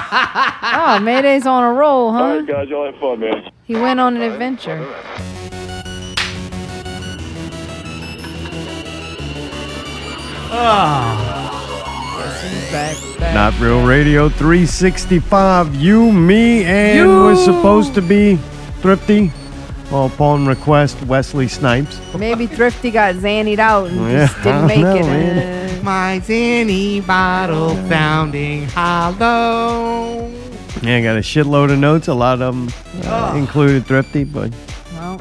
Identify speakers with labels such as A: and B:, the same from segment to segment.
A: oh, Mayday's on a roll, huh?
B: All right, guys, y'all have fun, man.
A: He went on an adventure. Back, back.
C: Not Real Radio 365. You, me, and
A: You.
C: we're supposed to be thrifty. Well, upon request, Wesley Snipes.
A: Maybe Thrifty got zannied out and
C: Oh, Yeah,
A: just didn't
C: I
A: make
C: don't
A: it.
C: know,
A: Uh,
D: My Zenny bottle sounding hollow.
C: Yeah, I got a shitload of notes. A lot of them uh, included thrifty, but
A: well,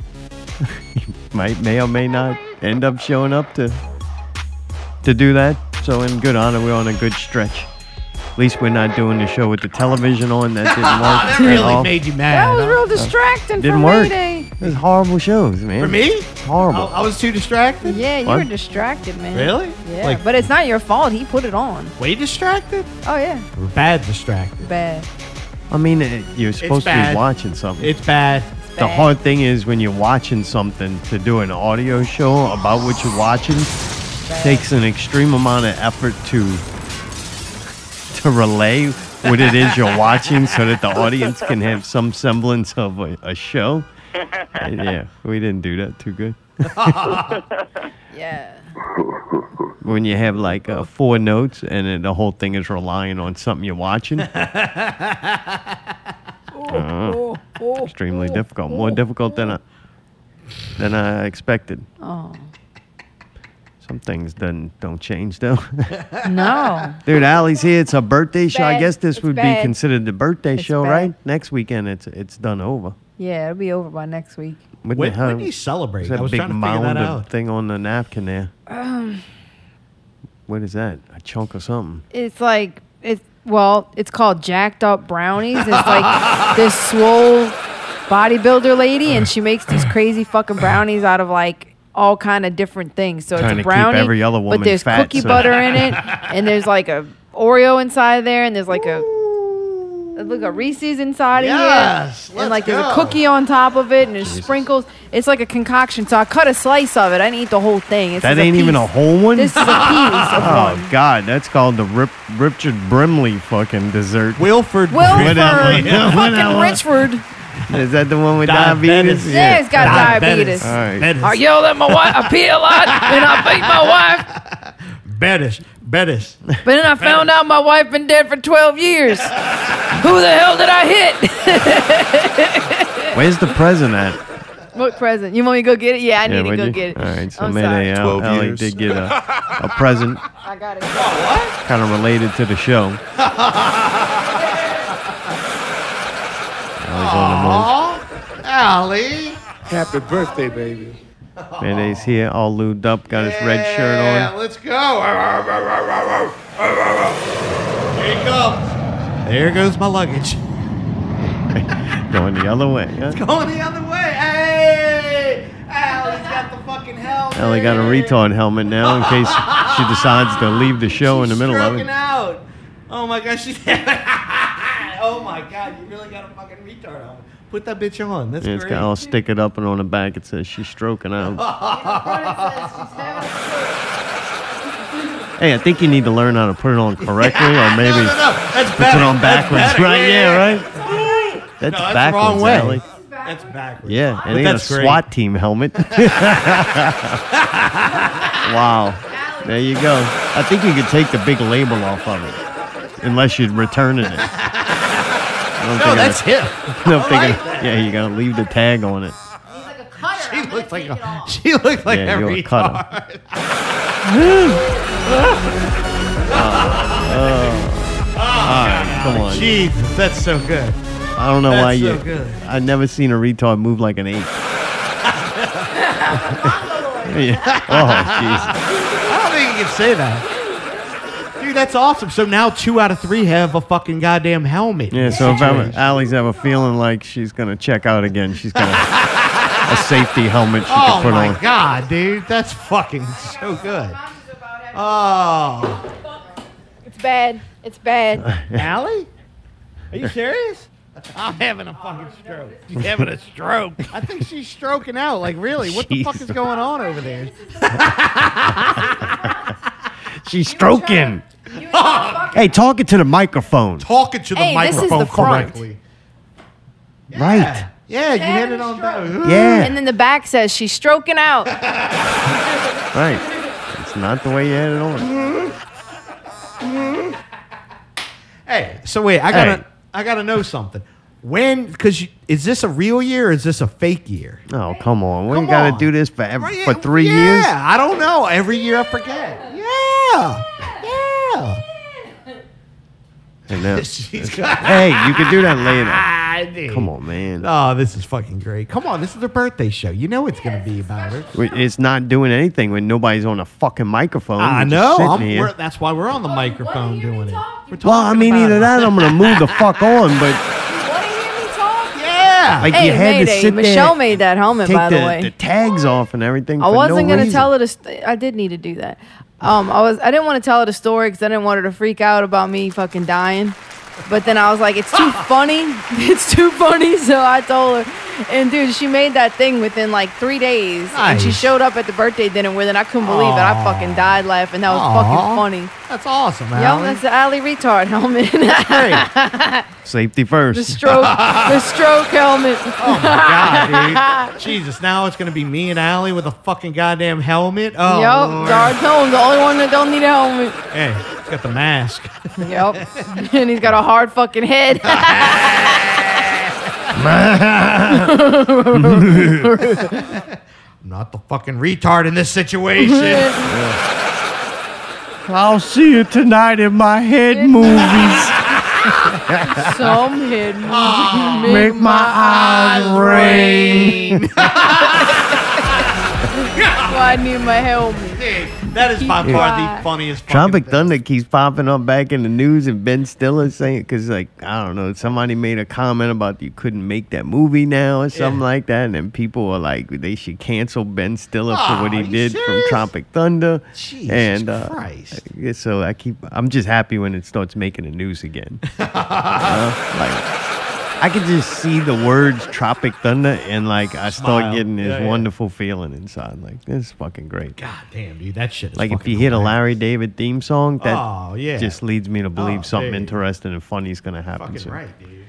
C: might may or may not end up showing up to to do that. So in good honor, we're on a good stretch. At least we're not doing the show with the television on. That didn't work
D: that
C: at
D: really
C: all.
D: made you
A: that
D: mad.
A: was
D: huh?
A: real distracting
C: Didn't
A: for
C: work.
A: Mayday.
C: It was horrible shows, man.
D: For me? Oh,
C: horrible.
D: I, I was too distracted?
A: Yeah, you
C: What?
A: were distracted, man.
D: Really?
A: Yeah,
D: Like-
A: but it's not your fault. He put it on.
D: Way distracted?
A: Oh yeah,
D: Or bad distracted?
A: bad.
C: I mean, it, you're supposed to be
D: bad.
C: watching something.
D: It's bad.
C: the
A: bad.
C: hard thing is when you're watching something to do an audio show about what you're watching takes an extreme amount of effort to to relay what it is you're watching so that the audience can have some semblance of a, a show. And yeah, we didn't do that too good.
A: Yeah.
C: When you have like uh, four notes and then the whole thing is relying on something you're watching, Uh-huh.
A: Oh, oh,
C: extremely
A: oh,
C: difficult.
A: oh.
C: More difficult than I than I expected.
A: Oh
C: Some things don't don't change though.
A: no.
C: Dude, Allie's here. It's a birthday show. I
A: bad.
C: guess this
A: It's
C: would be
A: bad.
C: considered the birthday
A: It's
C: show,
A: bad.
C: right? Next weekend, it's it's done over.
A: Yeah, it'll be over by next week.
C: What
D: When,
C: the hell?
D: when do you celebrate?
C: Is
D: I
C: that
D: was
C: big
D: trying to figure that
C: mound
D: out.
C: of thing on the napkin there?
A: Um.
C: what is that? A chunk of something?
A: It's like it's well, it's called jacked up brownies. It's like this swole bodybuilder lady, and she makes these crazy fucking brownies out of like all kind of different things. So
C: Trying to
A: it's a
C: keep
A: brownie,
C: every other woman
A: but there's
C: fat,
A: cookie
C: so-
A: butter in it, and there's like a Oreo inside there, and there's like a. Look, a Reese's inside
D: Yes,
A: of here,
D: let's
A: and like there's a
D: go.
A: cookie on top of it, and there's sprinkles. It's like a concoction. So I cut a slice of it. I didn't eat the whole thing. This
C: That
A: is
C: ain't even a
A: piece.
C: whole one?
A: This is a piece of one.
C: oh, God. That's called the Rip, Richard Brimley fucking dessert.
D: Wilford.
A: Wilford,
C: Whatever. Yeah,
A: fucking
C: whatever.
A: Richford.
C: Is that the one with diabetes?
D: Diabetes.
A: Yeah, he's got diabetes.
C: All right.
D: Bettis.
A: I yelled at my wife. I pee a lot, and I beat my wife.
D: Bettis. Bettis.
A: But then I found out my wife been dead for twelve years. Who the hell did I hit?
C: Where's the present at?
A: what present? You want me to go get it? Yeah, I need to
C: would
A: go
C: you?
A: get it.
C: All right, so
A: I'm
C: Mayday, uh,
A: sorry.
C: Al-
E: 12
C: Ellie
E: years.
C: did get a, a present
A: I got it.
C: kind of related to the show. Ellie's on the move.
D: Oh, Allie.
E: Happy birthday, baby.
C: Mayday's here, all lubed up, got his red shirt
D: Yeah,
C: on.
D: let's go. Here he comes. There goes my luggage.
C: Going the other way. huh?
D: Going the other way. Hey! Allie's got the fucking helmet.
C: Ellie got a retard helmet now in case she decides to leave the show in the middle of
D: Stroking
C: it.
D: out. Oh my gosh. She's oh my god. You really got a fucking retard helmet. Put that bitch on. That's
C: And it's
D: great.
C: got all stick it up and on the back it says she's stroking out. Hey, I think you need to learn how to put it on correctly or
D: no, no,
C: maybe
D: no. That's
C: put
D: better.
C: it on
D: That's
C: backwards.
D: better.
C: Right, yeah, right? That's,
D: No, that's
C: backwards,
D: the wrong way.
C: Ellie.
D: That's backwards.
C: Yeah,
D: But
C: and they had a
D: that's great.
C: SWAT team helmet. wow. There you go. I think you could take the big label off of it, unless you're returning it. I don't
D: No, that's him.
C: I don't think
D: I
C: it- yeah, you gotta leave the tag on it.
D: She looks like a, she looks like
C: Yeah,
D: a
C: you're a
D: retard.
C: cutter. Come on.
D: Jesus, that's so good.
C: I don't know why
D: That's
C: you.
D: so good.
C: I've never seen a retard move like an ape. Yeah. Oh, jeez.
D: I don't think you can say that. Dude, that's awesome. So now two out of three have a fucking goddamn helmet.
C: Yeah, so if I'm, Allie's ever feeling like she's gonna check out again, she's got a, a safety helmet she
D: Oh
C: can put
D: my
C: on.
D: god, dude, that's fucking so good. Oh,
A: It's bad. It's bad.
D: Allie, are you serious? I'm having a fucking stroke. She's having a stroke. I think she's stroking out. Like, really? What the fuck is
C: Jesus.
D: going on over there?
C: She's stroking.
A: You ain't fucking-
C: Hey, talk it to the microphone.
D: Talking to the
A: Hey, this is the
D: microphone
A: front.
D: correctly.
C: Right.
F: Yeah, you hit it on
A: Stroke.
F: down.
C: Yeah.
A: And then the back says she's stroking out.
C: Right. It's not the way you had it on.
D: Hey, so wait, I gotta,
C: Hey.
D: I gotta know something. When? Because is this a real year or is this a fake year?
C: Oh, come on. We
D: Come
C: ain't got to
D: on.
C: do this for, ev-
D: Right,
C: for three
D: yeah,
C: years.
D: I don't know. Every year I forget. Yeah,
C: And then,
D: yeah. She's got.
C: hey, you can do that later.
D: Ah, dude.
C: Come on, man.
D: Oh, this is fucking great. Come on, this is her birthday show. You know it's gonna be about her.
C: We- It's not doing anything when nobody's on a fucking microphone.
D: I
C: We're just
D: know.
C: sitting
D: I'm-
C: here.
D: we're- that's why we're on the microphone
A: you hear me
D: doing it.
A: talk?
D: We're
A: You-
D: talking
C: Well, I mean,
D: about
C: either
D: it.
C: that or I'm going to move the fuck on,
A: You want to
C: but
A: hear me talk?
D: Yeah.
C: like
A: Hey,
C: you had
A: Mayday,
C: to sit
A: Michelle
C: there,
A: made that helmet,
C: take
A: by the,
C: the,
A: way.
C: the tags off and everything.
A: I
C: for no
A: wasn't gonna
C: reason.
A: tell her to. St- I did need to do that. Um, I was. I didn't want to tell her the story because I didn't want her to freak out about me fucking dying. But then I was like, it's too funny. It's too funny. So I told her. And dude, she made that thing within like three days. And she
D: Nice.
A: showed up at the birthday dinner with it. and I couldn't believe it. I fucking died laughing. That was
D: Aw.
A: fucking funny.
D: That's awesome,
A: Yo,
D: Allie.
A: that's the alley retard helmet.
D: great.
C: Safety
A: the
C: first.
A: stroke. the stroke helmet.
D: God, dude. Jesus, now it's gonna be me and Allie with a fucking goddamn helmet. Oh,
A: Yup,
D: Lord.
A: Darnell, the only one that don't need a helmet.
D: Hey, it's got the mask.
A: Yep. and he's got a hard fucking head.
D: I'm not the fucking retard in this situation.
C: I'll see you tonight in my head movies.
A: Some head movie
C: Make my eyes rain.
A: I need my helmet.
D: Dude, that is by far the funniest. fucking
C: Tropic
D: thing.
C: Thunder keeps popping up back in the news, and Ben Stiller saying, because, like, I don't know, somebody made a comment about you couldn't make that movie now or something like that. And then people were like, they should cancel Ben Stiller for what he
D: Aw, you
C: did from
D: serious?
C: Tropic Thunder.
D: Jesus
C: and, uh,
D: Christ.
C: yeah, So I keep, I'm just happy when it starts making the news again. You know? Like, I could just see the words Tropic Thunder, and, like, I
D: Smile.
C: start getting this
D: Yeah, yeah.
C: wonderful feeling inside. Like, this is fucking great.
D: God damn, dude, that shit. Is
C: Like if
D: fucking
C: you hear the
D: hilarious.
C: Larry David theme song, that
D: Oh, yeah.
C: just leads me to believe
D: Oh,
C: something
D: dude.
C: interesting and funny is gonna happen.
D: fucking
C: soon.
D: right, dude.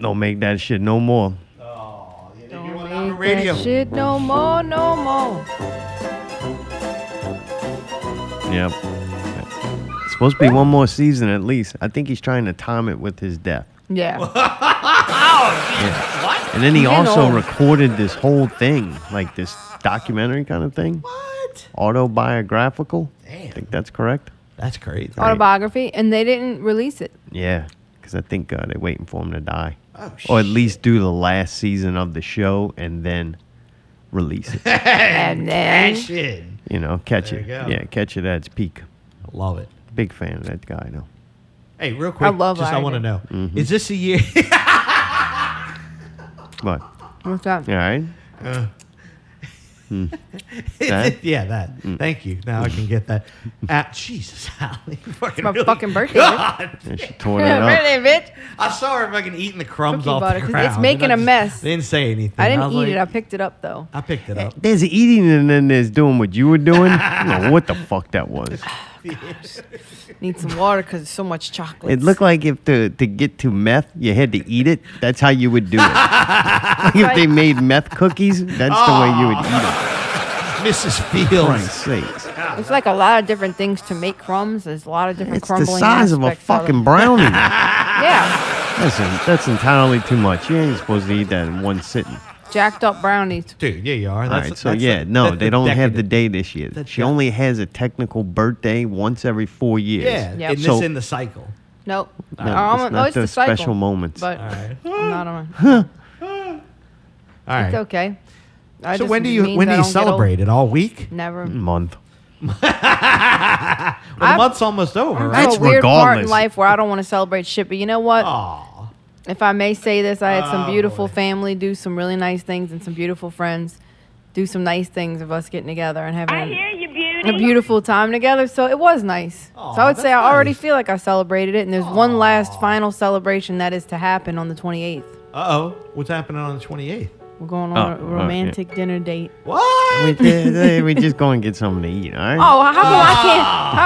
C: Don't make that shit no more.
D: Oh, yeah, they do it on the
A: Ain't
D: radio.
A: That shit no more, no more.
C: Yep. It's supposed to be one more season at least. I think he's trying to time it with his death.
A: Yeah.
C: And then he
A: Getting
C: also
A: old.
C: recorded this whole thing, like this documentary kind of thing,
D: What?
C: autobiographical. I
D: Damn.
C: think that's correct.
D: That's crazy.
A: Oh, Autobiography, and they didn't release it.
C: Yeah, because I think uh, they're waiting for him to die,
D: Oh,
C: or at
D: shit.
C: least do the last season of the show and then release it.
A: And then
D: shit.
C: You know, catch
D: There
C: it.
D: you go.
C: Yeah, catch it at its peak.
D: I love it.
C: Big fan of that guy, though.
D: Hey, real quick,
A: love
D: just I
A: Larry
D: want to
A: David.
D: know:
C: Mm-hmm.
D: is this a year?
C: But
A: what's up?
C: all right, That?
D: yeah, that.
C: Mm.
D: Thank you. Now I can get that. Uh, Jesus, Allie, you fucking
A: My
D: really-
A: fucking birthday,
D: God.
C: and she tore that up.
A: really, bitch?
D: I saw her fucking eating the crumbs
A: Cookie
D: off
A: butter,
D: the
A: 'cause it's
D: ground. and
A: making
D: I
A: a
D: just
A: mess.
D: Didn't say anything.
A: I didn't
D: was
A: eat it. I
D: like-
A: picked it up though.
D: I picked it up.
C: There's eating and then there's doing what you were doing. I don't know what the fuck that was.
A: Need some water because so much chocolate.
C: It looked like if to, to get to meth, you had to eat it. That's how you would do it. like if they made meth cookies, that's the way you would eat it.
D: Mrs. Fields.
C: Christ's sakes.
A: It's like a lot of different things to make crumbs. There's a lot of different
C: It's the
A: crumbling
C: size of a
A: aspects it.
C: fucking brownie.
A: yeah,
C: Listen, that's entirely too much. You ain't supposed to eat that in one sitting.
A: jacked up brownies.
D: Dude, yeah, you are.
C: All
D: That's,
C: right, so
D: that's
C: yeah,
D: the-
C: no,
D: that's
C: they don't have the
D: decadent-
C: day this year.
D: That's
C: She
D: the-
C: only has a technical birthday once every four years.
D: Yeah,
A: Yep.
D: and this
C: So-
D: in the cycle.
A: Nope. No,
C: it's
A: almo-
C: not
A: no, it's the
C: those special
A: cycle,
C: moments.
A: But
D: right.
A: I'm not on. it.
D: All right.
A: It's okay. I
D: So
A: just-
D: when do
A: it
D: you
A: means
D: when
A: I
D: do you
A: don't get Mm. old.
D: celebrate Mm. it? All week?
A: Never.
C: Mm, Month.
D: Well, the
A: I've-
D: month's almost over,
A: I'm
D: right?
C: That's
A: a weird part in
C: regardless.
A: life where I don't want to celebrate shit. But you know what?
D: Aw.
A: If I may say this, I had some
D: Oh,
A: beautiful
D: boy.
A: family do some really nice things and some beautiful friends do some nice things of us getting together and having
E: I hear you,
A: a
E: beauty.
A: beautiful time together. So it was nice. so I
D: Aw,
A: would say
D: that's
A: I already
D: nice.
A: feel like I celebrated it. And there's one last final celebration that is to happen on the 28th.
D: Uh oh. What's happening on the 28th?
A: We're going
C: Oh,
A: on
C: oh,
A: a
C: yeah.
A: romantic dinner date.
D: What?
C: We, did- we just go and get something to eat, all right?
A: Oh, how come
D: Ah.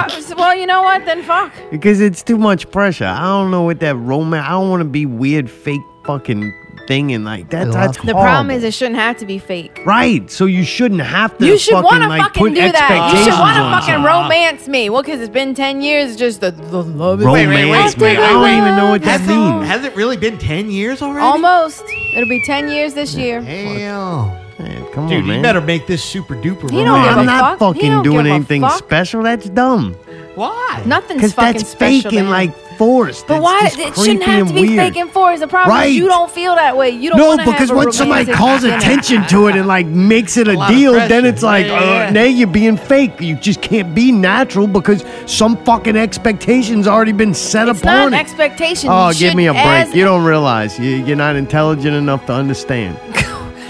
A: I can't? How, well, you know what? Then fuck.
C: Because it's too much pressure. I don't know what that romance. I don't want to be weird, fake fucking thing and like that. That's
A: The problem
C: horrible.
A: is it shouldn't have to be fake.
C: right. So you shouldn't have to.
A: You should
C: fucking,
A: want to
C: like,
A: fucking
C: put
A: do that. You
C: expectations
A: should want to
C: on
A: fucking
C: something.
A: romance me. Well, because it's been ten years. Just the, the love is
C: Romance,
A: wait,
C: man. I don't
A: wait,
C: even know what
A: wait.
C: that
D: Has it,
C: means.
D: has it really been 10 years already?
A: almost. It'll be ten years this year.
D: Damn.
C: Man, come
D: Dude,
C: on, Oh, man.
D: you better make this super duper
A: You don't give a
C: I'm
A: fuck.
D: romantic.
C: not
A: He
C: fucking
A: don't
C: doing
A: give a
C: anything
A: fuck.
C: special. That's dumb.
D: Why?
A: Nothing's
C: Because
A: fucking
C: that's
A: special. to
C: fake and
A: him.
C: like forced.
A: But
C: It's
A: why?
C: just
A: It
C: creepy
A: shouldn't have to
C: and
A: be
C: weird.
A: fake and forced. The problem
C: Right.
A: is you don't feel that way. You don't.
C: No,
A: wanna have
C: because
A: a
C: once somebody
A: romantic
C: calls
A: dinner.
C: attention to it and like makes it a,
D: lot of
C: deal,
D: pressure.
C: then it's like,
D: Yeah, yeah,
C: uh,
D: yeah.
C: now you're being fake. You just can't be natural because some fucking expectation's already been set
A: it's not
C: upon
A: an
C: it.
A: expectation.
C: oh,
A: You
C: give me a
A: shouldn't-
C: break.
A: as-
C: You don't realize. You, you're not intelligent enough to understand.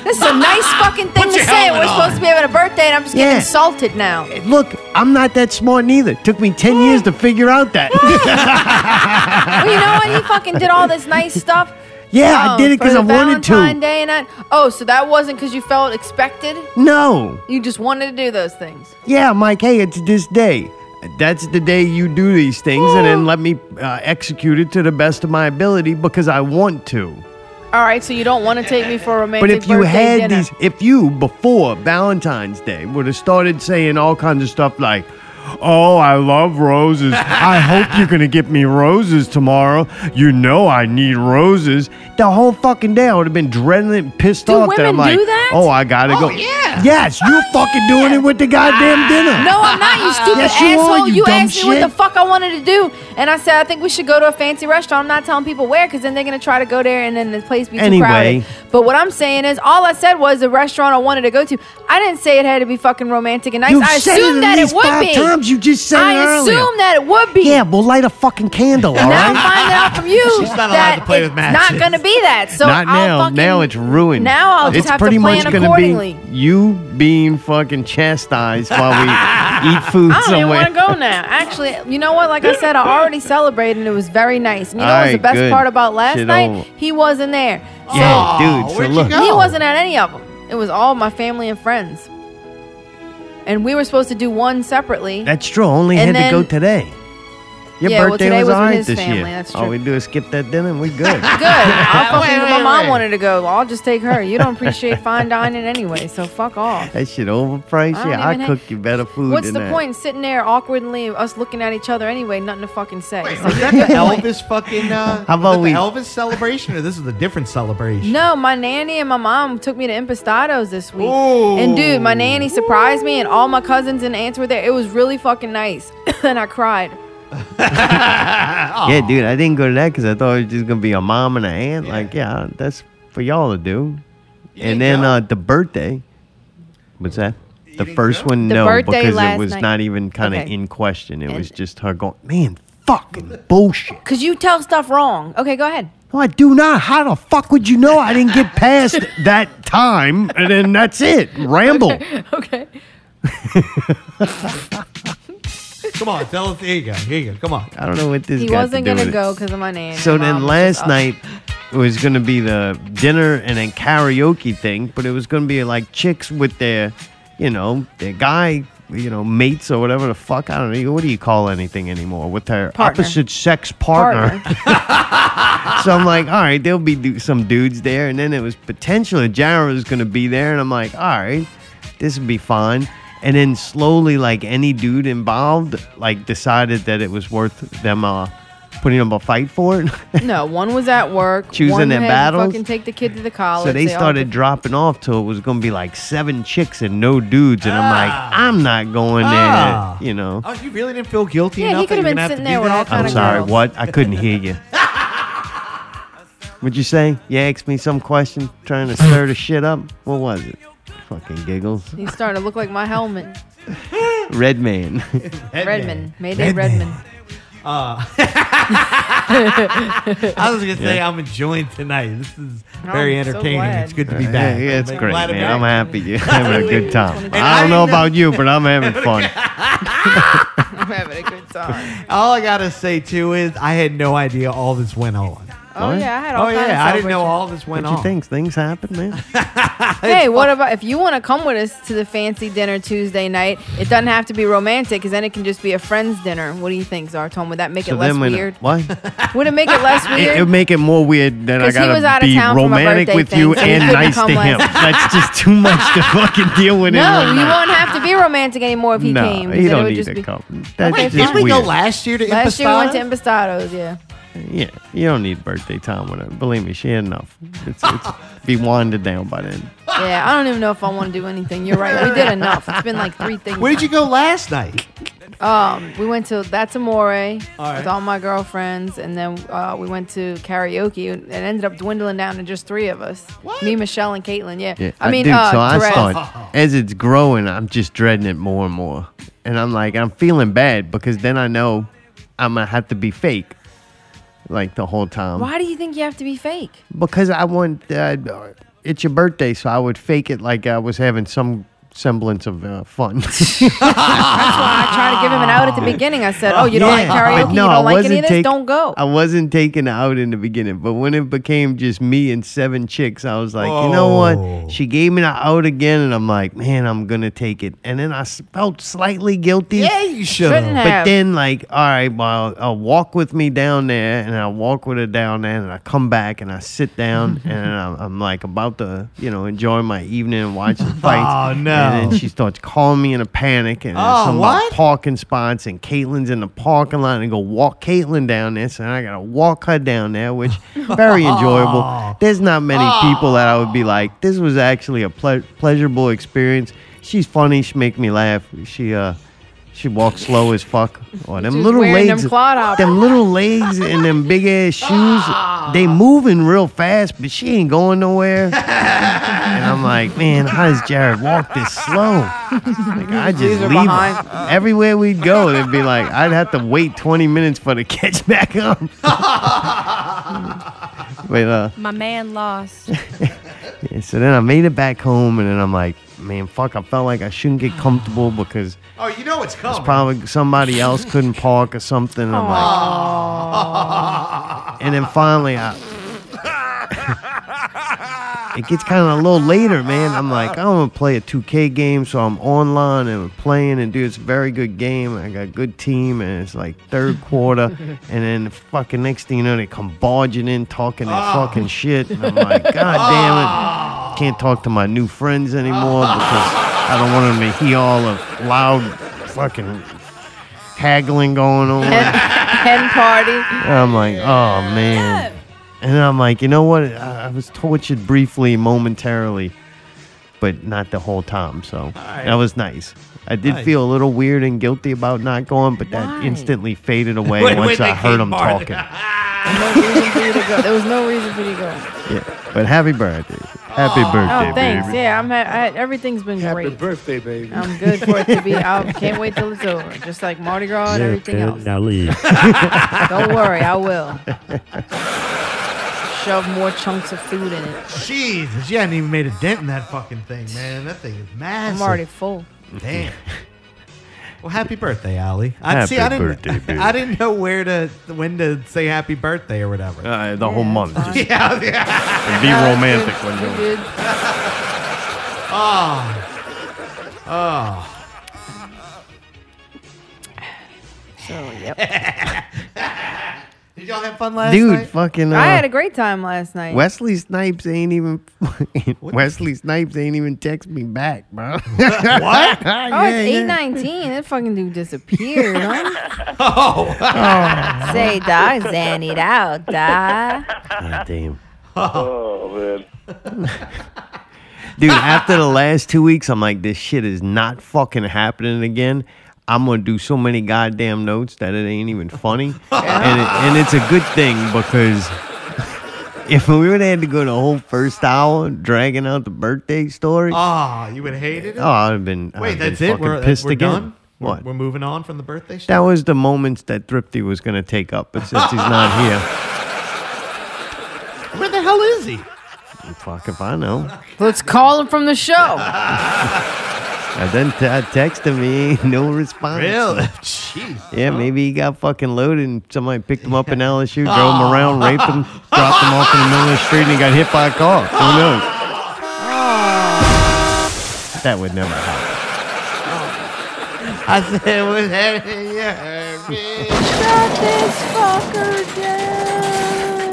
A: This is a nice fucking thing to
D: your
A: say.
D: helmet
A: We're
D: on.
A: supposed to be having a birthday, and I'm just getting
C: Yeah.
A: insulted now.
C: Look, I'm not that smart neither. Took me 10 years to figure out that.
A: well, Oh, you know what? He fucking did all this nice stuff.
C: yeah, I
A: um,
C: did it
A: for
C: because
A: the
C: I wanted
A: Valentine
C: to.
A: Day and that. Oh, so that wasn't because you felt expected.
C: No.
A: You just wanted to do those things.
C: Yeah, Mike, hey, it's this day. That's the day you do these things and then let me uh, execute it to the best of my ability because I want to.
A: All right, so you don't want to take me for a romantic
C: But if you
A: birthday
C: had
A: dinner.
C: these, if you before Valentine's Day would have started saying all kinds of stuff like, Oh, I love roses. I hope you're going to get me roses tomorrow. You know I need roses. The whole fucking day I would have been dreading it and pissed
A: Do
C: off that
A: women
C: I'm like,
A: do that?
C: Oh, I got to go.
D: yeah.
C: Yes, you're fucking doing it with the goddamn dinner.
A: No, I'm not, you stupid
C: Yes, you
A: asshole.
C: are,
A: you
C: you dumb
A: asked me what
C: shit.
A: the fuck I wanted to do. And I said, I think we should go to a fancy restaurant. I'm not telling people where because then they're going to try to go there and then the place be too
C: Anyway.
A: crowded. But what I'm saying is, all I said was the restaurant I wanted to go to. I didn't say it had to be fucking romantic and nice.
C: You've
A: I
C: said
A: assumed
C: it
A: that
C: at
A: it
C: least
A: would
C: five
A: be.
C: times. You just said it
A: I
C: earlier.
A: assumed that it would be.
C: Yeah, well, light a fucking candle,
A: Now
C: all right?
A: I'm finding out from you
D: She's not allowed
A: that
D: to play with
A: it's not
D: matches.
A: going to be that. So
C: Not
A: I'll
C: now.
A: Fucking,
C: now it's ruined.
A: Now I'll just
C: it's
A: have
C: pretty
A: to plan
C: much gonna
A: accordingly.
C: be you being fucking chastised while we eat food
A: I don't even
C: somewhere.
A: want to go now. Actually, you know what? Like I said, I already celebrated and it was very nice. And you know what was the
C: Alright,
A: best
C: good.
A: part about last
C: Shit
A: night?
C: over.
A: He wasn't there. So
C: Yeah,
D: Aw,
C: dude. So
D: where'd you
C: look,
D: go?
A: he wasn't at any of them. It was all my family and friends. And we were supposed to do one separately.
C: that's true. I Only
A: And
C: had to go
A: then-
C: today. Your
A: Yeah, well,
C: birthday
A: today was
C: was,
A: with
C: alright
A: his
C: this
A: family,
C: year.
A: that's
C: All
A: true.
C: we do is skip that dinner. and We're good.
A: Good. I'll fucking,
D: Wait,
A: my
D: wait,
A: mom
D: wait.
A: wanted to go. I'll just take her. You don't appreciate fine dining anyway, so fuck off.
C: that shit overpriced.
A: I don't
C: yeah, I
A: even ha-
C: cook you better food.
A: What's
C: than
A: the
C: that.
A: point in sitting there awkwardly, us looking at each other anyway, nothing to fucking say? It's like,
D: Is that the Elvis fucking? Uh,
C: How
D: is
C: about
D: that the
C: we-
D: Elvis celebration, or this is a different celebration?
A: No, my nanny and my mom took me to Impostados this week.
D: Ooh.
A: And dude, my nanny surprised me, and all my cousins and aunts were there. It was really fucking nice. and I cried.
C: Yeah, dude. I didn't go to that because I thought it was just gonna be a mom and a aunt. Like, yeah, that's for y'all to do. and then uh, the birthday. What's that? The first one,
A: The
C: no,
A: birthday
C: because
A: last
C: it was
A: night.
C: not even kind of
A: Okay.
C: in question. It was
A: And-
C: just her going, man, fucking bullshit.
A: Because you tell stuff wrong. Okay, go ahead.
C: No, I do not. How the fuck would you know I didn't get past that time? And then that's it. Ramble.
A: Okay.
D: Come on, tell us. Here you go. Here you go. Come on.
C: I don't know what this
A: He
C: got to
A: wasn't
C: do
A: going to
C: with it.
A: go because of my nanny.
C: So
A: and my
C: then
A: mom was just
C: last
A: up.
C: night it was gonna be the dinner and then karaoke thing, but it was gonna be like chicks with their, you know, their guy, you know, mates or whatever the fuck. I don't know. What do you call anything anymore? With their
A: Partner.
C: opposite sex partner.
A: Partner.
C: so I'm like, all right, there'll be du- some dudes there, and then it was potentially Jared was gonna be there, and I'm like, all right, this would be fine. And then slowly, like any dude involved, like decided that it was worth them uh, putting up a fight for it.
A: No, one was at work.
C: Choosing
A: one
C: their
A: had
C: battles.
A: To fucking take the kid to the college.
C: So they
A: all
C: started
A: did-
C: dropping off till it was gonna be like seven chicks and no dudes, and I'm like, I'm not going
D: Ah.
C: there. You know,
D: Oh, you really didn't feel guilty
A: Yeah, he
D: enough. that
A: could've
D: you're
A: been
D: gonna have to
A: sitting
D: do
A: there with
D: that?
A: all
C: I'm
A: kinda
C: sorry,
A: girls.
C: what? I couldn't hear you. What'd you say? You asked me some question, trying to stir the shit up. What was it? Fucking giggles.
A: He's starting to look like my helmet.
C: Red man.
A: Redmond. Mayday Redmond.
D: I was gonna say I'm enjoying tonight. This is very
A: I'm so
D: entertaining.
A: glad.
D: it's good to be
C: yeah,
D: back.
C: yeah, it's
D: I'm
C: great,
D: glad to be
C: man. I'm
D: back.
C: happy you're having a good time. I
D: I
C: don't know
D: know-
C: about you, but I'm having fun.
A: I'm having a good time.
D: All I gotta say too is I had no idea all this went on.
A: Oh
C: What?
A: yeah, I had all
D: Oh
A: kinds of
D: yeah, I didn't know
A: celebrations.
D: all this went
C: What you
D: on.
C: think? Things happen, man.
A: Hey, what about if you want to come with us to the fancy dinner Tuesday night? It doesn't have to be romantic, because then it can just be a friend's dinner. What do you think, Zartone? Would that make it less
C: when
A: weird?
C: what?
A: Would it make it less
C: It, would
A: weird?
C: make it more weird that I
A: 'Cause he was out
C: gotta
A: of
C: be
A: town for my
C: romantic
A: birthday
C: with
A: thing,
C: you
A: so he
C: and
A: couldn't
C: nice to
A: come
C: him.
A: last-
C: That's just too much to fucking deal with. in
A: no,
C: one
A: you
C: night.
A: won't have to be romantic anymore if he
C: no,
A: came. 'cause
C: he
A: then it
C: don't
A: would
C: need
A: just
C: to
A: be-
C: come. That's
A: Wait,
C: just
D: Didn't we
C: weird.
D: go last year to
A: Last year we went to
D: Impastadas?
A: Impastados, yeah.
C: Yeah, you don't need birthday time with her. Believe me, she had enough. It's, it's be winded down by then.
A: Yeah, I don't even know if I want to do anything. You're right. We did enough. It's been like three things.
D: Where did you go last night?
A: Um, we went to That's Amore
D: right.
A: with all my girlfriends, and then uh, we went to karaoke, and it ended up dwindling down to just three of us.
D: What?
A: Me, Michelle, and Caitlin. Yeah.
C: Yeah,
A: I mean,
C: dude,
A: uh,
C: so I
A: Therese.
C: start as it's growing, I'm just dreading it more and more, and I'm like, I'm feeling bad because then I know I'm gonna have to be fake, like the whole time.
A: Why do you think you have to be fake?
C: Because I want uh, it's your birthday, so I would fake it like I was having some semblance of uh, fun.
A: I
D: Ah.
A: tried to give him an out at the beginning. I said, "Oh, you don't like
D: Yeah.
A: karaoke?
C: But
A: you don't like any of
C: wasn't
A: this?
C: take-
A: don't go."
C: I wasn't taken out in the beginning, but when it became just me and seven chicks, I was like, you know
D: Oh.
C: what? She gave me the out again, and I'm like, man, I'm gonna take it. And then I s- felt slightly guilty.
D: Yeah, you should.
A: Shouldn't
D: have.
A: have.
C: But then, like, all right, well, I'll walk with me down there, and I walk with her down there, and I come back, and I sit down, and I'm, I'm like about to, you know, enjoy my evening and watch the fights.
D: no.
C: And then she starts calling me in a panic, and
D: Oh,
C: oh, some
D: what?
C: about parking spots, and Caitlin's in the parking lot, and go walk Caitlin down there, so I gotta walk her down there, which very enjoyable. There's not many people that I would be like, this was actually a ple- pleasurable experience. She's funny. She make me laugh. She uh. She walks slow as fuck. Oh, them
A: Just
C: little
A: wearing
C: legs,
A: them clodhoppers.
C: them little legs and them big ass shoes. They moving real fast, but she ain't going nowhere. and I'm like, man, how does Jared walk this slow? Like I just
A: are
C: leave
A: behind.
C: her. everywhere we'd go. They'd be like, I'd have to wait 20 minutes for her to catch back up. but uh,
E: My man lost.
C: yeah, so then I made it back home, and then I'm like, man, fuck. I felt like I shouldn't get comfortable because
D: Oh, you know it's coming.
C: probably somebody else couldn't park or something. And I'm like, and then finally, I, it gets kind of a little later, man. I'm like, I want to play a 2K game, so I'm online and we're playing. And dude, it's a very good game. I got a good team, and it's like third quarter, and then the fucking next thing you know, they come barging in, talking their fucking shit, and I'm like, God damn it can't talk to my new friends anymore because I don't want them to hear all the loud fucking haggling going on.
A: Hen,
C: And
A: hen party.
C: I'm like, oh man. And then I'm like, you know what? I, I was tortured briefly, momentarily, but not the whole time. So that was nice. I did
D: Nice.
C: feel a little weird and guilty about not going, but that
A: Why?
C: instantly faded away
D: When-
C: once
D: when
C: I
D: they
C: heard
D: came
C: them
D: farther.
C: talking.
A: No reason for you to go. There was no reason for you to go.
C: Yeah. But happy birthday. Happy birthday,
A: Oh, thanks.
C: baby.
A: Yeah, I'm. Ha- I, everything's been
G: Happy
A: great. Oh.
G: birthday, baby.
A: I'm good for it to be. I can't wait till it's over. Just like Mardi Gras and everything else.
F: Now leave.
A: Don't worry, I will. Shove more chunks of food in it.
D: Jesus, you hadn't even made a dent in that fucking thing, man. That thing is massive.
A: I'm already full.
D: Damn. Well, happy birthday, Allie. I
C: Happy
D: see. I didn't.
C: birthday, baby.
D: I didn't know where to when to say happy birthday or whatever.
C: Uh, the whole month. Just
D: yeah, yeah.
C: be romantic when
A: You
C: doing
A: did. So yep.
D: Did y'all have fun last
C: Dude,
D: night?
C: fucking. Uh,
A: I had a great time last night.
C: Wesley Snipes ain't even. Wesley Snipes ain't even text me back, bro. what?
A: Oh, it's eight nineteen. That fucking dude disappeared. Huh? Oh. Say, dog, zan it out, dog.
C: damn.
G: Oh man.
C: Dude, after the last two weeks, I'm like, this shit is not fucking happening again. I'm gonna do so many goddamn notes that it ain't even funny, and it, and it's a good thing because if we would have had to go the whole first hour dragging out the birthday story, oh,
D: Ah, you would have hated it.
C: I'd have been I'd have Oh,
D: Wait,
C: been
D: that's it.
C: fucking
D: We're, uh,
C: pissed
D: we're
C: again.
D: done. We're-
C: What?
D: We're, moving on from the birthday. Shit?
C: That was the moments that Thrifty was going to take up, but since he's not here,
D: Where the hell is he?
C: fuck if I know.
A: Let's call him from the show.
C: And then t- uh, texted me, no response.
D: Really? Jeez.
C: Yeah, maybe he got fucking loaded and somebody picked him up in LSU, drove him around, raped him, dropped him off in the middle of the street, and he got hit by a car. Who knows? That would never happen.
D: Ah. I said, was that you heard me?
A: Shut this fucker down.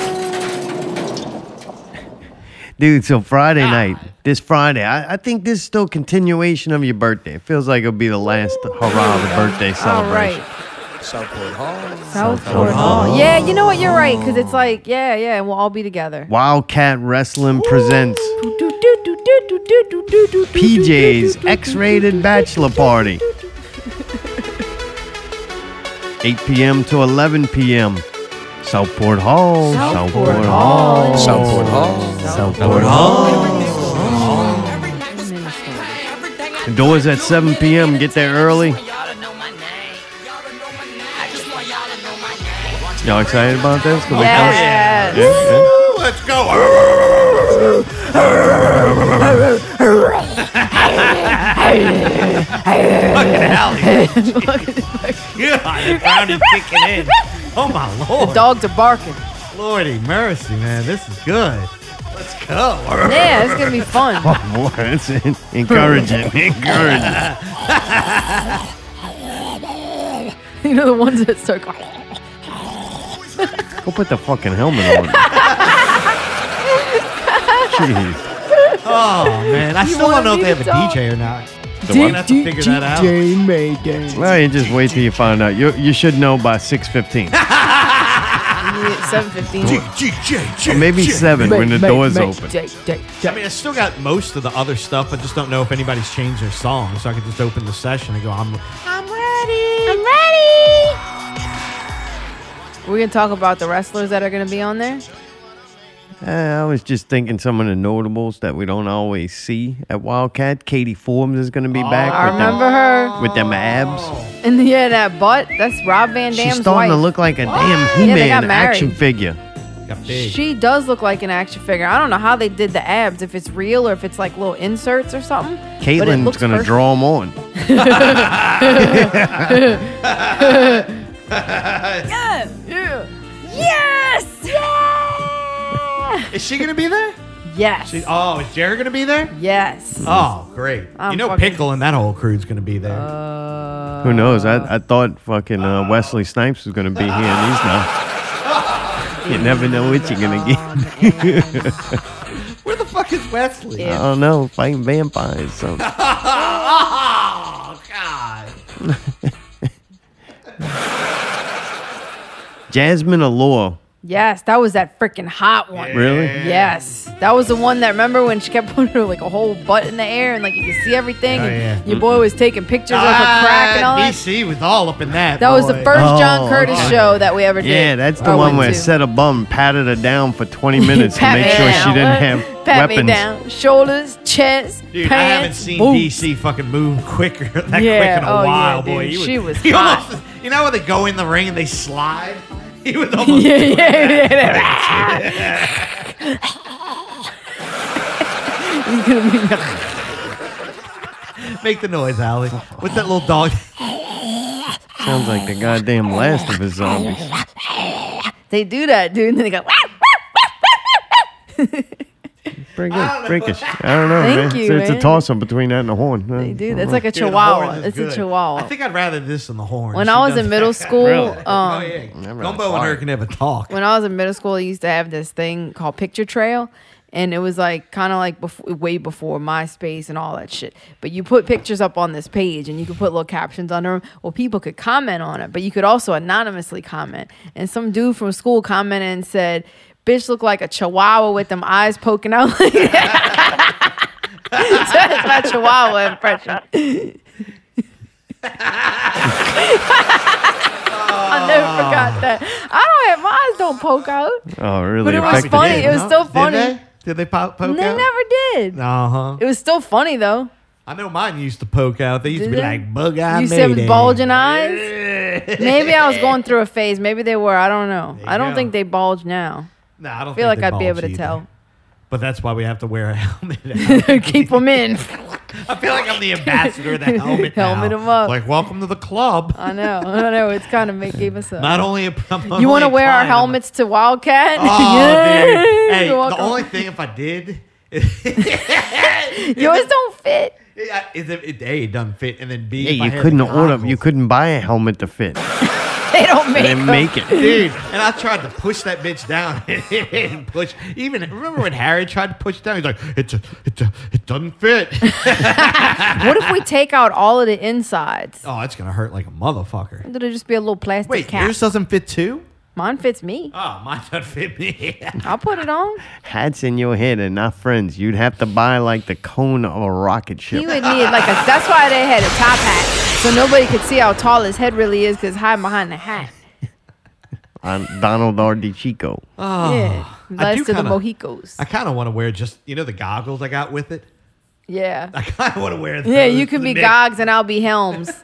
C: Dude, so
D: Ah.
C: Friday night, this Friday, I, I think this is still continuation of your birthday. It feels like it'll be the last hurrah of the birthday
A: All
C: celebration.
A: right. Southport Hall. Oh, Yeah, you know what? You're right, because it's like, yeah, yeah, and we'll all be together.
C: Wildcat Wrestling presents PJ's
A: PJ's
C: X-rated bachelor party. 8 p.m. to 11 p.m. Southport Hall.
A: Southport Hall.
E: Southport Hall.
C: Southport Hall. Doors at 7 p.m. Get there early. Y'all excited about this? Gonna be
A: Yes.
C: fun? Yeah, yeah.
D: Woo, Let's go. Fucking alley. Yeah, brownie kicking in. Oh my lord.
A: Dogs are barking.
D: Lordy mercy, man. This is good. Let's go.
A: Yeah, it's gonna be fun.
C: Oh, boy, it's en- encouraging. encouraging.
A: You know the ones that start going.
C: Go put the fucking helmet on. Jeez.
D: Oh man, I still
A: wanna
D: don't know if
A: be
D: they have a
A: the dog?
D: DJ or not. So we're gonna have to figure that out.
C: Well, you just wait till you find out. You you should know by six fifteen,
A: Seven fifteen.
D: DJ,
C: maybe seven when the doors open.
D: I mean, I still got most of the other stuff. I just don't know if anybody's changed their song, so I could just open the session and go. I'm.
A: I'm ready. We're gonna talk about the wrestlers that are gonna be on there.
C: Uh, I was just thinking some of the notables that we don't always see at Wildcat. Katie Forbes is going to be back
A: Oh, I
C: with
A: remember
C: them
A: her.
C: with them abs.
A: And yeah, that butt. That's Rob Van
C: She's
A: Dam's
C: starting
A: wife.
C: to look like a damn
A: Yeah,
C: He
A: they
C: Man
A: got
C: action
A: married.
C: figure.
D: Got big.
A: she does look like an action figure. I don't know how they did the abs, if it's real or if it's like little inserts or something. but it
C: Caitlin's
A: looks
C: going to
A: perfect.
C: draw them on.
A: Yeah. Yeah. Yes. Yeah.
D: Is she gonna be there?
A: Yes.
D: She- oh, is Jared gonna be there?
A: yes.
D: Oh, great. you
A: I'm
D: know,
A: fucking- Uh,
D: Pickle and that whole crew's gonna be there.
A: Oh.
C: Who knows? I, I thought fucking uh, Wesley Snipes was going to be here, and he's not. You never know what you're going to get.
A: Oh,
D: Where the fuck is Wesley?
C: I don't know, fighting vampires. So.
D: Oh God.
C: Jasmine Allure.
A: Yes. That was that freaking hot one.
C: Really?
A: Yes, that was the one that remember when she kept putting her like a whole butt in the air and like you could see everything.
D: Oh,
A: and
D: yeah.
A: Your boy was taking pictures of
C: Ah,
A: her crack and all that.
D: BC was all up in that.
A: That was the
D: boy.
A: first
C: Oh,
A: John Curtis
C: okay.
A: show that we ever did.
C: Yeah, that's the
A: Or
C: one
A: went
C: where
A: to.
C: set a bum patted her down for 20 minutes to
A: Pat
C: make
A: me
C: sure she
A: down.
C: didn't have
A: Pat
C: weapons.
A: me down, shoulders, chest,
D: Dude, I
A: pants,
D: haven't seen
A: boobs.
D: DC fucking move quicker that
A: Yeah,
D: quick in a
A: oh, yeah,
D: while, boy.
A: dude. She was
D: he
A: hot.
D: almost, you know how they go in the ring and they slide? He was almost
A: Yeah, yeah, yeah.
D: make the noise, Allie. What's that little dog?
C: Sounds like the goddamn last of his zombies.
A: They do that, dude. And then they go. "Wah, wah."
C: Pretty good. Freakish. I don't know,
A: Thank
C: man.
A: you,
C: So it's a
A: man.
C: toss up between that and a horn.
A: They do. That's like a
D: Dude, a
A: chihuahua.
D: horn is
A: It's
D: good.
A: a chihuahua.
D: I think I'd rather this than the horn.
A: When
D: She
A: I was
D: does
A: in middle
D: that.
A: school,
C: Really?
A: um,
C: I'm
D: oh, yeah.
C: really
D: Gumbo and her
C: sorry.
D: can never talk.
A: when I was in middle school, I used to have this thing called Picture Trail, and it was like kind of like before, way before MySpace and all that shit. But you put pictures up on this page, and you could put little captions under them. Well, people could comment on it, but you could also anonymously comment. And some dude from school commented and said, "Bitch, look like a chihuahua with them eyes poking out." like that." so that's my chihuahua impression. I never forgot that. I don't have my eyes don't poke out.
C: Oh, really?
A: But it was
C: affected
A: funny.
C: you.
A: It was still funny.
D: Did they, did they pop, poke
A: they
D: out?
A: never did.
D: Uh huh.
A: It was still funny though.
D: I know mine used to poke out. They used to
A: Did
D: be
A: they?
D: like bug eyed.
A: you said it was bulging eyes. Maybe I was going through a phase. Maybe they were. I don't know.
D: There you
A: I don't
D: go.
A: think they bulge now.
D: No, I don't
A: I feel like
D: think they
A: I'd be
D: bulge
A: able to
D: either.
A: tell.
D: But that's why we have to wear a helmet.
A: Keep them in.
D: I feel like I'm the ambassador of the helmet.
A: Helmet
D: now.
A: him up. Uh,
D: Like, welcome to the club.
A: I know. I know. It's kind of make, gave us a.
D: Not only am I-
A: you want to
D: only
A: wear our
D: applying, I'm-
A: helmets to Wildcat?
D: Oh, dude. Hey,
A: Welcome.
D: the only thing if I did, is
A: Yours don't fit.
D: if it, A, it doesn't fit, and then B, if
C: Yeah,
D: I
C: you
D: had the
C: couldn't order.
D: goggles.
C: You couldn't buy a helmet to fit.
A: They don't make.
C: They
A: them.
C: make it.
D: Dude, and I tried to push that bitch down. and push. Even remember when Harry tried to push it down? He's like, it's a, it's a, it doesn't fit.
A: What if we take out all of the insides?
D: oh, it's gonna hurt like a motherfucker.
A: It'll just be a little plastic
D: Wait,
A: cap.
D: yours doesn't fit too?
A: Mine fits me.
D: Oh, mine doesn't fit me.
A: I'll put it on.
C: Hats in your head and not friends. You'd have to buy like the cone of a rocket
A: He
C: ship.
A: would need like a. That's why they had a top hat, so nobody could see how tall his head really is, because hiding behind the hat.
C: on Uh, Donald R. D. Chico.
A: yeah,
D: Ah, I
A: last
D: do
A: of the
D: kinda-
A: Mohicos.
D: I kind of want to wear just you know the goggles I got with it.
A: yeah,
D: I kind of want to wear. Those
A: yeah. You can be
D: Nick.
A: Gogs and I'll be Helms.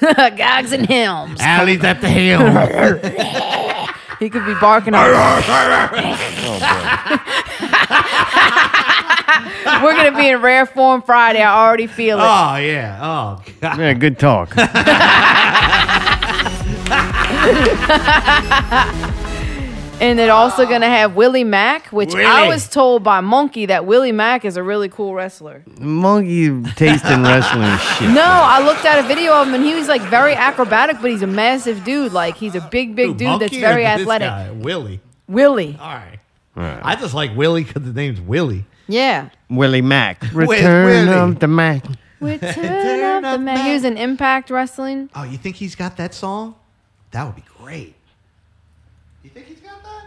A: Gogs and Helms.
D: Alley's at the helm.
A: He could be barking. Our- Oh, We're gonna be in rare form Friday. I already feel it.
D: oh yeah. Oh god.
C: Yeah, good talk.
A: And it also gonna have Willie Mack, which I
D: Willie.
A: was told by Monkey that Willie Mack is a really cool wrestler.
C: Monkey tasting wrestling shit.
A: No, I looked at a video of him and he was like very acrobatic, but he's a massive dude. Like he's a big, big
D: Who,
A: dude that's
D: Monkey or
A: very
D: this
A: athletic.
D: guy? Willie.
A: Willie.
D: All right. I just like Willie because the name's Willie.
A: Yeah.
C: Willie Mack.
D: Willie.
C: Return of the Mac.
A: Return of the
D: up
A: man.
D: Mac.
A: He was in Impact Wrestling.
D: Oh, you think he's got that song? That would be great. You think he's got that?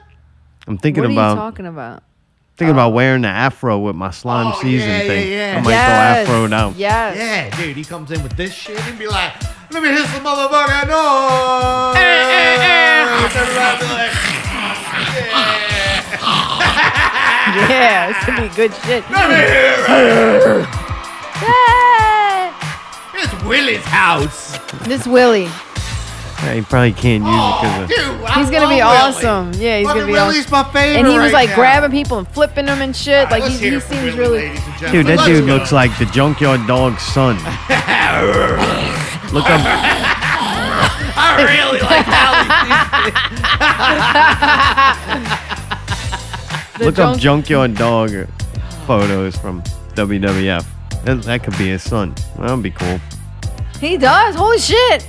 C: I'm thinking
A: what are
C: about
A: you talking about?
C: thinking about wearing the afro with my slime
D: Oh,
C: season
D: yeah, yeah,
C: thing.
D: yeah.
C: I might go afro now.
A: Yes.
D: Yeah, dude, he comes in with this shit and be like, let me hit some motherfucking
A: Eh,
D: noise. Everybody be like,
A: Yeah. It's gonna be good shit. Yeah.
D: it's Willie's house.
A: This Willie.
C: Yeah, you probably can't use it
D: Dude,
C: because
D: I
A: He's gonna
D: love
A: be
D: Willie.
A: awesome. Yeah, he's
D: Fucking
A: gonna be
D: Willie's
A: awesome.
D: my favorite.
A: And he was
D: right
A: like
D: now.
A: grabbing people and flipping them and shit. Like
D: Let's
A: he,
D: hear
A: he
D: it for
A: seems
D: Willie,
A: really.
D: ladies and gentlemen.
C: dude, that
D: Let's
C: dude
D: go.
C: looks like the junkyard dog's son. Look up,
D: I really like that.
A: The
C: look up
A: junk-
C: junkyard dog photos from WWF. That, that could be his son. That would be cool,
A: he does. Holy shit.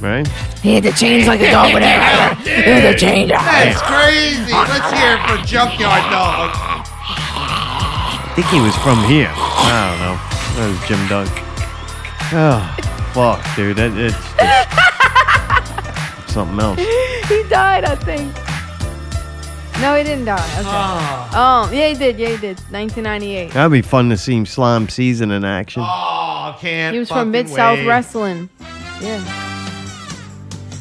C: right?
A: He had to change like a dog with it. He had to change.
D: That's crazy. Let's hear it for Junkyard Dog.
C: I think he was from here. I don't know. That was Jim Dunk. Oh, fuck, dude. That, it's just something else.
A: he died, I think. No, he didn't die. Okay.
C: Ah.
D: Oh,
A: Um, yeah, he did. Yeah, he did. 1998.
C: That'd be fun to see him slime season in action.
D: oh can't.
A: He was from
D: fucking
A: Mid South
D: wait.
A: Wrestling. Yeah.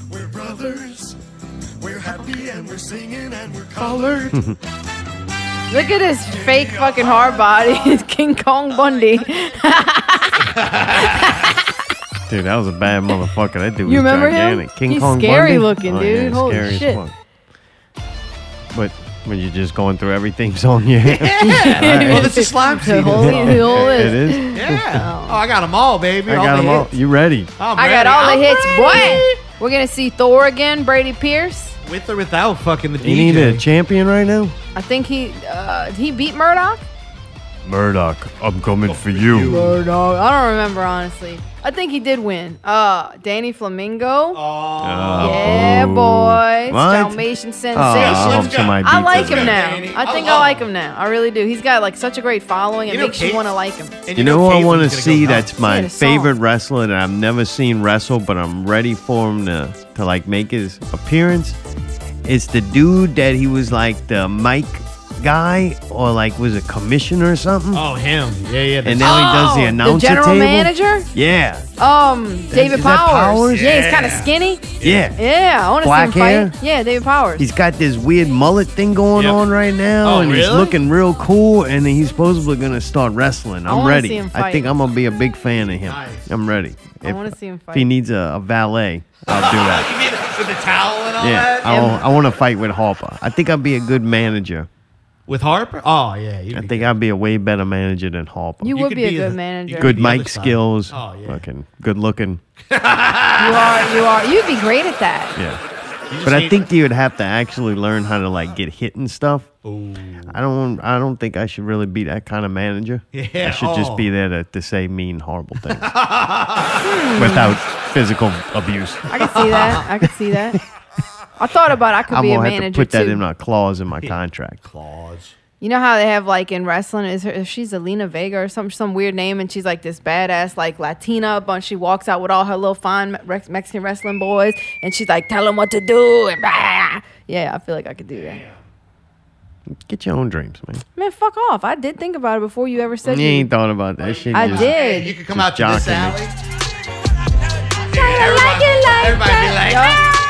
E: We're brothers. We're happy and we're singing and we're colored.
A: Look at his fake fucking hard body. It's King Kong Bundy.
C: Dude, that was a bad motherfucker. That dude
A: You
C: was
A: remember him?
C: gigantic. King
A: He's
C: Kong
A: scary
C: Bundy? Oh,
A: looking, dude. Holy
C: as
A: shit.
C: fuck. But when you're just going through everything, on your head.
D: Well, this is slime
A: The
D: season.
A: whole, the whole
C: it
A: is.
C: is.
D: Yeah. Oh, I got them all, baby.
C: I
D: all
C: got
D: the
C: them all.
D: hits.
C: You ready?
D: I'm
A: I got
D: ready.
A: all
D: I'm
A: the hits,
D: ready.
A: boy. We're gonna see Thor again, Brady Pierce.
D: With or without fucking the DJ.
C: You need a champion right now?
A: I think he uh, he beat Murdoch.
C: Murdoch, I'm coming for you.
A: Murdoch. I don't remember honestly. I think he did win. Uh, Danny Flamingo.
D: Oh,
C: Oh.
A: Yeah, boy.
C: What?
A: Dalmatian sensation.
C: Oh, I
D: Let's
C: hope
D: go.
C: somebody
A: I
C: beats
A: like
C: this
A: him
C: guy.
A: now.
D: Danny.
A: I
D: I
A: think
D: love
A: I like
D: him.
A: him now. I really do. He's got like such a great following. It
D: You know,
A: makes you
D: Kate-
A: want to like him.
D: And
C: You know who I
D: Caitlin's
C: want to
D: gonna go
C: see?
D: nuts.
C: That's my
A: Yeah, the song.
C: favorite wrestler that I've never seen wrestle, but I'm ready for him to, to like make his appearance. It's the dude that he was like the mic guy, or like was a commissioner or something,
D: Oh, him. Yeah, yeah.
C: and
D: that's-
C: now he does the
A: Oh,
C: announcer
A: general
C: table.
A: manager.
C: Yeah,
A: Um, David
C: is that
A: Powers.
C: Powers?
A: Yeah, he's kind of skinny.
C: yeah.
A: Yeah, I want to see him
C: Black hair?
A: fight. Yeah, David Powers.
C: He's got this weird mullet thing going
D: Yep.
C: on right now,
D: Oh,
C: and he's
D: really?
C: looking real cool. And he's supposedly gonna start wrestling.
A: I
C: I'm
A: wanna
C: ready.
A: see him
C: I think
A: fight.
C: I'm gonna be a big fan of him.
D: Nice.
C: I'm ready.
A: I
C: If-
A: want to see him
C: If he
A: fight.
C: needs a, a valet, I'll do that.
D: You mean with the towel and all
C: Yeah,
D: that?
C: I, want to fight with Harper. I think I'd be a good manager.
D: With Harper? Oh yeah. you'd
C: I
D: be
C: think I'd be a way better manager than Harper.
A: You,
D: You
A: would
D: could
A: be a
D: be
A: good
D: the-
A: manager.
D: you
C: good
D: the other
C: mic
D: side.
C: skills.
D: Oh, yeah.
C: Fucking good looking.
A: You are. You are. You'd be great at that.
C: Yeah.
D: You just
C: But I
D: ain't-
C: think you would have to actually learn how to like get hit and stuff. I don't. I don't think I should really be that kind of manager. I
D: Yeah,
C: should just
D: oh.
C: be there to, to say mean, horrible things without physical abuse.
A: I could see that. I could see that. I thought about I could
C: I'm
A: be a
C: gonna have to
A: manager
C: put that
A: too.
C: in my clause in my contract.
D: claws.
A: You know how they have like in wrestling is her if she's Alina Vega or some some weird name and she's like this badass like Latina but she walks out with all her little fine Me- Rex- Mexican wrestling boys and she's like tell them what to do and blah. yeah I feel like I could do that
C: Get your own dreams, man.
A: man fuck off I did think about it before you ever said
C: You
A: you-
C: ain't thought about that shit.
A: I
C: just-
A: did.
D: Hey, you could come
C: Just
D: out to this
C: jocking me.
D: alley.
A: Say I like it like
D: everybody be
A: that.
D: like,
A: Yup.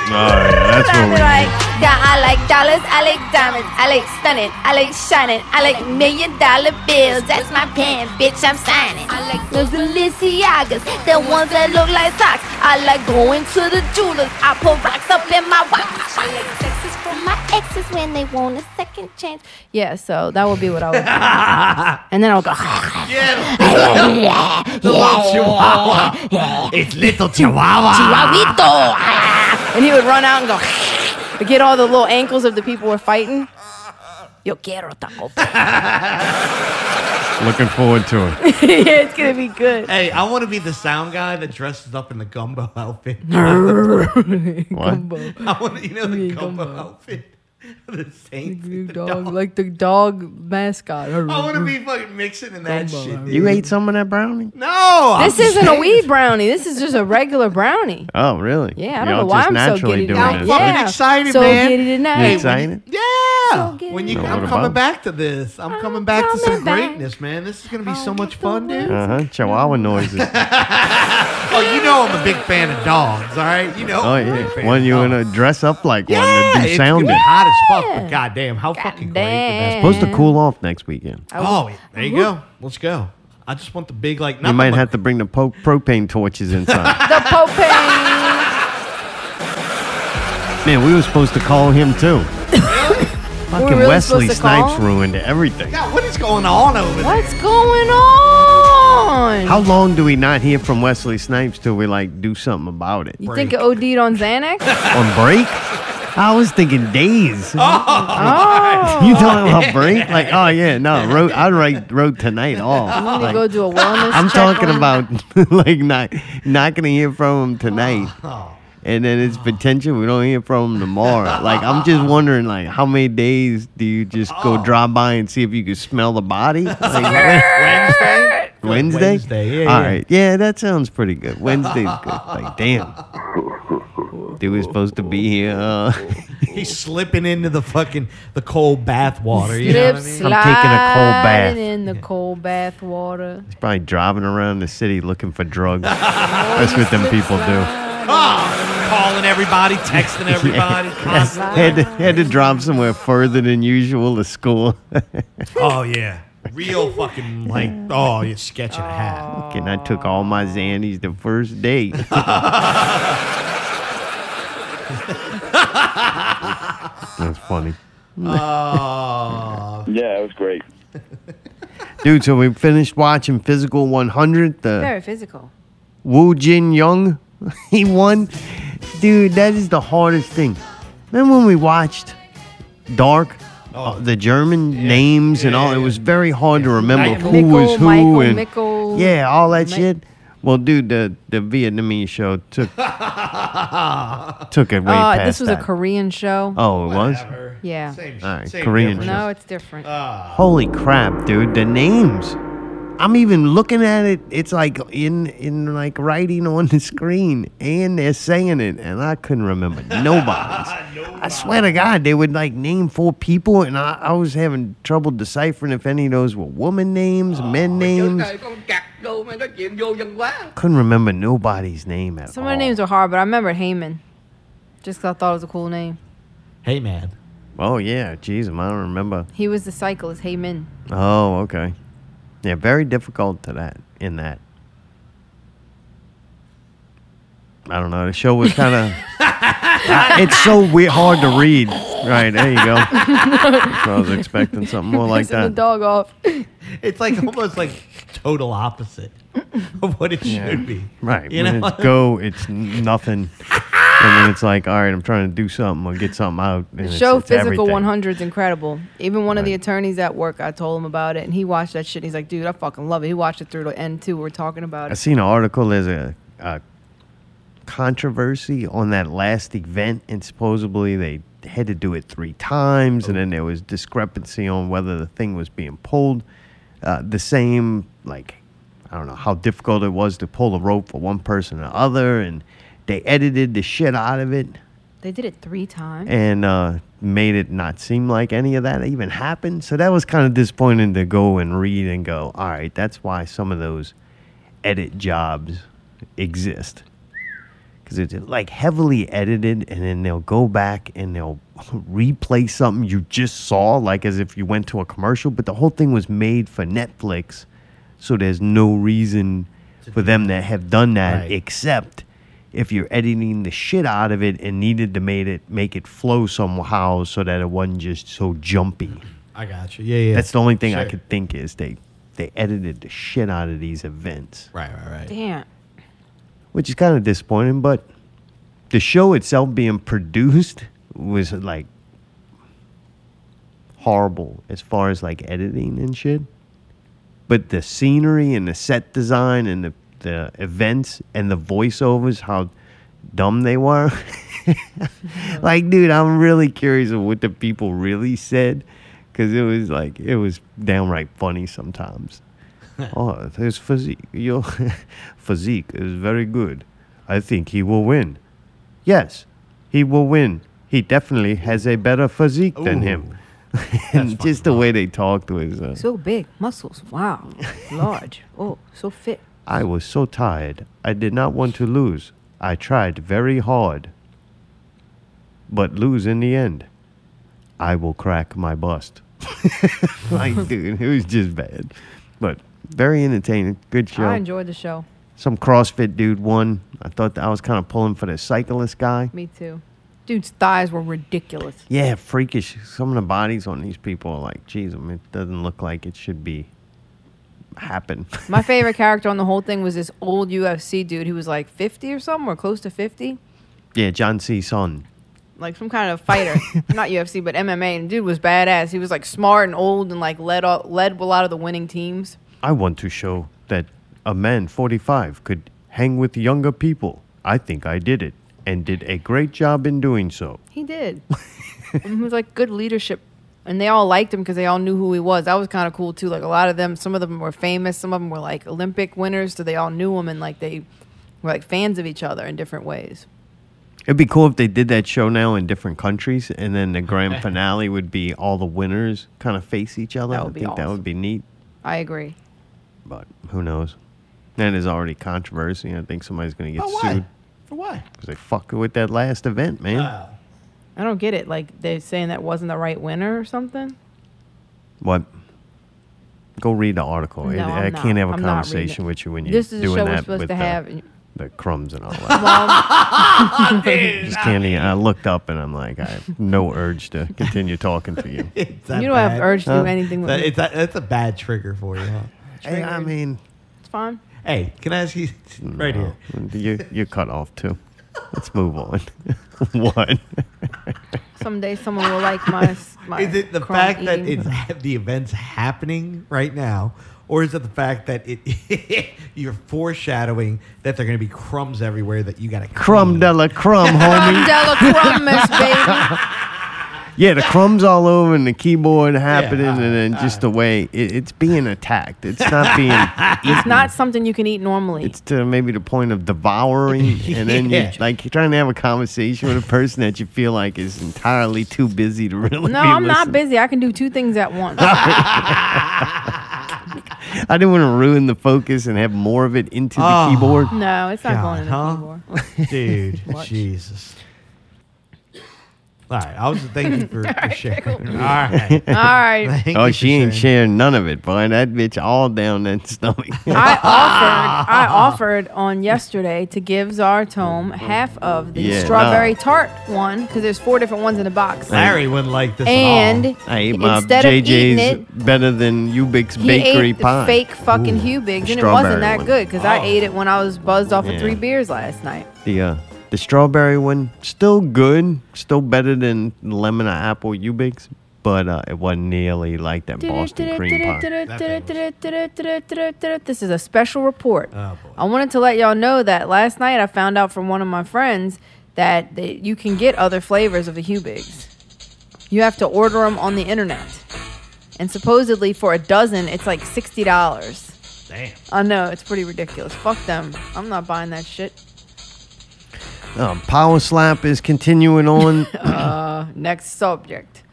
C: Oh, yeah, that's what
A: I'll
C: we
A: be like
C: need.
A: yeah I like dollars I like diamonds I like stunning I like shining I like million dollar bills
H: That's my pen, bitch, I'm signing. I like those Balenciagas, the ones that look like socks. I like going to the jewelers, I put rocks up in my watch. I like sexes from my exes when they want a second chance.
A: yeah so that would be what I would do. and then I'll go
D: The little chihuahua. it's little chihuahua.
H: Guavito!
A: And he would run out and go, to get all the little ankles of the people who were fighting.
H: Yo quiero taco.
C: Looking forward to it.
A: yeah, it's gonna be good.
D: Hey, I want to be the sound guy that dresses up in the gumbo outfit.
C: What?
D: I want to, you know, the gumbo, outfit. the Saints. with the dog.
A: like the dog mascot.
D: I want to be fucking mixing in that
A: Gumbo,
D: shit.
C: You ate some of that brownie?
D: No.
A: This
D: I'm
A: isn't a weed brownie. This is just a regular brownie.
C: Oh, really?
A: Yeah, I don't
C: Y'all
A: know why I'm
C: just
A: so
C: naturally
A: giddy
C: doing
A: tonight.
D: I'm
C: this.
A: Yeah.
D: fucking excited,
A: So
D: man.
A: giddy tonight.
D: Hey,
C: You
D: when
C: excited?
D: you-
A: So
D: Yeah.
A: giddy.
D: when you,
A: No,
C: what
D: I'm
C: about
D: coming
C: it?
D: back to this. I'm coming back to
A: coming
D: some
A: back.
D: greatness, man. This is gonna be so much fun, dude.
C: Uh huh. Chihuahua noises.
D: Oh, you know I'm a big fan of dogs, all right? You know.
C: Oh
D: I'm a big
C: yeah.
D: fan
C: One
D: of
C: you
D: dogs.
C: wanna dress up like one
D: Yeah,
C: and do
D: it's gonna
C: sound
D: be
C: it.
D: hot as fuck,
A: Yeah.
D: but goddamn, how fucking great
A: Goddamn.
D: would that
C: Supposed to cool off next weekend.
D: be? Oh, yeah, there you go. Let's go. I just want the big like. Not
C: You might
D: the,
C: have to bring the po- propane torches inside.
A: The propane.
C: Man, we were supposed to call him too. Fucking
A: really
C: Wesley
A: supposed to
C: Snipes
A: call?
C: ruined everything.
D: God, what is going on over there?
A: What's going on?
C: How long do we not hear from Wesley Snipes till we like do something about it?
A: you think it OD'd on Xanax?
C: On break? I was thinking days.
A: oh,
C: You talking about break? Like, oh yeah, no, road. I write road tonight off.
A: I'm gonna
C: Like,
A: go do a wellness.
C: I'm
A: check
C: talking
A: on-
C: about like not not gonna hear from him tonight, and then it's potential we don't hear from him tomorrow. Like, I'm just wondering, like, how many days do you just go drive by and see if you can smell the body? Like,
D: Wednesday?
C: Wednesday.
D: Wednesday, yeah,
C: All
D: yeah.
C: right. Yeah, that sounds pretty good. Wednesday's good. Like, damn. Dude was supposed to be here. Uh,
D: He's slipping into the fucking the cold bath water. You know what I
A: Slip,
D: mean?
C: I'm taking a cold bath.
A: sliding in the cold bath water.
C: he's probably driving around the city looking for drugs. That's what them people do.
D: Oh, calling everybody, texting everybody. constantly.
C: had to, had to drive somewhere further than usual to school.
D: Oh yeah, real fucking like oh, you're sketching a hat.
C: and I took all my Xannies the first day. That's funny.
D: Oh,
G: Yeah, it was great.
C: Dude, so we finished watching Physical 100, the
A: Very physical.
C: Wu Jin Young. he won. Dude, that is the hardest thing. Remember when we watched Dark? Uh, the German names and all. It was very hard to remember
D: Right.
C: who
A: Mikkel,
C: was who.
A: Michael,
C: and
A: Mikkel,
C: Yeah, all that
A: Mi-
C: shit. Well, dude, the, the Vietnamese show took took it way
A: Oh,
C: past
A: this was
C: that.
A: a Korean show.
C: Oh, it was.
D: Whatever.
A: Yeah.
D: Same, sh-
C: All right,
D: same
C: Korean
D: difference.
A: No, it's different.
C: Uh, Holy crap, dude! The names. I'm even looking at it. It's like in in like writing on the screen, and they're saying it, and I couldn't remember nobody's. I swear to God, they would like name four people, and I, I was having trouble deciphering if any of those were woman names, men names. Couldn't remember nobody's name at
A: Some
C: all.
A: of the names are hard, but I remember Heyman. Just 'cause I thought it was a cool name.
D: Hey man,
C: Oh yeah, jeez, I don't remember.
A: He was the cyclist, Heyman.
C: Oh, okay. Yeah, very difficult to that in that. I don't know. The show was kind of it's so weird, hard to read. Right there you go. I was expecting something more like
A: Pissing the
C: that.
A: dog off.
D: It's like almost like total opposite of what it should be.
C: Right.
D: You
C: when
D: know?
C: it's go, it's n- nothing. and then it's like, all right, I'm trying to do something or get something out. And it's-
A: Show
C: it's
A: Physical
C: everything.
A: 100 is incredible. Even one of the
C: Right.
A: attorneys at work, I told him about it, and he watched that shit. And he's like, "Dude, I fucking love it." He watched it through the end too. We're talking about
C: I
A: it.
C: seen an article. There's a, a controversy on that last event, and supposedly they had to do it three times, and then there was discrepancy on whether the thing was being pulled uh, the same. Like, I don't know how difficult it was to pull the rope for one person or other, and they edited the shit out of it
A: They did it three times.
C: and uh, made it not seem like any of that even happened. So that was kind of disappointing to go and read and go, all right, that's why some of those edit jobs exist. Because it's like heavily edited, and then they'll go back and they'll replay something you just saw, like as if you went to a commercial, but the whole thing was made for Netflix. So there's no reason for them to have done that
D: Right.
C: except if you're editing the shit out of it and needed to make it make it flow somehow so that it wasn't just so jumpy.
D: I got you. Yeah, yeah.
C: That's the only thing I
D: Sure.
C: could think is they they edited the shit out of these events,
D: Right, right, right.
A: Damn.
C: which is kind of disappointing. But the show itself being produced was like horrible as far as like editing and shit. But the scenery and the set design and the the events and the voiceovers, how dumb they were. like, dude, I'm really curious of what the people really said because it was like it was downright funny sometimes. oh, his physique, your physique is very good. I think he will win. Yes, he will win. He definitely has a better physique than him. and just the way they talked was. Uh,
A: So big muscles. Wow. Large. Oh, so fit.
C: I was so tired. I did not want to lose. I tried very hard, but lose in the end. I will crack my bust. like, dude, it was just bad, but very entertaining. Good show.
A: I enjoyed the show.
C: Some CrossFit dude won. I thought that I was kind of pulling for the cyclist guy.
A: Me too. Dude's thighs were ridiculous.
C: Yeah, freakish. Some of the bodies on these people are like, geez, I mean, it doesn't look like it should be happen.
A: My favorite character on the whole thing was this old UFC dude who was like 50 or something, or close to 50.
C: yeah, John C. Son.
A: Like some kind of fighter, not UFC, but MMA. And dude was badass. He was like smart and old and like led all, led a lot of the winning teams.
C: I want to show that a man 45 could hang with younger people. I think I did it and did a great job in doing so.
A: He did. and he was like good leadership. And they all liked him because they all knew who he was. That was kind of cool too. Like a lot of them, some of them were famous, some of them were like Olympic winners, so they all knew him and like they were like fans of each other in different ways.
C: It'd be cool if they did that show now in different countries and then the grand finale would be all the winners kind of face each other.
A: That would
C: I
A: be
C: think that
A: awesome.
C: would be neat,
A: I agree.
C: but who knows? That is already controversy. I think somebody's going to get sued
D: But why? For what?
C: because they fucked with that last event, man.
A: Uh. I don't get it. Like they're saying that wasn't the right winner or something.
C: What? Go read the article. It-
A: No,
C: I
A: I'm
C: can't
A: not.
C: have a
A: I'm not reading
C: conversation
A: it.
C: with you when you're
A: This is a
C: doing
A: show
C: that
A: we're supposed
C: with
A: to
C: the,
A: have. and-
C: the crumbs and all that.
A: Well,
C: just can't even- I looked up and I'm like, I have no urge to continue talking to you.
D: It's that
A: you don't have
D: bad.
A: urge to do anything with
D: That,
A: me.
D: it's that, that's a bad trigger for you, huh?
C: Hey, I mean,
A: It's fine.
D: Hey, can I ask you right here?
C: you you're cut off too. Let's move on. what?
A: Someday someone will like my. s- my
D: Is it the
A: crumb
D: fact that
A: eating.
D: it's the event's happening right now, or is it the fact that it you're foreshadowing that there are going to be crumbs everywhere that you got to
C: Crumb della crumb, homie.
A: Della Crummas, baby?
C: Yeah, the crumbs all over and the keyboard happening,
D: all
C: and then just the way it, it's being attacked. It's not being.
A: It's not something you can eat normally.
C: It's to maybe the point of devouring, and then
D: Yeah.
C: you like you're trying to have a conversation with a person that you feel like is entirely too busy to really.
A: no,
C: be
A: I'm not
C: listening.
A: busy. I can do two things at once.
C: I didn't want to ruin the focus and have more of it into the
D: Oh.
C: keyboard.
A: no, it's not
D: God,
A: going in the
D: huh?
A: keyboard.
D: Dude,
A: Watch.
D: Jesus. All right. I was thank you for, for sharing. All
A: All
D: right.
A: right.
D: Thank
C: oh,
D: you for
C: she ain't
D: sharing.
C: sharing none of it, boy. That bitch all down that stomach.
A: I offered I offered on yesterday to give Zartome half of the
C: Yeah,
A: strawberry
C: nah.
A: tart one because there's four different ones in a box.
D: Larry wouldn't like this at all.
A: And
C: I ate my
A: instead of eating it,
C: JJ's better than Ubix
A: he
C: bakery
A: ate the
C: pie.
A: fake fucking Hugh Biggs, and it
C: Strawberry
A: wasn't that
C: one. Oh.
A: good because I ate it when I was buzzed off
C: Yeah.
A: of three beers last night.
C: The uh, the strawberry one still good, still better than lemon or apple Ubix, but uh, it wasn't nearly like that Boston cream pie.
A: This is a special report.
D: Oh, boy.
A: I wanted to let y'all know that last night I found out from one of my friends that that you can get other flavors of the Hubigs. You have to order them on the internet. And supposedly for a dozen, it's like $60.
D: Damn.
A: I know, it's pretty ridiculous. Fuck them. I'm not buying that shit.
C: Um, power slap is continuing on.
A: Uh, next subject.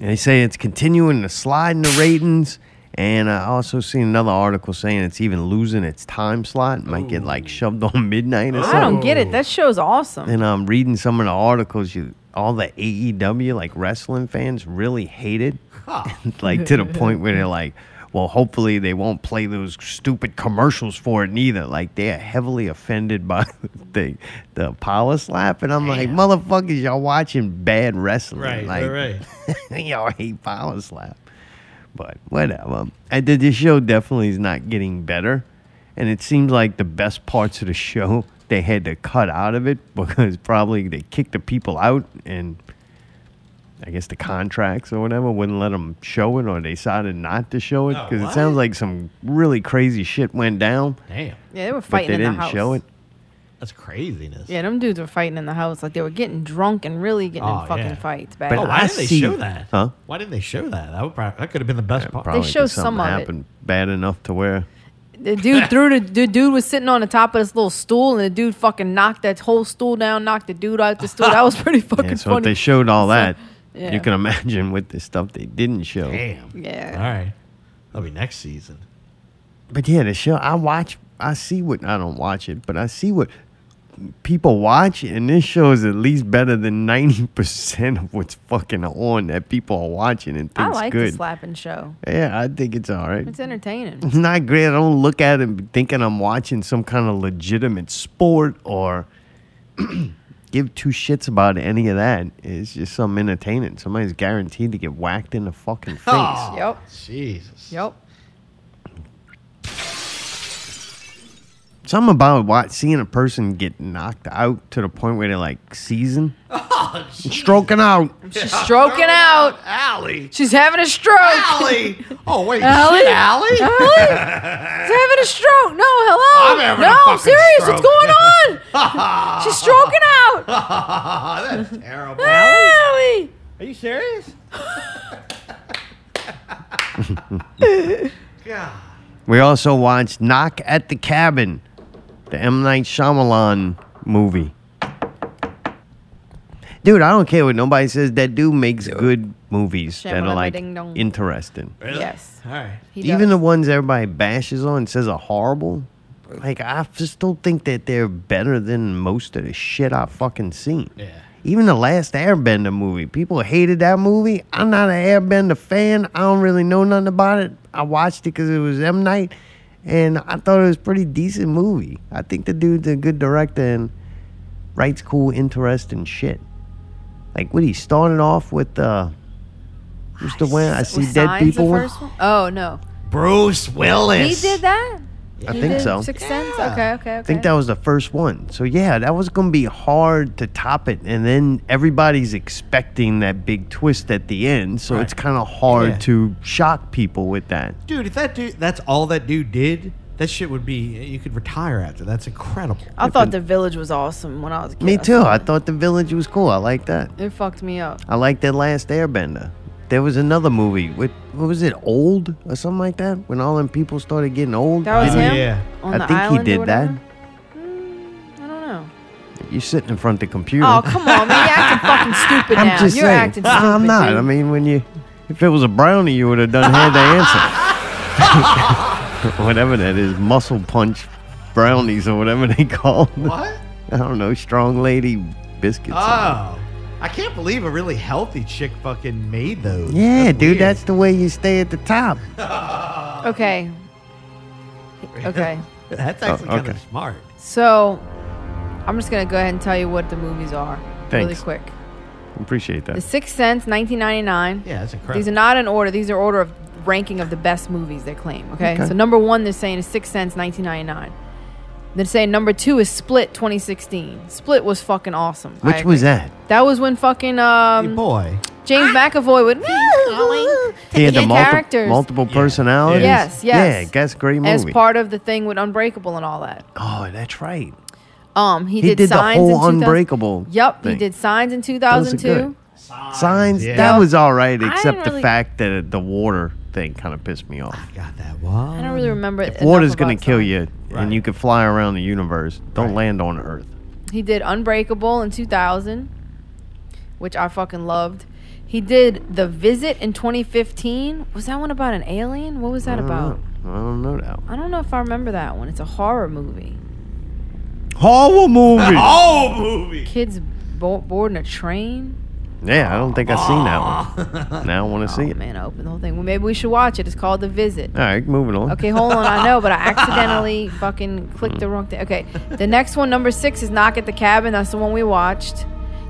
C: And they say it's continuing to slide in the ratings. And I also seen another article saying it's even losing its time slot. Might get like shoved on midnight or
A: I don't
C: something.
A: get it. That show's awesome.
C: And I'm reading some of the articles. You all the AEW like wrestling fans really hate it, like to the point where they're like, "Well, hopefully they won't play those stupid commercials for it neither." Like they are heavily offended by the the power slap, and I'm like, "Motherfuckers, y'all watching bad wrestling?
D: Right.
C: like,
D: Right. right.
C: y'all hate power slap. But whatever. I did this show definitely is not getting better. And it seems like the best parts of the show they had to cut out of it because probably they kicked the people out and I guess the contracts or whatever wouldn't let them show it or they decided not to show it
D: Oh,
C: because it
D: what?
C: sounds like some really crazy shit went down.
D: Damn.
A: Yeah, they were
C: But
A: fighting
C: they
A: in the
C: didn't
A: house.
C: show it.
D: That's craziness.
A: Yeah, them dudes were fighting in the house. Like they were getting drunk and really getting
D: Oh,
A: in fucking
D: yeah.
A: fights. Back.
C: But
D: Oh,
A: then.
D: why
C: I
D: didn't they
C: see-
D: show that?
C: Huh?
D: Why didn't they show that? That would probably that could have been the best part.
C: Probably 'cause
A: show some
C: something
A: of it.
C: happened bad enough to where
A: The dude threw the, the dude was sitting on the top of this little stool, and the dude fucking knocked that whole stool down, knocked the dude out the stool. That was pretty fucking
C: Yeah, so if
A: funny.
C: they showed all that,
A: yeah.
C: you can imagine with the stuff they didn't show.
D: Damn. All
A: yeah,
D: right. That'll be next season.
C: But yeah, the show I watch, I see what I don't watch it, but I see what people watch, and this show is at least better than ninety percent of what's fucking on that people are watching and
A: I
C: thinks
A: like
C: good.
A: the slapping show.
C: yeah, I think it's all right.
A: It's entertaining.
C: It's not great. I don't look at it and be thinking I'm watching some kind of legitimate sport or give two shits about any of that. It's just some entertaining. Somebody's guaranteed to get whacked in the fucking face.
A: Yep,
D: Jesus.
A: yep.
C: Something about what, seeing a person get knocked out to the point where they're like season, stroking out.
A: She's stroking out.
D: Allie.
A: She's having a stroke.
D: Allie. Oh wait,
A: Allie?
D: shit, Allie.
A: Allie? She's having a stroke. No, hello.
D: I'm having a
A: no, I'm
D: fucking
A: serious.
D: stroke.
A: What's going on? She's stroking out.
D: That's terrible.
A: Allie.
F: Are you serious?
D: God.
C: We also watched Knock at the Cabin, the M. Night Shyamalan movie. Dude, I don't care what nobody says. That dude makes good movies that are
A: Shyamalama
C: like
A: ding dong.
C: interesting.
A: Yes.
D: All right.
A: He
C: Even
A: does.
C: the ones everybody bashes on and says are horrible. Like, I just don't think that they're better than most of the shit I've fucking seen.
D: Yeah.
C: Even the last Airbender movie, people hated that movie. I'm not an Airbender fan. I don't really know nothing about it. I watched it because it was M Night, and I thought it was a pretty decent movie. I think the dude's a good director and writes cool, interesting shit. Like what he started off with, uh, just the one I see
A: Was
C: dead
A: Signs the
C: people. one.
A: first one? Oh no,
D: Bruce
A: he
D: Willis.
A: did that.
C: I think so.
A: Six Sense. Okay, okay, okay.
C: I think that was the first one. So yeah, that was gonna be hard to top it, and then everybody's expecting that big twist at the end. So it's kind of hard
D: Yeah.
C: to shock people with that.
D: Dude, if that dude, that's all that dude did. That shit would be. You could retire after. That's incredible.
A: I thought the village was awesome when I was a kid.
C: Me
A: I
C: too.
A: saw
C: I
A: it.
C: thought the village was cool. I like that.
A: it fucked me up.
C: I like that last Airbender. There was another movie with what was it, Old or something like that, when all them people started getting old.
A: That was
D: Oh,
A: him
D: yeah.
A: on
C: I
A: the
C: think he
A: island or
C: did that.
A: whatever? Mm, I don't know.
C: You're sitting in front of the computer.
A: Oh come on, man! You're acting fucking stupid
C: I'm
A: now.
C: just
A: You're
C: saying.
A: acting stupid.
C: I'm not.
A: dude.
C: I mean, when you, if it was a brownie, you would have done had the answer. whatever that is, muscle punch brownies or whatever they call. them.
D: What?
C: I don't know, strong lady biscuits.
D: Oh. I can't believe a really healthy chick fucking made those.
C: Yeah, dude,
D: weird.
C: that's the way you stay at the top.
A: Okay. Okay.
D: that's actually kind
C: okay.
D: of smart.
A: So I'm just going to go ahead and tell you what the movies are really
C: Thanks.
A: quick.
C: Appreciate
A: The
C: that.
A: Sixth Sense, 1999.
D: Yeah, that's incredible.
A: These are not in order. These are order of ranking of the best movies they claim. Okay.
C: Okay.
A: So number one, they're saying is Sixth Sense, 1999. They're saying number two is Split, 2016. Split was fucking awesome. I
C: Which was
A: agree.
C: that?
A: That was when fucking
D: Hey,
A: um,
D: boy.
A: James
C: Ah!
A: McAvoy would
C: He had the
A: Taking
C: multi-
A: characters.
C: multiple personalities.
A: Yes, yes.
C: Yeah, that's a great movie.
A: as part of the thing with Unbreakable and all that.
C: oh, that's right.
A: Um, he,
C: He did the
A: signs
C: whole
A: in 2000
C: Unbreakable
A: Yep,
C: thing.
A: he did signs in
C: Those are
A: 2002.
C: good. Signs.
D: Yeah.
C: That was all right,
A: I
C: except
A: didn't
C: the
A: really-
C: fact that the water thing kind of pissed me off.
D: Got that one.
A: I don't really remember.
C: If
A: enough
C: water's
A: about
C: gonna kill
A: signs.
C: you,
D: Right.
C: and you could fly around the universe, don't
D: Right.
C: land on Earth.
A: He did Unbreakable in 2000, which I fucking loved. He did The Visit in 2015. Was that one about an alien? What was that about?
C: I don't know that. one.
A: I don't know if I remember that one. It's a horror movie.
C: Horror movie.
D: Oh, movie.
A: Kids bo- boarding a train.
C: Yeah, I don't think I've seen that one. Now I want to see
A: Oh
C: it.
A: man, I opened the whole thing. Well, maybe we should watch it. It's called The Visit.
C: All right, moving on.
A: Okay, hold on. I know, but I accidentally fucking clicked the wrong thing. Okay, the next one, number six, is Knock at the Cabin. That's the one we watched.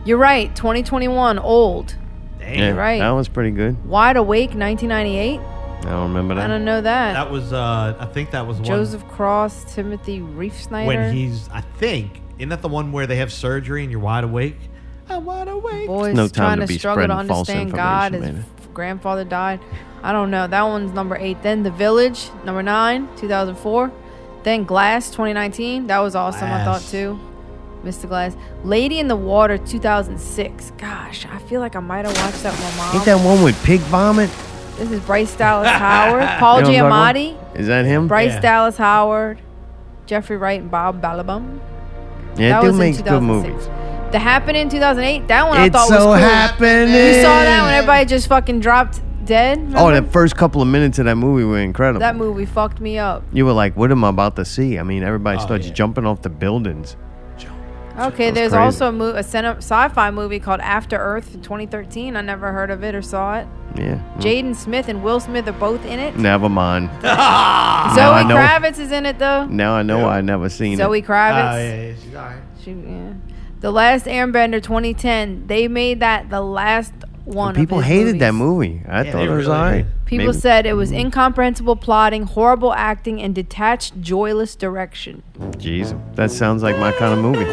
A: You're right. 2021, old.
D: Damn.
C: Yeah,
A: right.
C: That was pretty good.
A: Wide Awake, 1998.
C: I don't remember that.
A: I don't know that.
D: That was, uh, I think that was one
A: Joseph Cross, Timothy Reef Snyder.
D: when he's, I think, isn't that the one where they have surgery and you're wide awake? I'm wide awake.
A: Boys
C: No time
A: trying to,
C: to be
A: struggle to
C: spreading false
A: understand God. His
C: information,
A: f- grandfather died. I don't know. That one's number eight. Then The Village, number nine, 2004. Then Glass, 2019. That was awesome. I thought
D: Glass.
A: too. Mr. Glass. Lady in the Water, 2006. Gosh, I feel like I might have watched that with my mom.
C: Ain't that one with pig vomit?
A: this is Bryce Dallas Howard, Paul
C: You know what I'm talking
A: Giamatti,
C: about? Is that him?
A: Bryce
D: Yeah.
A: Dallas Howard, Jeffrey Wright, and Bob Balaban.
C: Yeah,
A: that
C: it do
A: was
C: makes
A: in
C: good
A: 2006.
C: movies.
A: The Happening in 2008. That one
C: It's
A: I thought was
C: so
A: cool.
C: happening.
A: You saw that when everybody just fucking dropped dead.
C: Oh,
A: remember?
C: the first couple of minutes of that movie were incredible.
A: that movie fucked me up.
C: You were like, what am I about to see? I mean, everybody starts
D: Oh, yeah.
C: jumping off the buildings.
A: Okay, there's
C: crazy.
A: also a, mo- a cine- sci-fi movie called After Earth in 2013. I never heard of it or saw it.
C: Yeah. mm.
A: Jaden Smith and Will Smith are both in it.
C: Never mind. now I
A: Zoe
C: know-
A: Kravitz is in it though.
C: Now I know I never seen
A: Zoe
C: it.
D: Oh,
A: Kravitz.
D: yeah, she's all right.
A: She, yeah. The Last Airbender 2010. They made that the last one. of
C: People
A: his
C: hated that
A: movies.
C: movie. I
D: Yeah,
C: thought
D: they
C: it was
D: really
C: all right.
D: did.
A: People
C: Maybe- Mm.
A: said it was incomprehensible plotting, horrible acting, and detached, joyless direction.
C: Jeez, that sounds like my kind of movie.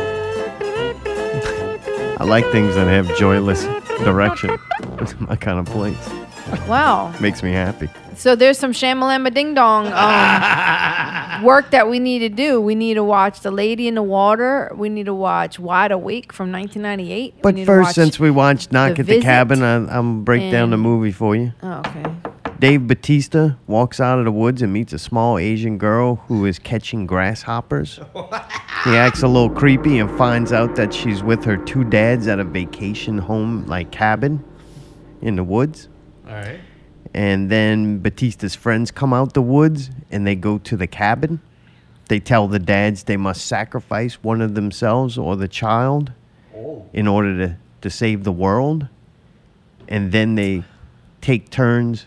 C: I like things that have joyless direction. That's my kind of place.
A: Wow.
C: Makes me happy.
A: So there's some Shamalama Ding Dong um, work that we need to do. We need to watch The Lady in the Water. We need to watch Wide Awake from 1998.
C: But first, since we watched Knock
A: The
C: at the
A: Visit
C: Cabin, I, I'm gonna break down the
A: and-
C: movie for you.
A: Oh, okay.
C: Dave Batista walks out of the woods and meets a small Asian girl who is catching grasshoppers. he acts a little creepy and finds out that she's with her two dads at a vacation home, like cabin in the woods.
D: All right.
C: And then Batista's friends come out the woods and they go to the cabin. They tell the dads they must sacrifice one of themselves or the child in order to, to save the world. And then they take turns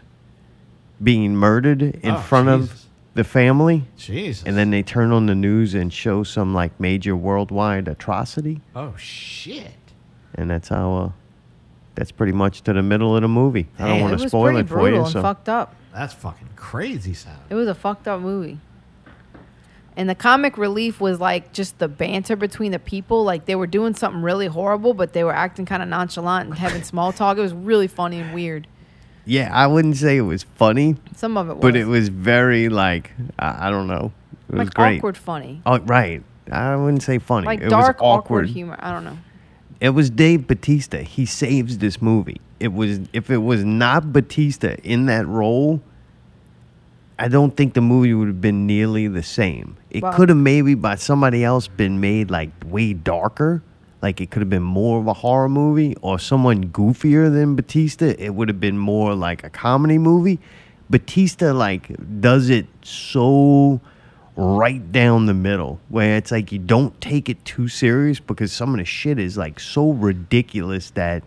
C: being murdered in
D: Oh,
C: front
D: Jesus.
C: of the family.
D: Jesus.
C: And then they turn on the news and show some like major worldwide atrocity.
D: oh, shit.
C: And that's how, uh, that's pretty much to the middle of the movie. I don't
D: Damn.
C: want
A: It
C: to
A: was
C: spoil
A: pretty
C: it for
A: brutal
C: you.
A: and
C: So.
A: fucked up.
D: That's fucking crazy sound.
A: It was a fucked up movie. And the comic relief was like just the banter between the people. Like they were doing something really horrible, but they were acting kind of nonchalant and having small talk. It was really funny and weird.
C: Yeah, I wouldn't say it was funny,
A: Some of it was,
C: but it was very like I, I don't know. It was
A: like
C: great.
A: awkward funny,
C: Oh, right. I wouldn't say funny.
A: like
C: it
A: dark
C: was
A: awkward.
C: awkward.
A: humor. I don't know.
C: It was Dave Batista. He saves this movie. It was if it was not Batista in that role, I don't think the movie would have been nearly the same. It
A: Wow.
C: could have maybe by somebody else been made like way darker. Like it could have been more of a horror movie or someone goofier than Batista. It would have been more like a comedy movie. Batista like does it so right down the middle where it's like you don't take it too serious because some of the shit is like so ridiculous that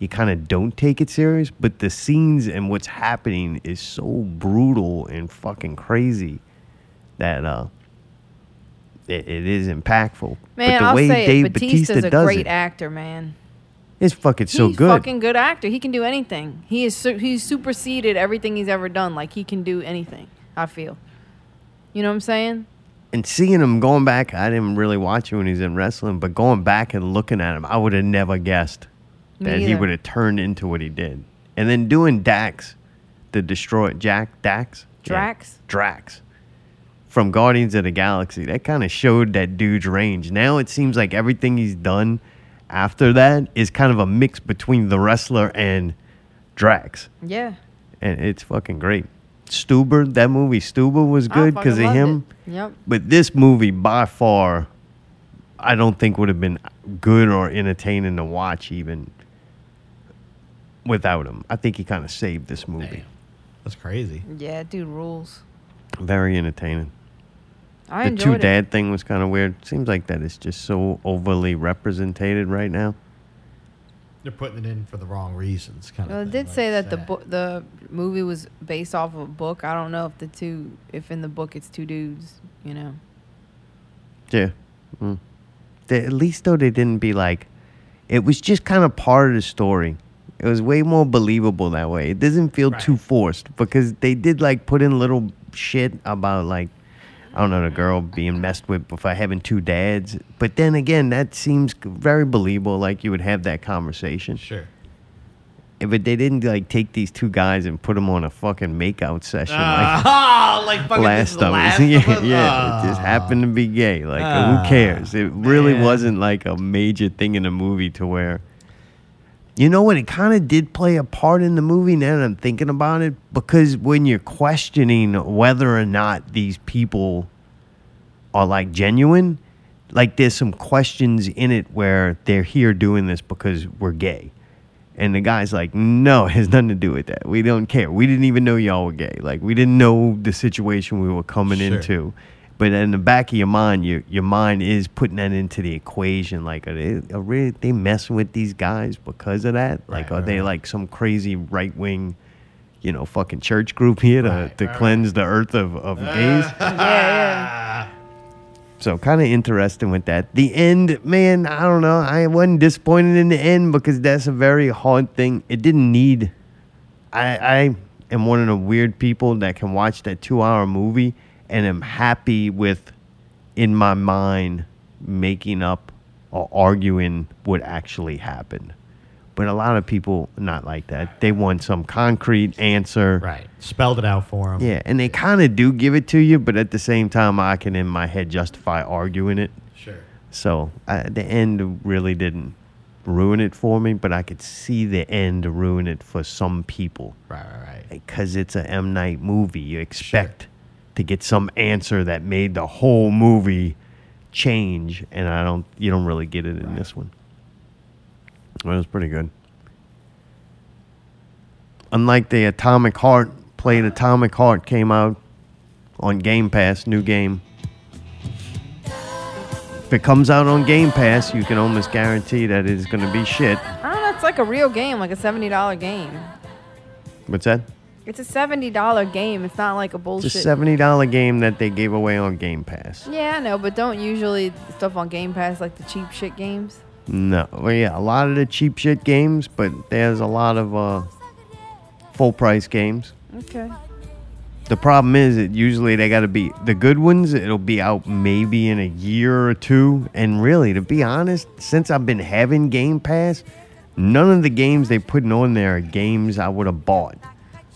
C: you kind of don't take it serious but the scenes and what's happening is so brutal and fucking crazy that uh it, it is impactful
A: Man,
C: but the
A: I'll
C: way
A: say
C: dave
A: it.
C: batista,
A: Batista's a
C: does
A: great
C: it
A: actor, man.
C: is fucking so
A: he's
C: good
A: fucking good actor. He can do anything. He is su- he's superseded everything he's ever done. Like he can do anything. I feel. You know what I'm saying?
C: and seeing him going back, I didn't really watch him when he was in wrestling, but going back and looking at him, I would have never guessed
A: Me
C: that he
A: either.
C: would have turned into what he did. And then doing Dax, the destroy Jack Dax Yeah.
A: Drax.
C: Drax from Guardians of the Galaxy, that kind of showed that dude's range. Now it seems like everything he's done after that is kind of a mix between the wrestler and Drax
A: Yeah.
C: and it's fucking great. Stuber, that movie Stuber was
A: I
C: good because
A: fucking
C: of
A: loved
C: him.
A: it. Yep.
C: But this movie, by far, I don't think would have been good or entertaining to watch even without him. I think he kind of saved this movie.
D: That's crazy.
A: Yeah, dude rules.
C: Very entertaining.
A: I
C: the
A: enjoyed
C: two
A: it.
C: dad thing was kind of weird. Seems like that is just so overly represented right now.
D: They're putting it in for the wrong reasons, kind
A: Well,
D: of.
A: it did say that the book, the movie was based off of a book. I don't know if the two, if in the book it's two dudes. You know.
C: Yeah. Mm. They, at least though they didn't be like, it was just kind of part of the story. It was way more believable that way. It doesn't feel too forced because they did like put in little shit about like, I don't know, the girl being messed with by having two dads. But then again, that seems very believable. Like you would have that conversation.
D: Sure.
C: Eh, But they didn't like take these two guys and put them on a fucking makeout session. like,
D: Ah, like fucking this is
C: blast
D: the
C: of
D: last
C: us.
D: of
C: yeah,
D: us?
C: yeah. It just
D: Ah.
C: happened to be gay. Like,
D: Ah,
C: who cares? It really
D: man.
C: wasn't like a major thing in the movie to where. You know what? It kind of did play a part in the movie now that I'm thinking about it because when you're questioning whether or not these people are like genuine, like there's some questions in it where they're here doing this because we're gay. And the guy's like, no, it has nothing to do with that. We don't care. We didn't even know y'all were gay. Like, we didn't know the situation we were coming
D: Sure.
C: into. But in the back of your mind, your, your mind is putting that into the equation. Like, are they, are really, they messing with these guys because of that? Like,
D: Right,
C: are
D: right,
C: they
D: right.
C: like some crazy right wing, you know, fucking church group here to,
D: Right,
C: to
D: right, right.
C: cleanse the earth of, of gays?
D: Ah.
C: So kind of interesting with that. The end, man, I don't know. I wasn't disappointed in the end because that's a very hard thing. It didn't need. I I am one of the weird people that can watch that two hour movie and am happy with, in my mind, making up or arguing what actually happened. But a lot of people not like that. They want some concrete answer.
D: Right. Spelled it out for him.
C: Yeah, and they kind of do give it to you, but at the same time, I can in my head justify arguing it.
D: Sure.
C: So I, the end really didn't ruin it for me, but I could see the end ruin it for some people
D: Right, right, right.
C: because it's a M Night movie. You expect to get some answer that made the whole movie change, and I don't. You don't really get it in this one. Well, it was pretty good. Unlike the Atomic Heart, played Atomic Heart came out on Game Pass, new game. If it comes out on Game Pass, you can almost guarantee that it is going to be shit.
A: I don't know. It's like a real game, like a seventy dollar game.
C: What's that?
A: It's a seventy dollar game. It's not like a bullshit.
C: It's a seventy dollar game that they gave away on Game Pass.
A: yeah, I know, but don't usually stuff on Game Pass like the cheap shit games.
C: No, well, yeah, a lot of the cheap shit games, but there's a lot of uh, full price games.
A: Okay.
C: The problem is, it usually they got to be the good ones. It'll be out maybe in a year or two. And really, to be honest, since I've been having Game Pass, none of the games they putting on there are games I would have bought.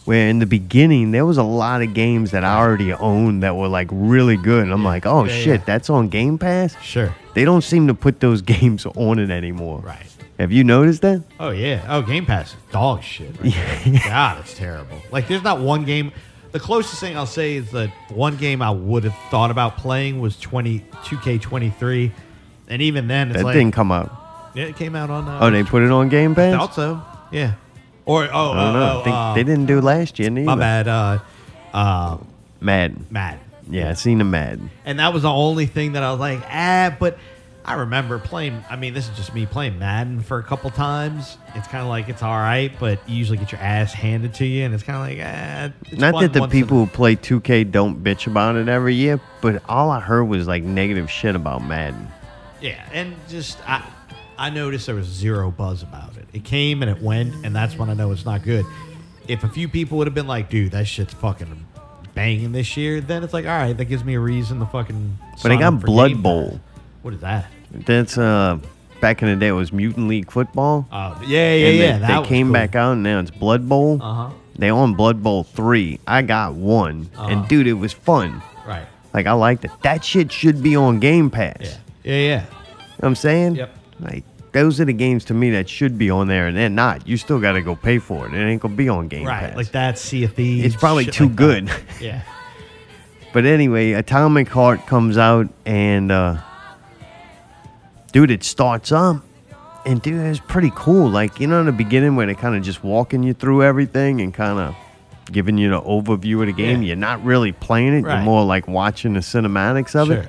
C: Where in the beginning there was a lot of games that I already owned that were like really good, and I'm like, oh
D: Yeah,
C: shit,
D: yeah.
C: that's on Game Pass.
D: Sure.
C: They don't seem to put those games on it anymore.
D: Right.
C: Have you noticed that?
D: Oh yeah. Oh, Game Pass is dog shit. Right there. God, it's terrible. Like, there's not one game. The closest thing I'll say is that one game I would have thought about playing was 20 2K23, and even then, it's
C: that
D: like
C: didn't come out.
D: yeah, it came out on. Uh,
C: Oh, they put it on Game Pass.
D: thought so. Yeah.
C: I
D: Or oh,
C: don't
D: oh,
C: know. I
D: oh,
C: think
D: uh,
C: they didn't do last year. Neither.
D: my bad. Uh, uh,
C: Madden.
D: Madden.
C: Yeah, I seen him mad.
D: and that was the only thing that I was like, ah. But I remember playing. I mean, this is just me playing Madden for a couple times. It's kind of like it's all right, but you usually get your ass handed to you, and it's kind of like, ah. it's
C: Not
D: fun
C: that the
D: once in a-
C: people who play 2K don't bitch about it every year, but all I heard was like negative shit about Madden.
D: yeah, and just I, I noticed there was zero buzz about it. It came and it went, and that's when I know it's not good. If a few people would have been like, dude, that shit's fucking banging this year, then it's like, all right, that gives me a reason to fucking.
C: But I
D: sign
C: got
D: up for
C: Blood
D: Game Pass.
C: Bowl.
D: What is that?
C: That's uh back in the day it was Mutant League Football.
D: Oh, yeah, yeah,
C: and
D: yeah.
C: They,
D: that
C: they
D: was
C: came
D: cool.
C: back out and now it's Blood Bowl.
D: Uh-huh.
C: They own Blood Bowl 3. I got one.
D: Uh-huh.
C: And dude, it was fun.
D: Right.
C: Like I liked it. That shit should be on Game Pass.
D: Yeah. Yeah, yeah.
C: You know what I'm saying?
D: Yep.
C: Like, those are the games to me that should be on there, and they're not. You still got to go pay for it. It ain't going to be on Game
D: Right.
C: Pass.
D: Like that Sea of Thieves.
C: It's probably
D: shit
C: too
D: like that.
C: good.
D: Yeah.
C: but anyway, Atomic Heart comes out, and uh, dude, it starts up. And dude, it's pretty cool. Like, you know, in the beginning where they're kind of just walking you through everything and kind of giving you the overview of the game.
D: Yeah.
C: You're not really playing it,
D: Right.
C: you're more like watching the cinematics of
D: Sure.
C: it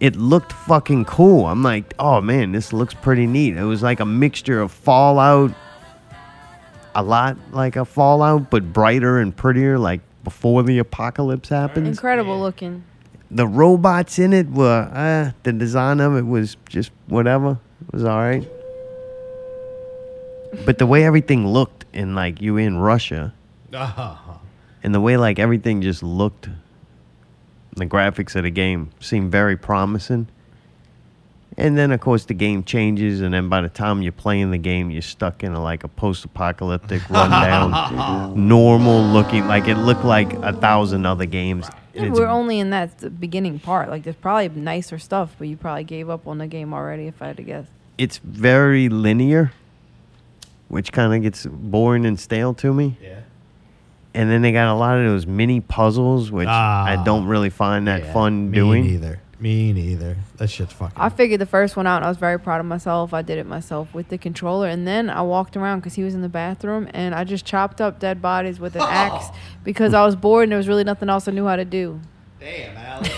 C: it looked fucking cool. I'm like, oh man, this looks pretty neat. It was like a mixture of Fallout, a lot like a Fallout, but brighter and prettier, like before the apocalypse happens.
A: Incredible looking.
C: The robots in it were, uh, the design of it was just whatever. It was all right. But the way everything looked, and like you were in Russia, and the way like everything just looked, the graphics of the game seemed very promising. And then, of course, the game changes, and then by the time you're playing the game, you're stuck in a, like a post-apocalyptic, rundown, normal-looking. Like it looked like a thousand other games. and
A: Yeah,
C: it's
A: we're only in that the beginning part. Like, there's probably nicer stuff, but you probably gave up on the game already, if I had to guess.
C: it's very linear, which kind of gets boring and stale to me.
D: Yeah.
C: And then they got a lot of those mini puzzles, which I
D: Ah.
C: don't really find that
D: Yeah.
C: fun
D: Me
C: doing.
D: neither. Me neither. That shit's fucking.
A: I figured the first one out, and I was very proud of myself. I did it myself with the controller, and then I walked around because he was in the bathroom, and I just chopped up dead bodies with an axe because I was bored and there was really nothing else I knew how to do.
D: Damn, Alex.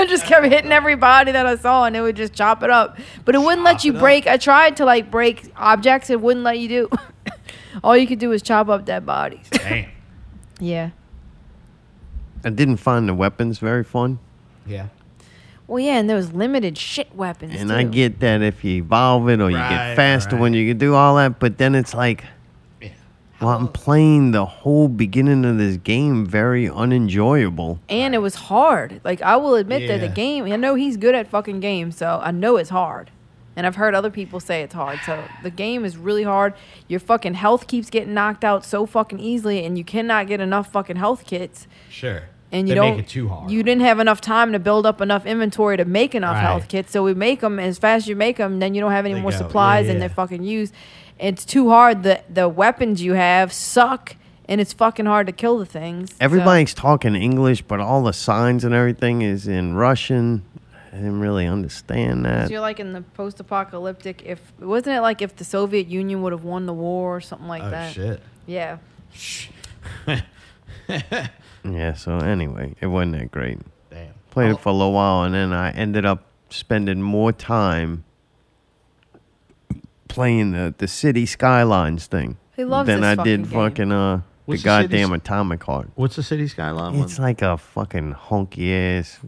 A: I just kept hitting everybody that I saw, and it would just chop it up. But it wouldn't let
D: Chop
A: you
D: it up.
A: break. I tried to like break objects; it wouldn't let you do. All you could do is chop up dead bodies.
D: Damn.
A: yeah.
C: I didn't find the weapons very fun.
D: Yeah.
A: Well, yeah, and there was limited shit weapons.
C: And I
A: too.
C: get that if you evolve it or you get
D: Right,
C: faster when
D: right.
C: you can do all that, but then it's like,
D: Yeah.
C: well, I'm playing the whole beginning of this game very unenjoyable.
A: and it was hard. Like I will admit that
D: Yeah.
A: the game. I know he's good at fucking games, so I know it's hard. And I've heard other people say it's hard. So the game is really hard. Your fucking health keeps getting knocked out so fucking easily, and you cannot get enough fucking health kits.
D: Sure.
A: And you
D: they
A: don't
D: make it too hard.
A: You didn't have enough time to build up enough inventory to make enough
D: Right.
A: health kits. So we make them as fast as you make them, then you don't have any
D: They
A: more
D: go, yeah,
A: supplies, and
D: yeah.
A: they're fucking used. It's too hard. The the weapons you have suck, and it's fucking hard to kill the things. So-
C: Everybody's talking English, but all the signs and everything is in Russian. I didn't really understand that.
A: So you're like in the post-apocalyptic. If wasn't it like if the Soviet Union would have won the war or something like
D: Oh
A: that?
D: shit.
A: Yeah.
C: Yeah, so anyway, it wasn't that great.
D: Damn.
C: Played it for a little while, and then I ended up spending more time playing the, the city skylines thing
A: He loves
C: than
A: this
C: I
A: fucking
C: did
A: game.
C: fucking uh, the
D: What's the city's-
C: goddamn atomic heart.
D: What's the city skyline? one?
C: It's like a fucking honky ass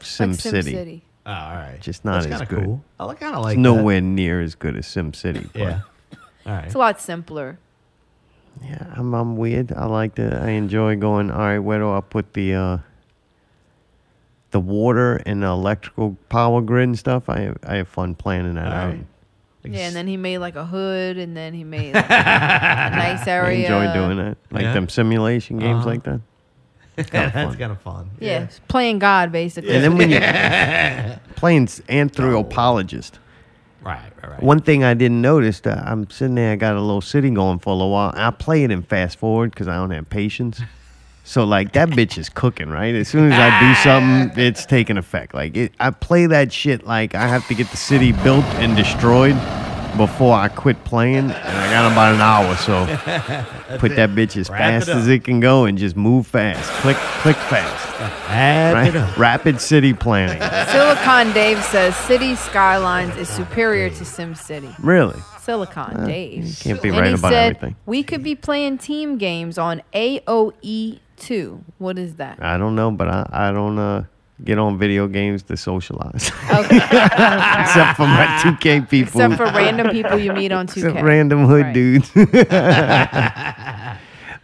C: Sim,
A: like
C: City.
D: Oh, all right.
C: Just not
D: That's
C: as
D: kinda
C: good.
D: Cool. I kind of like.
C: It's
D: that.
C: nowhere near as good as Sim City. but-
D: Yeah. All right.
A: It's a lot simpler.
C: Yeah, I'm, I'm weird. I like to. I enjoy going. All right, where do I put the uh, the water and the electrical power grid and stuff? I I have fun planning that
D: All
C: out.
D: right.
A: Yeah, and then he made like a hood, and then he made like, a nice
C: I
A: area.
C: enjoy doing that, like
D: Yeah. Uh-huh.
C: them simulation games like that.
D: that's kind of fun.
A: Yeah, it's playing God basically.
C: And then when you playing s- anthropologist,
D: Right. Right. Right.
C: one thing I didn't notice that I'm sitting there, I got a little city going for a little while. I play it in fast forward because I don't have patience. So like that bitch is cooking, right? As soon as I do something, it's taking effect. Like it, I play that shit like I have to get the city built and destroyed before I quit playing, and I got about an hour, so put that bitch as
D: Wrap it
C: fast as
D: up.
C: it can go and just move fast. Click, click fast.
D: Add it
C: Right?
D: up.
C: Rapid city planning.
A: Silicon Dave says City Skylines is superior to Sim City.
C: Really?
A: Silicon Dave.
C: Uh, Can't be
A: And
C: right
A: he
C: about
A: said,
C: everything.
A: We could be playing team games on AOE2. What is that?
C: I don't know, but I, I don't uh, get on video games to socialize.
A: Okay.
C: Except for my 2K people.
A: Except for random people you meet on 2K.
C: Except random hood
A: Right.
C: dudes.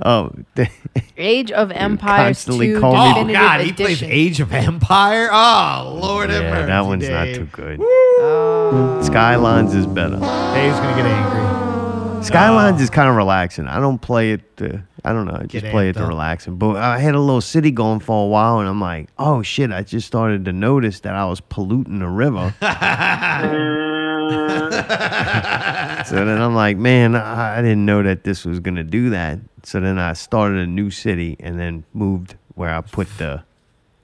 C: oh, th-
A: Age of Empires 2
C: constantly call me-
D: Oh
A: Definitive
D: God, he plays
A: Edition.
D: Age of Empire. Oh Lord, have
C: yeah,
D: mercy,
C: that one's not
D: Dave.
C: too good.
A: Oh.
C: Skylines is better.
D: Dave's gonna get angry.
C: Skylines is kind of relaxing. I don't play it. To, I don't know. I just
D: Get
C: play it to
D: amped up.
C: relaxing. But I had a little city going for a while, and I'm like, oh shit! I just started to notice that I was polluting the river. so then I'm like, man, I I didn't know that this was gonna do that. So then I started a new city, and then moved where I put the.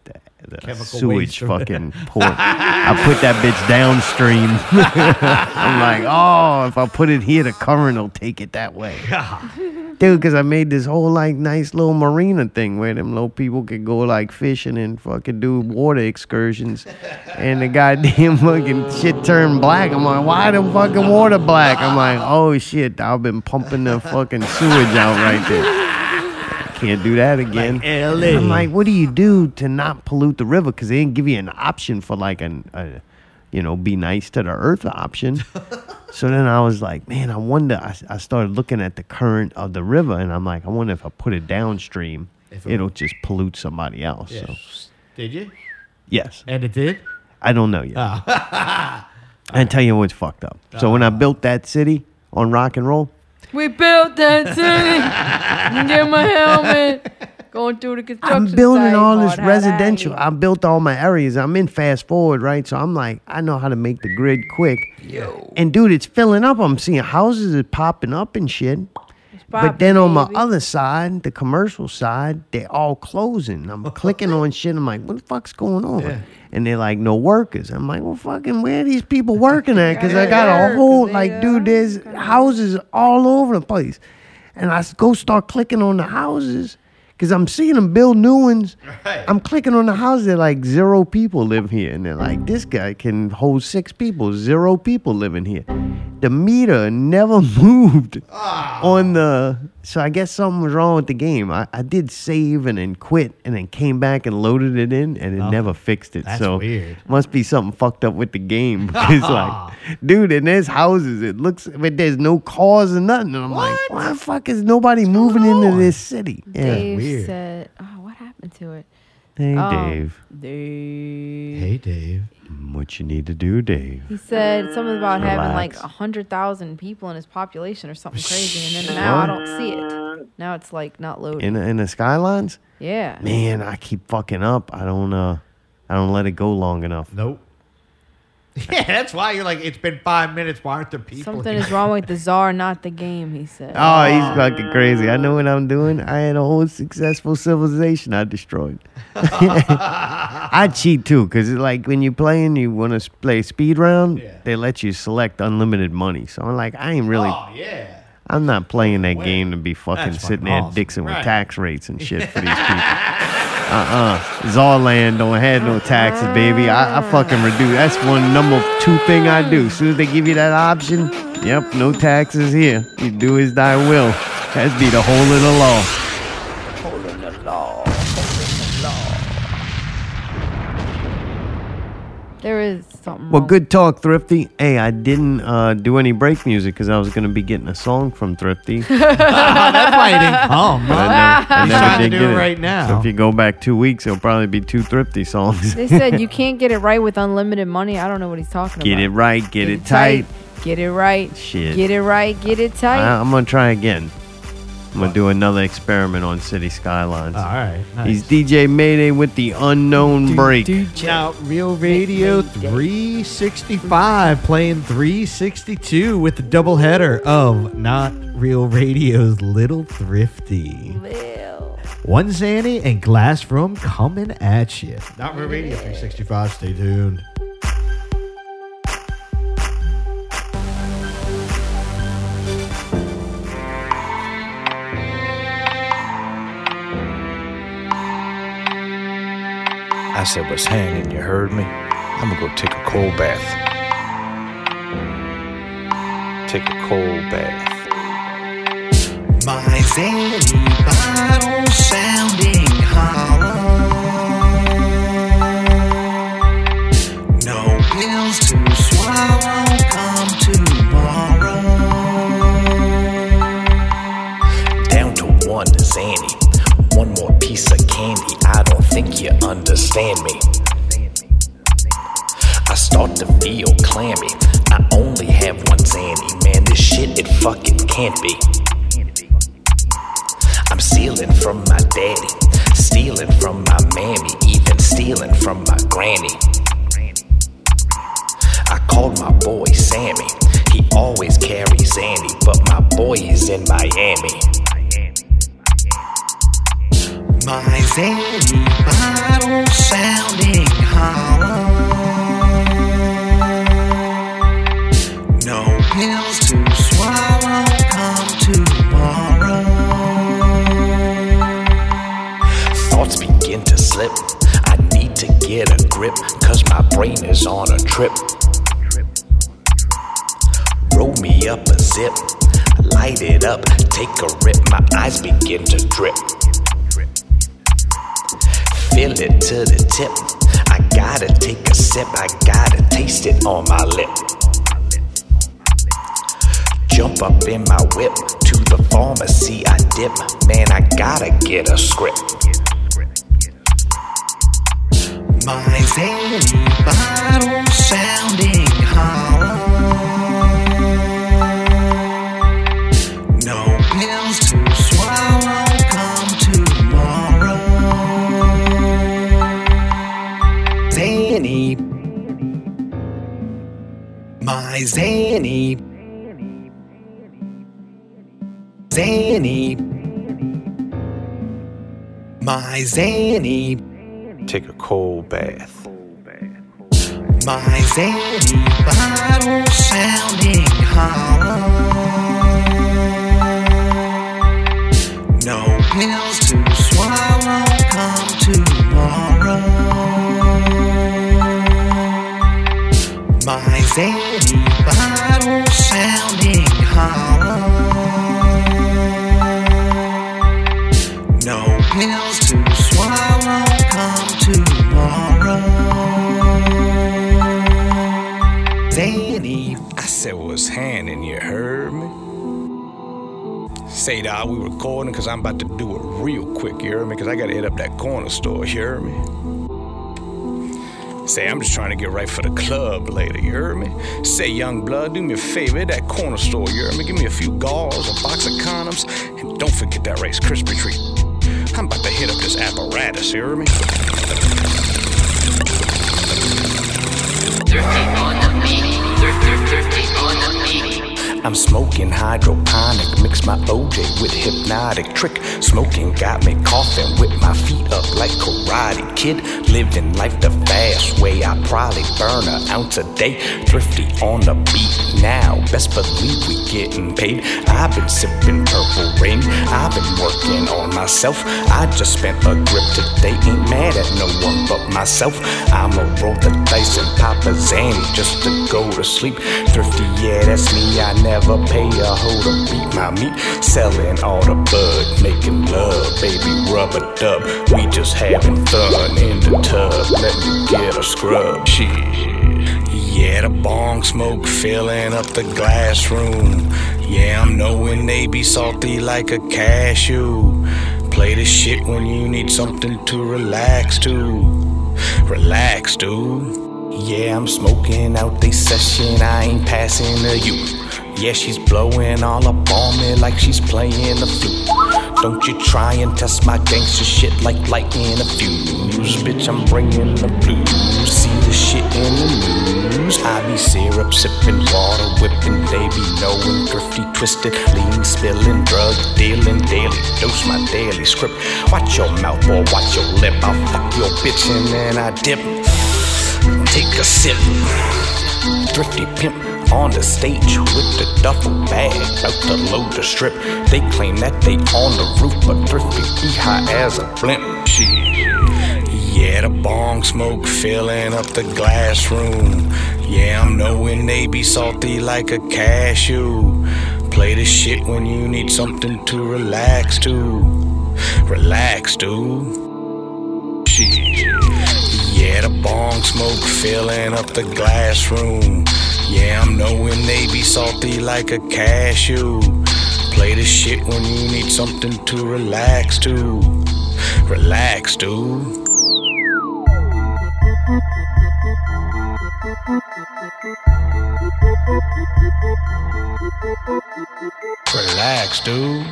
C: the- The
D: Chemical
C: sewage
D: waste or-
C: fucking port. I put that bitch downstream. I'm like, oh, if I put it here, the current will take it that way. Dude, because I made this whole like nice little marina thing where them little people could go like fishing and fucking do water excursions. And the goddamn fucking shit turned black. I'm like, why the fucking water black? I'm like, oh shit, I've been pumping the fucking sewage out right there. Can't do that again.
D: LA.
C: I'm like, what do you do to not pollute the river? Because they didn't give you an option for like an, a, you know, be nice to the earth option. so then I was like, man, I wonder. I, I started looking at the current of the river, and I'm like, I wonder if I put it downstream,
D: If it-
C: it, will just pollute somebody else.
D: Yeah.
C: So
D: Did you?
C: yes,
D: And it did.
C: I don't know yet. I tell you what's fucked up. So when I built that city on rock and roll,
A: We built that city. Get my helmet. Going through the construction.
C: I'm building
A: site,
C: all
A: Lord,
C: this
A: how
C: residential.
A: that
C: I built all my areas. I'm in fast forward, right? So I'm like, I know how to make the grid quick. And dude, it's filling up. I'm seeing houses is popping up and shit.
A: popping,
C: but then on my
A: baby.
C: other side, the commercial side, they're all closing. I'm clicking on shit. I'm like, what the fuck's going on? And they're like, no workers. I'm like, well, fucking, where are these people working at? Because I got a
A: work,
C: whole,
A: they,
C: like,
A: uh,
C: dude, there's houses all over the place. And I s- go start clicking on the houses because I'm seeing them build new ones. I'm clicking on the houses that like zero people live here. And they're like, this guy can hold six people, zero people living here. The meter never moved on the. So I guess something was wrong with the game. I, I did save and then quit and then came back and loaded it in and it never fixed it.
D: Oh, That's
C: so
D: weird.
C: must be something fucked up with the game. Because like, dude, and there's houses. It looks, but there's no cars or nothing. And I'm like, why the fuck is nobody moving into this city? Yeah.
A: Dave
D: weird.
A: said, oh, what happened to it?
C: Hey,
A: Oh.
C: Dave.
A: Dave.
D: Hey, Dave.
C: What you need to do, Dave?
A: He said something about having like
C: Relax.
A: 100,000 people in his population or something crazy. And then now I don't see it. Now it's like not loaded.
C: In the, in the skylines,
A: yeah.
C: man, I keep fucking up. I don't uh, I don't let it go long enough.
D: Nope. Yeah, that's why you're like, it's been five minutes. Why aren't there people?
A: Something
D: here?
A: is wrong with the czar, not the game, he said.
C: Oh, he's fucking crazy. I know what I'm doing. I had a whole successful civilization I destroyed. I cheat too, because it's like when you're playing, you want to play speed round,
D: Yeah.
C: they let you select unlimited money. So I'm like, I ain't really,
D: Oh yeah.
C: I'm not playing that game to be fucking
D: That's
C: sitting
D: fucking
C: there
D: awesome.
C: dixing with
D: Right.
C: tax rates and shit for these people. Uh uh Zarland don't have no taxes, baby. I, I fucking reduce. That's one number two thing I do. As soon as they give you that option, yep, no taxes here. You do as thy will. That's be the whole of the law.
A: There is something
C: Well,
A: wrong.
C: good talk, Thrifty. Hey, I didn't uh, do any break music because I was going to be getting a song from Thrifty.
D: That's why he didn't come.
C: I
D: huh?
C: never, I
D: He's
C: never
D: trying to
C: did
D: do
C: get
D: it right now.
C: So if you go back two weeks, it'll probably be two Thrifty songs.
A: They said you can't get it right with unlimited money. I don't know what he's talking
C: Get
A: about.
C: it right, get, it tight.
A: Get it right.
C: Shit.
A: Get it right. Get it tight.
C: I, am gonna try again. I'm gonna do another experiment on City Skylines.
D: All right. nice.
C: He's DJ Mayday with the unknown break.
D: Now, Real Radio
A: Make me
D: 365 playing 362 with the doubleheader of Not Real Radio's Little Thrifty. One Zanny and Glass Room coming at you. Not Real Radio 365. Stay tuned.
I: I said, was hanging, you heard me? I'm gonna go take a cold bath. Take a cold bath.
E: My very vital sounding hollow. No pills to swallow come tomorrow.
I: Down to one Zanny. One more piece of candy. I don't think you understand me. I start to feel clammy. I only have one Zanny. Man, this shit, it fucking can't be. I'm stealing from my daddy, stealing from my mammy, even stealing from my granny. I called my boy Sammy. He always carries Zanny, but my boy is in Miami.
E: My very vital sounding hollow. No pills to swallow come tomorrow.
I: Thoughts begin to slip. I need to get a grip, cause my brain is on a trip. Roll me up a zip, light it up, take a rip. My eyes begin to drip. Feel it to the tip. I gotta take a sip, I gotta taste it on my lip. Jump up in my whip to the pharmacy. I dip, man, I gotta get a script.
E: My very vital sounding hollow. No pills to swallow come tomorrow. Zanny. My Zanny. Zanny. My Zanny.
I: Take a cold bath.
E: My very vital sounding hollow. No pills to swallow come tomorrow. My very vital sounding hollow. No pills to swallow come tomorrow. Zanny.
I: I said, was hanging, you heard me? Say, dawg, we recording because I'm about to do it real quick, you heard me? Because I got to hit up that corner store, you heard me? Say, I'm just trying to get right for the club later, you heard me? Say, young blood, do me a favor, that corner store, you heard me? Give me a few gauze, a box of condoms, and don't forget that Rice Krispie treat. I'm about to hit up this apparatus, you heard me? I'm smoking hydroponic, mix my OJ with hypnotic trick. Smoking got me coughing with my feet up like karate kid. Living life the fast way, I probably burn an ounce a day. Thrifty on the beat now, best believe we getting paid. I've been sipping purple rain, I've been working on myself. I just spent a grip today, ain't mad at no one but myself. I'ma roll the dice and pop a Zanny just to go to sleep. Thrifty, yeah, that's me. I never pay a hoe to beat my meat. Selling all the bud, making love, baby, rubber dub. We just having fun in the tub. Let me get a scrub. Shit. Yeah, the bong smoke filling up the glass room. Yeah, I'm knowing they be salty like a cashew. Play the shit when you need something to relax to. Relax, dude. Yeah, I'm smoking out they session. I ain't passing to you. Yeah, she's blowing all up on me like she's playing the flute. Don't you try and test my gangster shit like lighting a fuse. Bitch, I'm bringing the blues. See the shit in the news. I be syrup sipping, water whipping. They be knowing thrifty, twisted, lean, spilling, drug dealing, daily dose my daily script. Watch your mouth or watch your lip. I'll fuck your bitch and then I dip take a sip. Thrifty pimp on the stage with the duffel bag, out to load the strip. They claim that they on the roof, but thrifty be high as a blimp. Shit. Yeah, the bong smoke filling up the glass room. Yeah, I'm knowing they be salty like a cashew. Play the shit when you need something to relax to. Relax, dude. Shit. Yeah, the bong smoke filling up the glass room. Yeah, I'm knowing they be salty like a cashew. Play the shit when you need something to relax to. Relax, dude. Relax, dude.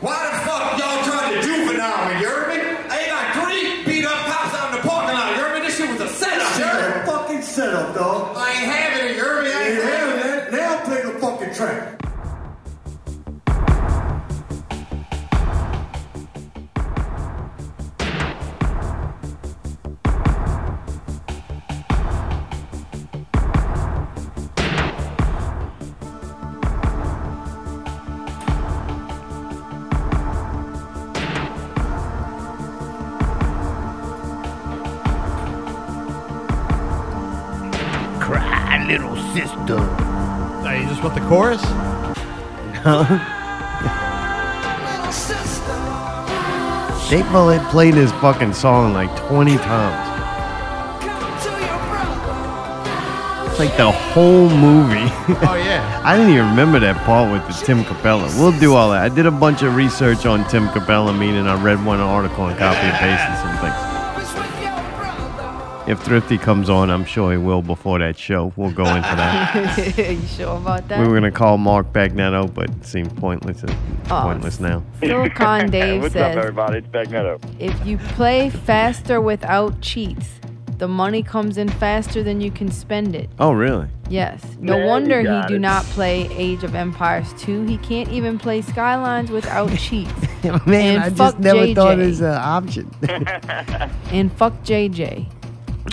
E: Why the fuck y'all trying to juvenile me, you heard me? I ain't got three beat up cops out in the parking lot, you heard me? This shit was a setup, you heard me?
J: Fucking setup, dog.
E: I ain't having it, you heard me? I ain't having it.
J: that. Now play the fucking track.
F: Cry, little sister.
D: Now, you just want the chorus? Oh,
C: Jake Bullet played his fucking song like 20 times. It's like the whole movie.
D: Oh, yeah.
C: I didn't even remember that part with the Tim Capella. We'll do all that. I did a bunch of research on Tim Capella, meaning I read one article and copy and pasted some things. If Thrifty comes on, I'm sure he will before that show. We'll go into that.
A: you sure about that?
C: we were gonna call Mark Bagnetto, but it seemed pointless.
A: Oh.
C: pointless now.
A: Phil Con Dave
G: What's
A: says-
G: up, everybody? It's Bagnetto.
A: If you play faster without cheats, the money comes in faster than you can spend it.
C: Oh, really?
A: Yes. No
G: Yeah, you
A: wonder he
G: got
A: do
G: it.
A: not play Age of Empires 2. He can't even play Skylines without cheats.
C: Man,
A: And I just fuck never thought it JJ. was
C: an option.
A: And fuck JJ.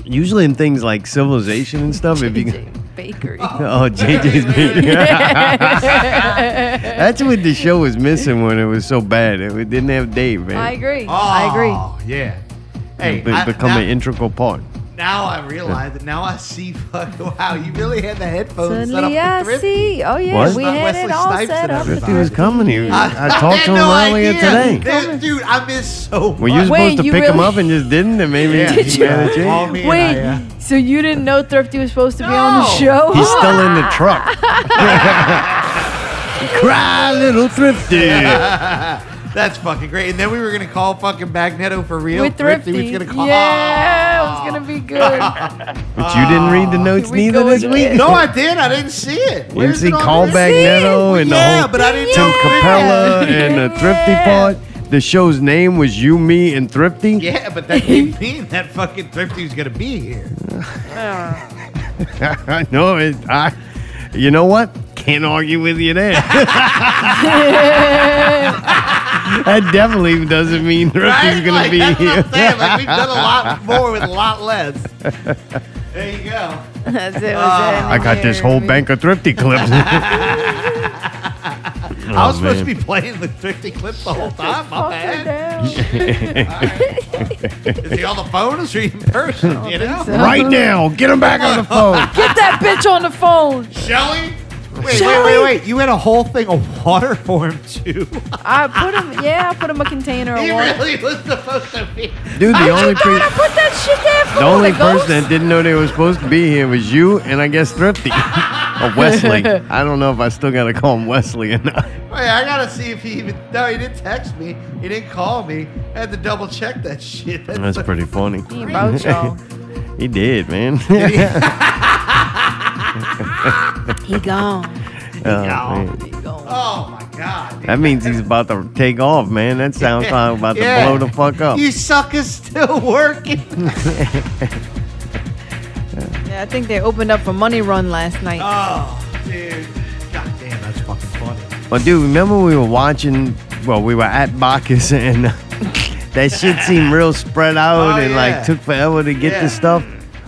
C: Usually in things like Civilization and stuff, if you can.
A: JJ Bakery.
C: Oh, JJ's big. That's what the show was missing when it was so bad. It didn't have Dave, man.
A: I agree. I agree.
D: Oh, yeah. Hey,
C: Be-
D: I-
C: become
D: now,
C: an integral part.
D: now I realize that now I see fucking wow, you really had the headphones set up
A: Suddenly I
D: for Thrifty.
A: see. Oh yeah,
C: What?
A: we
D: Not
A: had it
D: Wesley
A: all
D: Snipes
A: set
D: and
A: up.
D: everything.
C: He was coming. He was, I, talked
D: had
C: to him
D: no
C: earlier
D: idea.
C: today.
D: This- dude, I missed so
C: Were
D: much.
C: you
A: Wait,
C: supposed to
A: you
C: pick him
A: really-
C: up and just didn't? And maybe
D: Yeah,
C: did
D: you
C: you had a
D: called
C: chance?
D: me and I,
A: Wait,
D: uh,
A: so you didn't know Thrifty was supposed to be on the
D: No.
A: show?
C: He's still in the truck. Cry, little thrifty.
D: That's fucking great. And then we were gonna call fucking Bagnetto for real.
A: with Thrifty.
D: was gonna call.
A: Yeah, it's gonna be good.
C: But you didn't
D: Ah.
C: read the notes
A: we
C: neither
A: go
C: this
A: again.
C: week.
D: No, I did. I didn't see it.
C: You didn't
D: Where's
C: see
D: it on
C: Call
D: this?
C: Bagnetto and the
D: yeah,
C: whole
D: but I didn't
C: Tim
D: know.
C: Capella and the Thrifty part. The show's name was You, Me, and Thrifty.
D: Yeah, but that didn't mean that fucking Thrifty's gonna be here.
C: I know it. I, you know what? Can't argue with you there. that definitely doesn't mean Thrifty's
D: Right?
C: gonna
D: Like,
C: be
D: that's what
C: here.
D: I'm saying. Like, we've done a lot more with a lot less. There you go.
A: That's it. was that
C: Ah. I got this whole
A: we-
C: bank of Thrifty clips. Oh,
D: I was supposed to be playing the Thrifty clip the whole time. My
A: Fuck
D: bad.
A: it down.
D: Is he on the phone or is he in person? You know?
A: so.
C: right now. Get him back on the phone.
A: Get that bitch on the phone.
D: Shelly? Wait,
A: Shelley?
D: wait, wait, wait. You had a whole thing of water for him, too.
A: I put him. Yeah, I put him a container of
D: he
A: water.
D: really was supposed to be.
C: Dude, the only
A: Thought I
C: pe-
A: put that shit there for
C: the only
A: the ghost?
C: person that didn't know they were supposed to be here was you and I guess Thrifty. or Wesley. I don't know if I still gotta call him Wesley or not.
D: Wait, I gotta see if he even. No, he didn't text me. He didn't call me. I had to double check that shit.
C: That's
D: so-
C: pretty funny.
A: He about y'all.
C: He did, man.
A: He gone.
C: Oh, man.
A: He gone.
D: Oh my god. dude.
C: That means he's about to take off, man. That sounds like about
D: Yeah.
C: to blow the fuck up.
D: You suckers still working.
A: Yeah, I think they opened up a money run last night.
D: Oh, dude. God damn, that's fucking funny.
C: Well, dude, remember we were watching? Well, we were at Bacchus, and uh, that shit seemed real spread out,
D: Oh,
C: and
D: yeah.
C: like took forever to get
D: Yeah.
C: the stuff.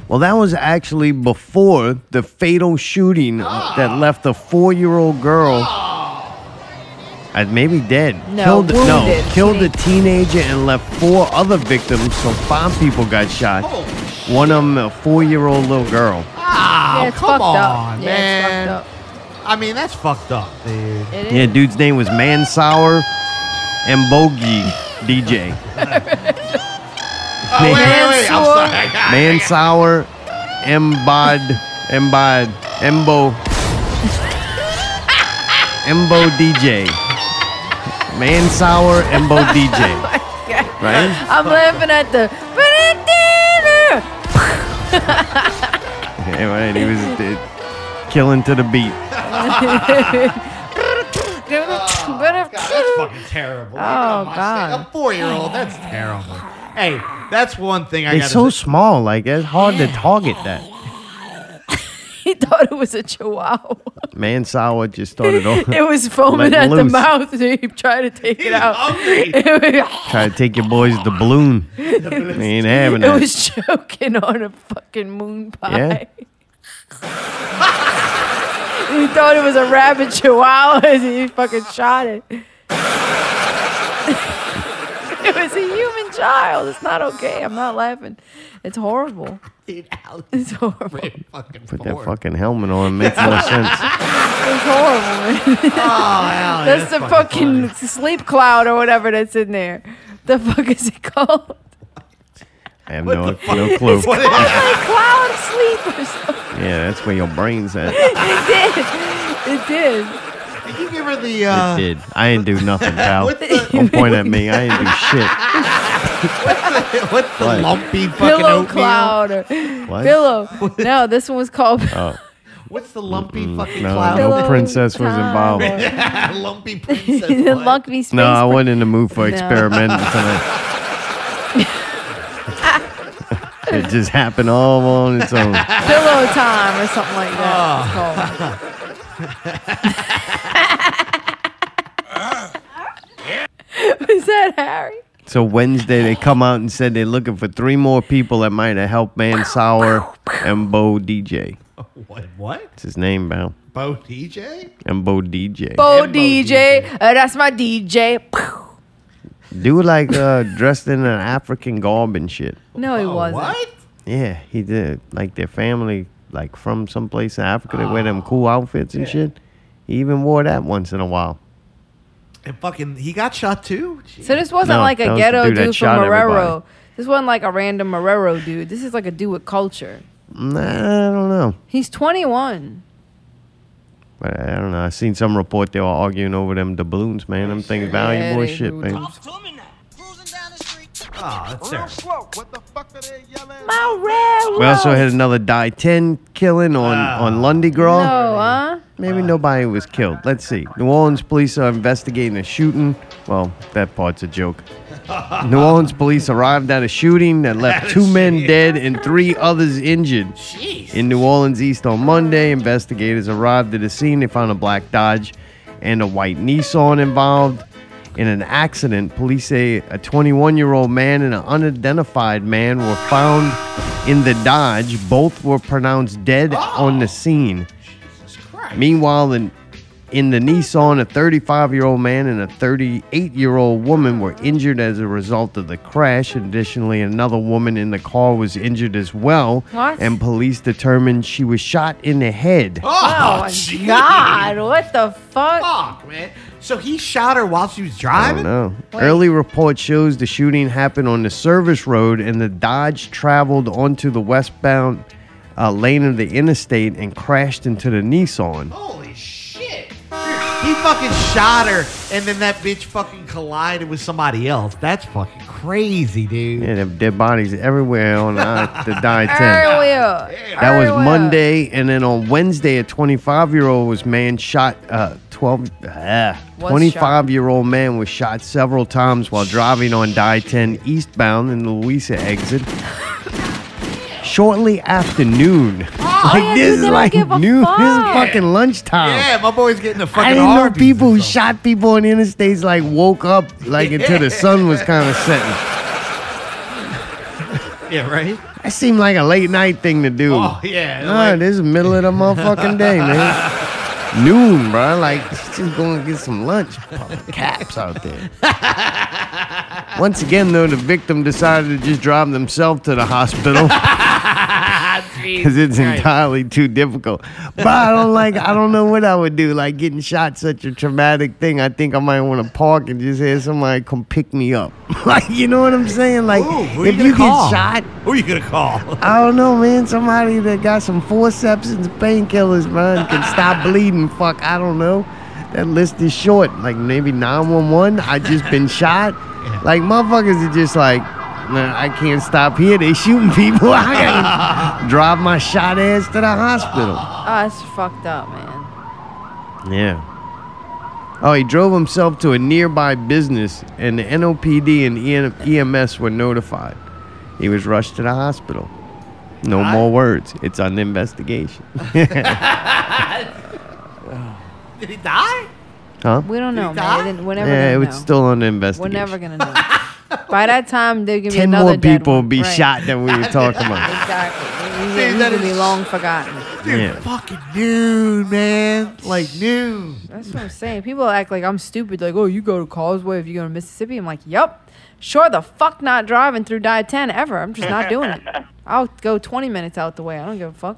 C: Well, that was actually before the
D: Ah.
C: fatal shooting that left a four-year-old girl. uh, maybe dead.
A: No,
C: killed, no,
A: wounded.
C: killed a teenager and left four other victims. So five people got shot.
D: Oh,
C: One of them, a four-year-old little girl.
D: Ah,
A: Yeah, it's
D: come
A: fucked up.
D: on,
A: Yeah, it's
D: man.
A: fucked
D: I mean, that's fucked up, dude.
A: It is.
C: Yeah, dude's name was Mansour and Bogey DJ.
D: Oh, wait, wait, wait. I'm sorry. I got-
C: Mansour Embod Embod Embo Embo DJ. Mansour Embo
A: Oh
C: DJ. Right?
A: I'm laughing at the.
C: Yeah, right. He was uh, killing to the beat.
D: Ah, That's fucking terrible.
A: Oh, God.
D: A four year old, that's terrible. Hey, that's one thing I
C: It's
D: gotta
C: so
D: say.
C: small. Like it's hard to target that.
A: he thought it was a chihuahua.
C: Mansour just started off.
A: It was foaming
C: Let
A: at the
C: loose.
A: mouth. So he tried to take it out.
D: hungry.
A: It was-
C: Try to take your boys the balloon. They ain't having
A: It
C: that.
A: was choking on a fucking moon pie. he thought it was a rabid chihuahua and he fucking shot it. it was a human child. It's not okay. I'm not laughing. It's horrible. It's horrible. It's
D: Fucking
C: Put
D: four.
C: that fucking helmet on. Makes no sense.
A: horrible. man.
D: Oh, Wow,
A: that's the fucking
D: funny.
A: sleep cloud or whatever that's in there. The fuck is it called?
C: I have
D: What
C: no,
D: the fuck?
C: no clue.
D: What is-
A: Like cloud of sleep or something.
C: Yeah, that's where your brain's at.
A: It did. It did.
D: Did you give her the uh,
C: it did. I ain't do nothing, pal.
D: What the-
C: Don't point uh, at me. I ain't do shit.
D: what's the
C: What?
D: lumpy fucking
A: pillow
D: oatmeal?
A: cloud or
C: What?
A: pillow. No, this one was called
C: Oh,
D: What's the lumpy
A: Mm,
D: fucking
C: no,
D: cloud?
A: Pillow
C: no princess was
A: time.
C: involved.
D: lumpy princess.
A: the
D: what?
A: Lumpy Space.
C: No, I
A: Bra-
C: wasn't in the mood for
A: No.
C: experimenting tonight. it just happened all on its own.
A: Pillow time or something like
C: Oh.
A: that. it's called. Was that Harry?
C: So Wednesday, they come out and said they're looking for three more people that might have helped Man Sour and Bo DJ.
D: What? What?
C: It's his name, pal.
D: Bo DJ?
C: And Bo DJ.
A: Bo
D: Bo
A: DJ, Uh, that's my DJ.
C: Dude, like uh, dressed in an African garb and shit.
A: No, he
D: Oh,
A: wasn't.
D: What?
C: Yeah, he did. Like their family, like from someplace in Africa, they wear them cool
A: Ah,
C: outfits and shit. He even wore that once in a while.
D: And fucking, he got shot too? Jeez.
A: So this wasn't
C: No,
A: like
C: that
A: a
C: was the
A: ghetto
C: dude
A: dude,
C: that
A: from
C: shot everybody.
A: Marrero. This wasn't like a random Marrero dude. This is like a dude with culture.
C: Nah, I don't know.
A: He's 21.
C: But I don't know. I seen some report they were arguing over them doubloons, man. Them things valuable as
A: they
C: shit,
A: do.
C: man.
D: Ah, that's terrible.
A: Marrero.
C: We also had another die ten killing on on Lundy
D: Oh.
C: Girl.
A: No, huh?
C: Maybe nobody was killed. Let's see. New Orleans police are investigating a shooting. Well, that part's a joke. New Orleans police arrived at a shooting that left two men dead and three others injured. In New Orleans East on Monday, investigators arrived at the scene. They found a black Dodge and a white Nissan involved. In an accident, police say a 21 year old man and an unidentified man were found in the Dodge. Both were pronounced dead on the scene. Meanwhile, in, in the Nissan, a 35 year old man and a 38 year old woman were injured as a result of the crash. Additionally, another woman in the car was injured as well.
A: What?
C: And police determined she was shot in the head.
A: Oh, my God. What the fuck?
D: Fuck, man. So he shot her while she was
C: I
D: driving?
C: don't know. Oh, Early report shows the shooting happened on the service road, and the Dodge traveled onto the westbound uh, lane of the interstate and crashed into the Nissan.
D: Holy shit. He fucking shot her, and then that bitch fucking collided with somebody else. That's fucking crazy, dude.
C: Yeah, they have dead bodies everywhere on uh, the die 10.
A: Ariel.
C: That was Monday, and then on Wednesday, a 25 year old was man shot. Uh, 12, ah,
A: Was
C: 25 year old man was shot several times while driving on I 10 eastbound in the Louisa exit. Shortly after noon, like
A: yeah,
C: this
A: dude,
C: is
A: they don't
C: like
A: give a
C: noon. This is
A: fuck.
C: fucking lunchtime.
D: Yeah, my boy's getting a fucking
C: I didn't know
D: Arby's
C: people
D: or
C: who
D: something.
C: shot people on interstates like woke up like until the sun was kind of setting.
D: Yeah, right?
C: That seemed like a late night thing to do.
D: Oh, yeah.
C: Nah,
D: like-
C: this is middle of the motherfucking day, man. noon, bro. Like, just going to get some lunch. Popping caps out there. Once again, though, the victim decided to just drive themselves to the hospital. because it's entirely too difficult. But I don't like. I don't know what I would do. Like getting shot, such a traumatic thing. I think I might want to park and just have somebody come pick me up. like you know what I'm saying? Like if you, get shot,
D: who are you gonna call?
C: I don't know, man. Somebody that got some forceps and painkillers, man, can stop bleeding. Fuck, I don't know. That list is short. Like maybe 911. I just been shot. Like motherfuckers are just like, man, I can't stop here. They shooting people. I gotta drive my shot ass to the hospital.
A: Oh, that's fucked up, man.
C: Yeah. Oh, he drove himself to a nearby business, and the NOPD and E EM- EMS were notified. He was rushed to the hospital. No more words. It's under investigation.
D: Did he die?
C: Huh?
A: We don't know, man. Then We're never
C: Yeah,
A: gonna
C: it's
A: know.
C: still under
A: We're
C: investigation.
A: never gonna know. By that time, there gonna be
C: Ten
A: another
C: more
A: dead
C: people will
A: one.
C: be
A: Right.
C: shot than we were talking about.
A: Exactly. We, we,
D: Dude,
A: we
D: that
A: gonna be
D: is-
A: long forgotten.
D: Dude,
C: Yeah.
D: fucking noon, man. Like noon.
A: That's what I'm saying. People act like I'm stupid. Like, oh, you go to Causeway if you go to Mississippi. I'm like, yep. Sure, the fuck not driving through die 10 ever. I'm just not doing it. I'll go 20 minutes out the way. I don't give a fuck.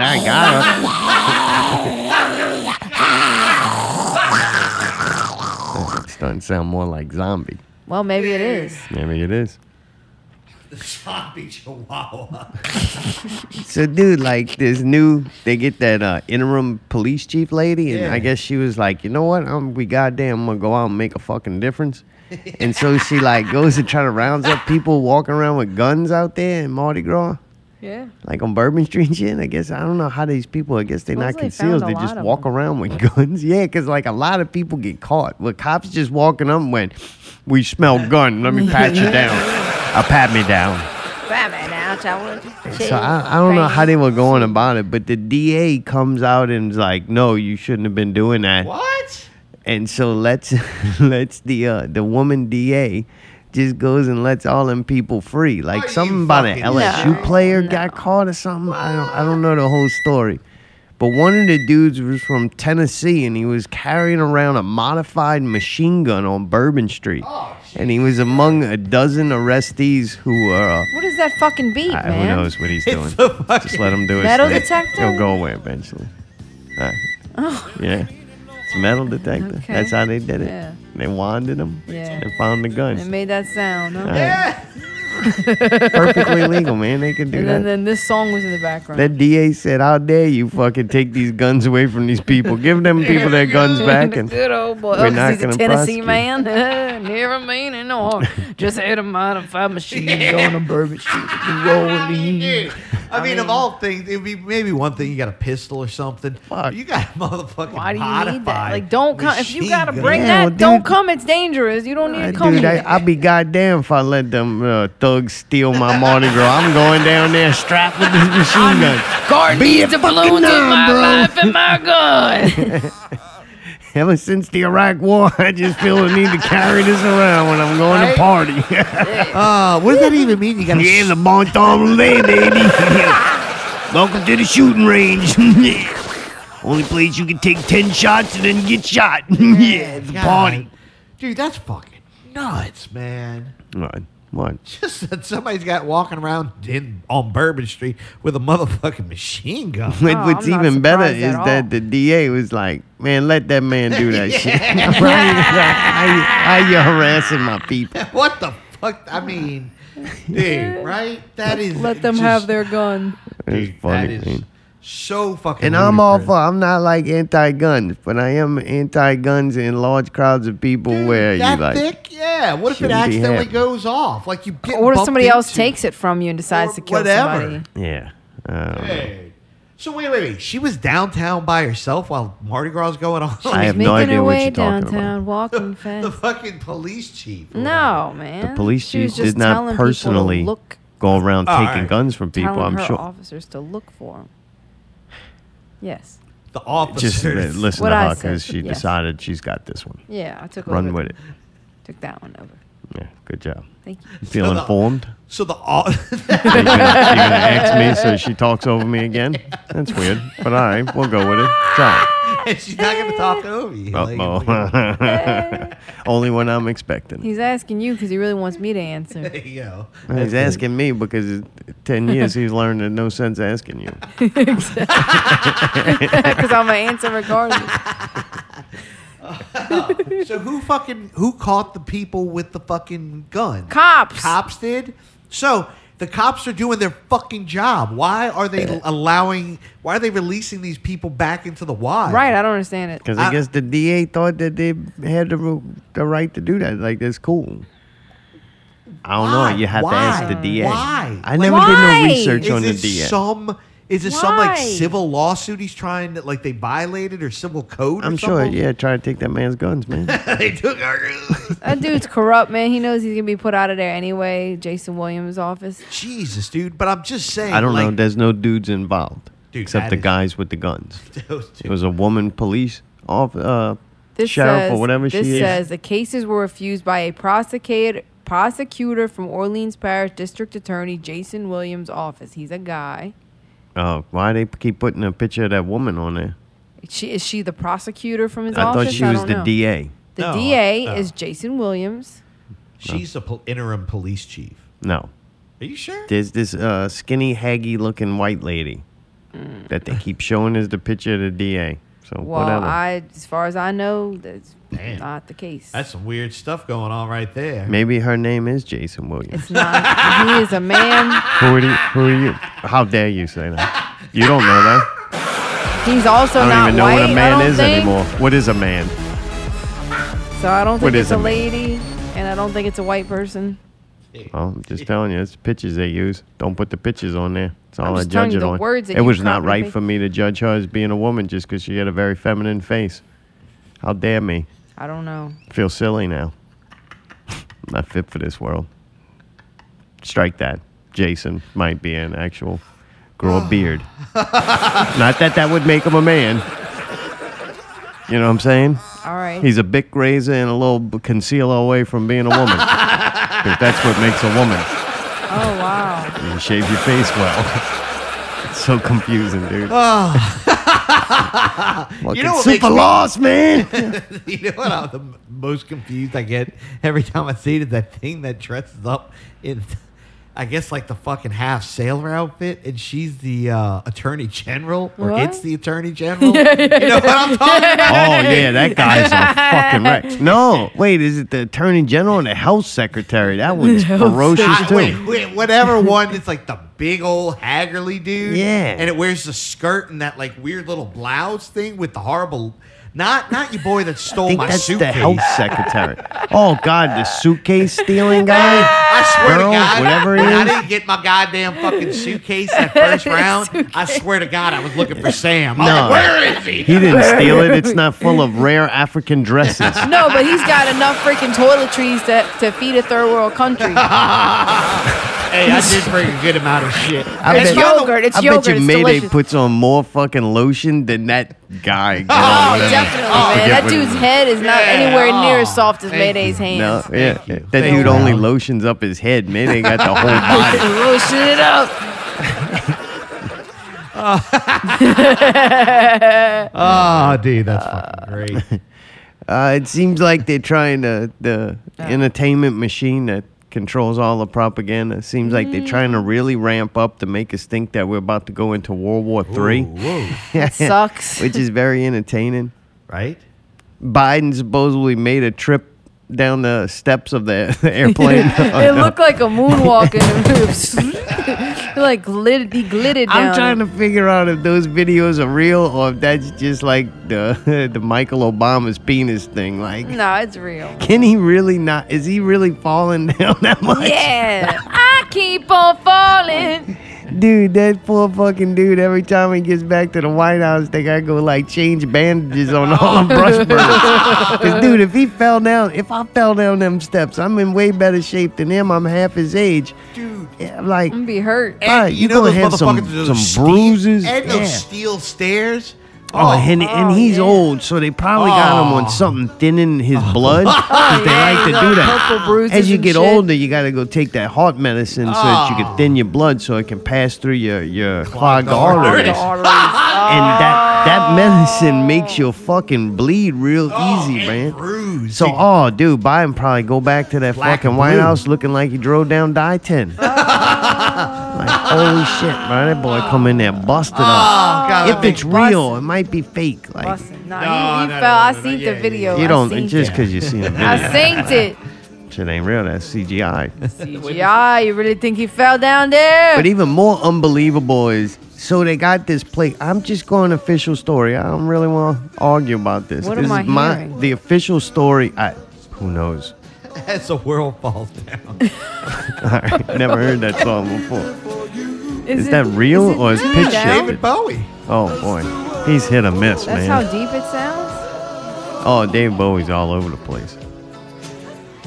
C: I got her. It's starting to sound more like zombie.
A: Well, maybe it is.
C: Maybe it is.
D: The zombie chihuahua.
C: So, dude, like this new, they get that uh, interim police chief lady, and
D: Yeah.
C: I guess she was like, you know what? I'm we goddamn gonna go out and make a fucking difference. And so she like goes and try to rounds up people walking around with guns out there in Mardi Gras.
A: Yeah.
C: like on Bourbon Street and shit. And I guess I don't know how these people. I guess they're
A: Well,
C: not
A: they found
C: concealed.
A: a
C: They
A: lot
C: just
A: of
C: walk
A: them.
C: around with guns. Yeah, because like a lot of people get caught. Well, cops just walking up and went, "We smell gun. Let me pat you down. I pat me down." So I, I don't know how they were going about it, but the DA comes out and is like, "No, you shouldn't have been doing that."
D: What?
C: And so let's let's the uh, the woman DA just goes and lets all them people free. Like
D: Are
C: something
D: you
C: about an
D: fucking
C: LSU
A: serious?
C: player got caught or something. I don't I don't know the whole story. But one of the dudes was from Tennessee and he was carrying around a modified machine gun on Bourbon Street.
D: Oh,
C: and he was among a dozen arrestees who were uh,
A: What does that fucking beat,
C: I- who
A: man?
C: knows what he's doing.
D: the fucking-
C: Just let him do his
A: Metal
C: thing.
A: detector? Oh.
C: He'll go away eventually. All right. Yeah. It's a metal detector.
A: Okay.
C: That's how they did it.
A: Yeah.
C: They wanded him
A: Yeah.
C: and found the
A: It
C: guns.
A: made that sound. Huh?
C: All right. Perfectly legal, man. They could do
A: And then,
C: that.
A: then this song was in the background.
C: That DA said, "How dare you fucking take these guns away from these people? Give them people their guns back." And
A: Good old boy.
C: we're
A: Oh, 'cause
C: not
A: he's a
C: gonna
A: Tennessee
C: prosecute.
A: man. Never mean in no harm. Just had a modified machine gun on Bourbon Street.
D: Dude, Mm. I mean, of all things, it'd be maybe one thing you got a pistol or something.
C: Fuck.
D: You got a motherfucking
A: Why do you need that?
D: modified
A: Like, don't come. If you
D: machine
A: gotta
D: gun.
A: bring
C: Yeah,
A: that,
C: well,
A: don't
C: dude.
A: come. It's dangerous. You don't need
C: I,
A: to come.
C: dude, I,
A: here.
C: I'd be goddamn if I let them uh, thugs steal my Mardi Gras. I'm going down there strapped with this machine gun.
A: Guard
C: Be
A: needs
C: a
A: a balloon
C: fucking
A: in
C: nun,
A: my
C: bro.
A: life and my gun.
C: Ever since the Iraq War, I just feel the need to carry this around when I'm going to party.
D: Uh, what does that even mean? You got
C: yeah, the bon temps roulette, baby. Welcome to the shooting range. Only place you can take 10 shots and then get shot. yeah, it's a
D: God.
C: party.
D: Dude, that's fucking nuts, man.
C: What? What?
D: Just that somebody's got walking around in on Bourbon Street with a motherfucking machine gun.
A: Oh,
C: What's
A: I'm not
C: even better
A: surprised at
C: is
A: all.
C: that the DA was like, man, let that man do that shit. right? How you, how you harassing my people?
D: what the fuck? I mean, dude, right? That is
A: Let them
D: just-
A: have their gun.
D: Dude,
C: It's funny,
D: that is
C: man.
D: so fucking.
C: And I'm all for.
D: ludicrous.
C: I'm not like anti-guns, but I am anti-guns in large crowds of people where you
D: that
C: like.
D: thick? Yeah. What if it
C: shouldn't be
D: accidentally
C: happening.
D: goes off? Like you get.
A: Or if
D: bumped
A: somebody else
D: into.
A: takes it from you and decides
D: Or
A: to kill
D: whatever.
A: somebody.
C: Yeah. Um,
D: Hey. So wait, wait, wait. She was downtown by herself while Mardi Gras was going on.
C: I have
A: Making
C: no idea
A: her
C: what
A: way
C: you're talking about.
A: downtown, walking fast.
D: the fucking police chief.
A: No, man.
C: The police
A: She was
C: chief
A: just
C: did not
A: telling people to
C: personally
A: look,
C: go around
D: All
C: taking
D: right.
C: guns from people.
A: telling
C: I'm
A: her
C: sure.
A: officers to look for him. Yes.
D: The officer.
C: Just uh, listen
A: What
C: to
A: I
C: her
A: said,
C: because she
A: yes.
C: decided she's got this one.
A: Yeah, I took
C: Run
A: over.
C: with it.
A: Took that one over.
C: Yeah, Good job.
A: Thank you.
C: You feel
D: So the-
C: informed?
D: So the au-
C: You're gonna, you're gonna ask me so she talks over me again? That's weird, but all right, we'll go with it. Try.
D: and she's not going to talk over you.
C: Uh,
D: Like,
C: Uh-oh. Only when I'm expecting.
A: He's asking you because he really wants me to answer.
D: there you go.
C: He's asking me because in ten years he's learned that no sense asking you.
A: Because I'm going to answer regardless.
D: So who fucking who caught the people with the fucking gun?
A: Cops.
D: Cops did. So the cops are doing their fucking job. Why are they allowing? Why are they releasing these people back into the wild?
A: Right. I don't understand it.
C: Because I,
D: I-
C: guess the DA thought that they had the, ru- the right to do that. Like that's cool. I don't
D: Why?
C: know. You have
D: Why?
C: to ask the DA.
D: Why?
C: I never
A: Why?
C: did no research
D: Is
C: on the
D: this
C: DA.
D: some? Is this some like
A: Why?
D: civil lawsuit he's trying to like they violated or civil code? or
C: I'm sure.
D: something?
C: Yeah, try to take that man's guns, man.
D: they took our.
A: That dude's corrupt, man. He knows he's going to be put out of there anyway. Jason Williams' office.
D: Jesus, dude. But I'm just saying.
C: I don't know.
D: like,
C: There's no dudes involved
D: Dude,
C: except
D: that
C: the
D: is-
C: guys with the guns.
D: those
C: It
D: two-
C: was a woman police off uh,
A: This
C: sheriff
A: says,
C: or whatever
A: this
C: she is.
A: says the cases were refused by a prosecutor prosecutor from Orleans Parish District Attorney Jason Williams' office. He's a guy.
C: Oh, why they keep putting a picture of that woman on there?
A: She is she the prosecutor from his
C: I
A: office?
C: thought she was
A: don't
C: the Oh.
A: know.
C: DA.
A: The
D: No,
A: DA
D: no.
A: is Jason Williams.
D: She's the pol- interim police chief.
C: No,
D: Are you sure?
C: there's this uh, skinny, haggy-looking white lady that they keep showing as the picture of the DA. So
A: Mm. Well,
C: whatever.
A: I as far as I know, that's
D: Damn.
A: not the case.
D: That's some weird stuff going on right there.
C: Maybe her name is Jason Williams.
A: it's not. he is a man.
C: who, are you, who are you? How dare you say that? You don't know that.
A: He's also
C: I
A: not
C: don't even know
A: white.
C: what a
A: I
C: man
A: don't
C: is
A: think.
C: anymore. What is a man?
A: So I don't think
C: What
A: it's
C: is
A: a
C: a man?
A: lady, and I don't think it's a white person.
C: Well, I'm just telling you, it's pictures they use. Don't put the pictures on there. That's all
A: I'm
C: I
A: just telling
C: judge
A: you
C: it
A: the
C: on.
A: words that
C: it
A: you
C: was not
A: copied
C: right
A: me.
C: for me to judge her as being a woman just because she had a very feminine face. How dare me?
A: I don't know.
C: I feel silly now. I'm not fit for this world. Strike that. Jason might be an actual grow a beard. not that that would make him a man. You know what I'm saying?
A: All right.
C: He's a big razor and a little b- concealer away from being a woman. 'Cause that's what makes a woman.
A: oh wow.
C: You shave your face well. it's so confusing, dude. Fucking
D: You know what makes
C: super
D: me-
C: lost, man.
D: you know what? I'm the m- most confused I get every time I see it is that thing that dresses up in, I guess like the fucking half sailor outfit, and she's the uh, attorney general, or
A: What?
D: it's the attorney general. you know what I'm talking about?
C: oh yeah, that guy's a fucking wreck. No, wait, is it the attorney general and the health secretary? That one's ferocious
D: I- wait,
C: too.
D: wait, whatever one, it's like the big old Haggerly dude.
C: Yeah.
D: and it wears the skirt and that like weird little blouse thing with the horrible. Not not your boy that
C: I
D: stole
C: think
D: my
C: that's
D: suitcase.
C: the health secretary. Oh God, the suitcase stealing guy.
D: I swear
C: Girl,
D: to God,
C: whatever it
D: when I
C: is.
D: didn't get my goddamn fucking suitcase that first round. I swear to God, I was looking for Sam. I was
C: No.
D: like, where is he?
C: He didn't steal it. It's not full of rare African dresses.
A: No, but he's got enough freaking toiletries to, to feed a third world country.
D: hey, I did bring a good amount of shit.
C: I
A: It's yogurt. It's
C: I
A: yogurt.
C: bet you
A: It's
C: Mayday
A: delicious.
C: puts on more fucking lotion than that guy.
A: Oh,
C: Girl,
A: definitely,
C: I
A: man.
C: forget
A: That
C: what
A: dude's
C: his-
A: head is not
D: Yeah,
A: anywhere near
D: oh,
A: as soft as
D: thank
A: Mayday's
C: No,
A: hands.
C: yeah,
D: you.
C: that
D: Thank
C: dude
D: you.
C: only lotions up his head. Mayday got the whole body.
A: Lotion it up.
D: Oh, dude, that's fucking great.
C: Uh, it seems like they're trying to the
A: Oh.
C: entertainment machine that controls all the propaganda. It seems like they're trying to really ramp up to make us think that we're about to go into World War Three,
D: Whoa,
A: It sucks.
C: which is very entertaining.
D: right?
C: Biden supposedly made a trip down the steps of the airplane.
A: It looked like a moonwalk in the it like glid, he glitted down.
C: I'm trying to figure out if those videos are real or if that's just like the the Michael Obama's penis thing. Like,
A: No, it's real.
C: can he really not? Is he really falling down that much?
A: Yeah, I keep on falling.
C: Dude, that poor fucking dude. Every time he gets back to the White House, they gotta go like change bandages on all the brush burners. Cause dude, if he fell down, if I fell down them steps, I'm in way better shape than him. I'm half his age.
D: Dude.
C: Yeah, like.
A: I'm gonna be hurt.
C: All right,
D: you
C: you
D: know
C: gonna have
D: those motherfuckers
C: some,
D: with those
C: some
D: steel-
C: bruises.
D: And
C: Yeah.
D: those steel stairs.
C: Oh, and, and he's old, so they probably got him
D: Oh.
C: on something thinning his blood. 'cause they
A: yeah,
C: like to
A: the
C: do that.
A: purple bruises
C: As you
A: and
C: get
A: shit.
C: older, you got to go take that heart medicine so that
D: Oh.
C: you can thin your blood so it can pass through your, your clogged arteries. And that, that medicine makes your fucking bleed real
D: Oh.
C: easy, man. So, oh, dude, Biden probably go back to that
D: Black
C: fucking
D: and
C: White
D: blue.
C: House looking like he drove down die 10. like, holy shit, man. That boy come in there busted up.
D: Oh, God,
C: If it's real, it might be fake. Like,
A: Busted. Nah, he,
D: No,
A: he
D: no,
A: fell.
D: no, no,
A: I
D: no,
A: seen
D: yeah,
A: the video.
C: you
A: I
C: don't,
A: seen
C: just
A: it.
C: because you seen a video.
A: I synced it.
C: Shit ain't real. That's CGI.
A: Yeah, you really think he fell down there?
C: But even more unbelievable is so they got this plate. I'm just going official story. I don't really want to argue about this.
A: What
C: this
A: am I
C: is my
A: hearing?
C: the official story. I who knows.
D: As the world falls down.
C: Never heard that song before.
A: is,
C: Is that real or is
A: really
C: pitch
A: down?
C: shifted?
D: David Bowie.
C: Oh boy, he's hit or miss,
A: That's
C: man.
A: how deep it sounds.
C: oh, Dave Bowie's all over the place.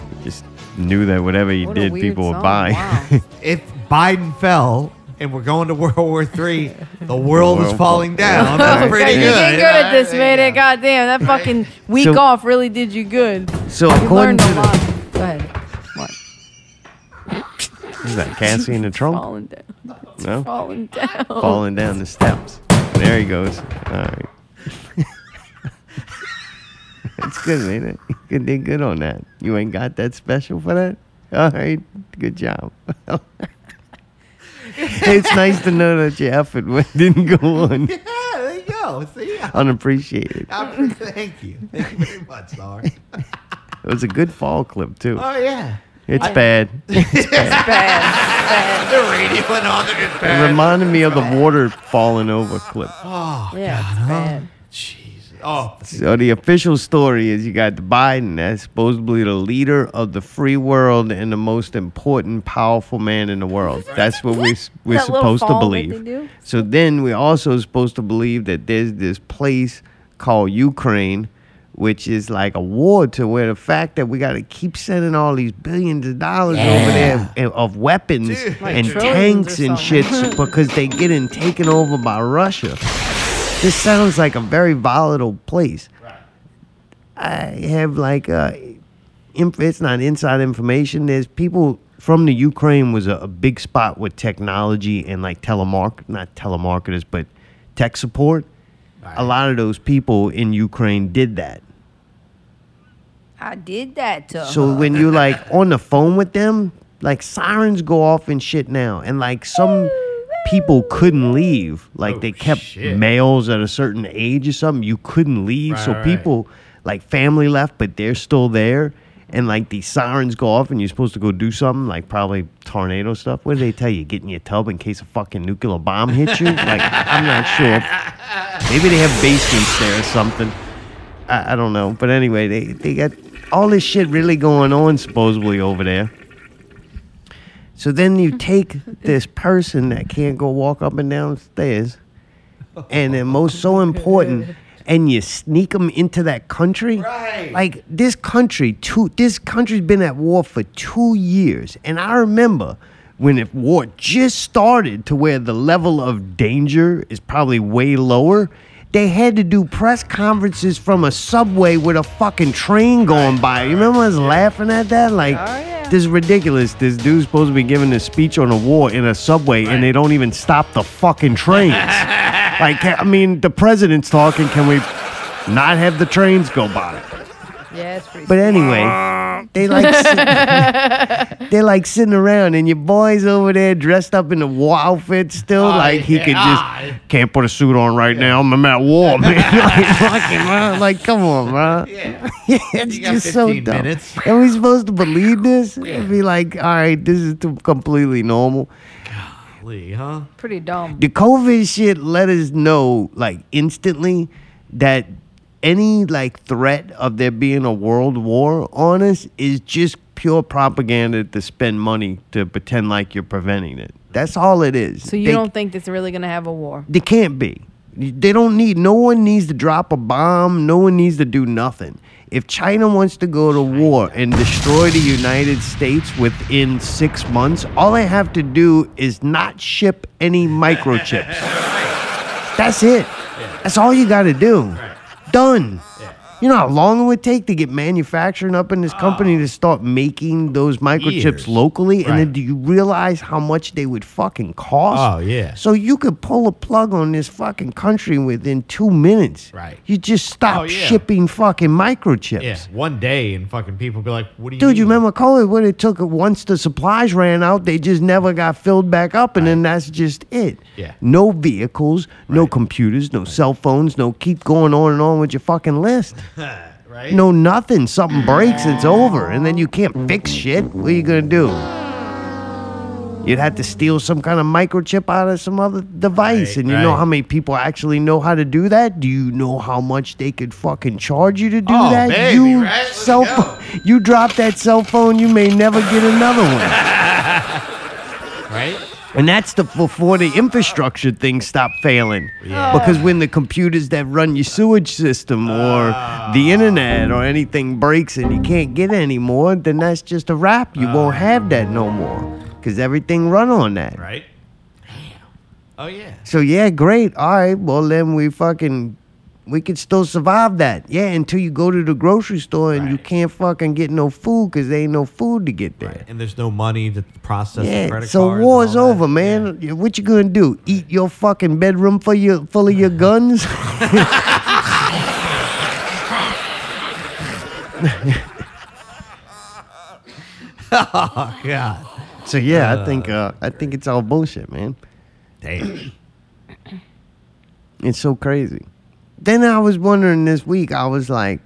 C: He just knew that whatever he
A: What a
C: did,
A: weird
C: people would
A: song.
C: buy.
A: Wow.
D: If Biden fell and we're going to World War III, the world is
C: World
D: falling
C: fall-
D: down.
A: Okay,
D: That's pretty
A: you
D: good.
A: get good at this,
D: Yeah,
A: man.
D: yeah.
A: Goddamn, that fucking week
C: So-
A: off really did you good.
C: so
A: You
C: according
A: learned
C: to
A: a lot.
C: the,
A: Go ahead. What?
C: is that Cassie and the Trump
A: Falling down. It's
C: No?
A: falling down.
D: Oh.
C: falling down the steps. There he goes. All right. That's good, ain't it? You did good on that. You ain't got that special for that? All right. Good job. it's nice to know that your effort went- didn't go un,
D: Yeah, there you go. See, I,
C: unappreciated.
D: I- thank you. Thank you very much, Laura.
C: It was a good fall clip, too.
D: Oh, yeah.
C: It's bad. It
A: Bad.
D: The radio went on to get bad.
C: reminded me of the water falling over clip.
A: Yeah, it's bad.
D: Jesus. Oh,
C: So the official story is you got Biden as supposedly the leader of the free world and the most important, powerful man in the world. That's what we're, we're
A: That little
C: supposed to
A: fall that they
C: believe.
A: do?
C: So then we're also supposed to believe that there's this place called Ukraine, which is like a war to where the fact that we got to keep sending all these billions of dollars over there and- of weapons
A: Like
C: and
A: trillions or
C: tanks and shit
A: something.
C: because they getting taken over by Russia. This sounds like a very volatile place. I have like uh, inf- it's not inside information. There's people from the Ukraine was a, a big spot with technology and like telemark not telemarketers but tech support. A lot of those people in Ukraine did that.
A: I did that to her.
C: So when you like on the phone with them, like sirens go off and shit now, and like some people couldn't leave. Like
D: Oh,
C: they kept
D: shit.
C: males at a certain age or something. You couldn't leave,
D: Right,
C: so
D: right, right.
C: people like family left, but they're still there. And like these sirens go off, and you're supposed to go do something, like probably tornado stuff. What do they tell you? Get in your tub in case a fucking nuclear bomb hits you. like I'm not sure. Maybe they have basements there or something. I, I don't know. But anyway, they, they got all this shit really going on supposedly over there. So then you take this person that can't go walk up and down stairs, and they're most so important, and you sneak them into that country.
D: Right.
C: Like this country, two this country's been at war for two years, and I remember when if war just started to where the level of danger is probably way lower. They had to do press conferences from a subway with a fucking train going by. You remember I was laughing at that? Like,
A: yeah.
C: this is ridiculous. This dude's supposed to be giving this speech on a war in a subway, and they don't even stop the fucking trains. like, ca- I mean, the president's talking. Can we not have the trains go by?
A: Yeah, it's pretty
C: But anyway, they like sit- they like sitting around, and your boy's over there dressed up in the war outfit still. like he could just can't put a suit on right now. I'm at war, man. like, fucking, man. like come on, man. it's
D: You got
C: just so
D: 15
C: dumb.
D: minutes.
C: Are we supposed to believe this? And be like, all right, this is too completely normal.
D: Lee, huh?
A: pretty dumb.
C: The COVID shit let us know, like, instantly that any, like, threat of there being a world war on us is just pure propaganda to spend money to pretend like you're preventing it. That's all it is.
A: So you
C: They-
A: don't think that's really gonna have a war?
C: They can't be. They don't need. No one needs to drop a bomb. No one needs to do nothing. If China wants to go to war and destroy the United States within six months, all they have to do is not ship any microchips. That's it. That's all you got to do. Done. You know how long it would take to get manufacturing up in this company to start making those microchips
D: Years.
C: locally? And then
D: Right.
C: do you realize how much they would fucking cost?
D: Oh, yeah.
C: So you could pull a plug on this fucking country within two minutes.
D: Right.
C: You just stop
D: Oh, yeah.
C: shipping fucking microchips.
D: Yeah, Mm-hmm. one day and fucking people be like, "What do you,
C: Dude, you
D: mean?
C: remember COVID? What it took once the supplies ran out, they just never got filled back up, and then that's just it.
D: Yeah.
C: No vehicles, no computers, no cell phones, no keep going on and on with your fucking list.
D: right? Ah.
C: No nothing. Something breaks, it's over, and then you can't fix shit. What are you gonna do? You'd have to steal some kind of microchip out of some other device,
D: Right,
C: and you know
D: right.
C: how many people actually know how to do that. Do you know how much they could fucking charge you to do
D: Oh,
C: that?
D: baby,
C: you
D: right? Let's
C: cell
D: go.
C: phone, you drop that cell phone, you may never get another one.
D: Right?
C: And that's the before the infrastructure things stop failing. Because when the computers that run your sewage system or the internet or anything breaks and you can't get any more, then that's just a wrap. You won't have that no more. Because everything run on that.
D: Right? Oh yeah.
C: So yeah, great. All right. Well, then we fucking we could still survive that. Yeah, until you go to the grocery store and you
D: Right.
C: can't fucking get no food because there ain't no food to get there.
D: And there's no money to process the
C: Yeah,
D: credit
C: so
D: cards and
C: war's
D: all that.
C: over, man. What you gonna do? Eat your fucking bedroom full your full of your guns?
D: Yeah.
C: so yeah, I think uh, I think it's all bullshit, man.
D: Damn.
C: It's so crazy. Then I was wondering this week. I was like,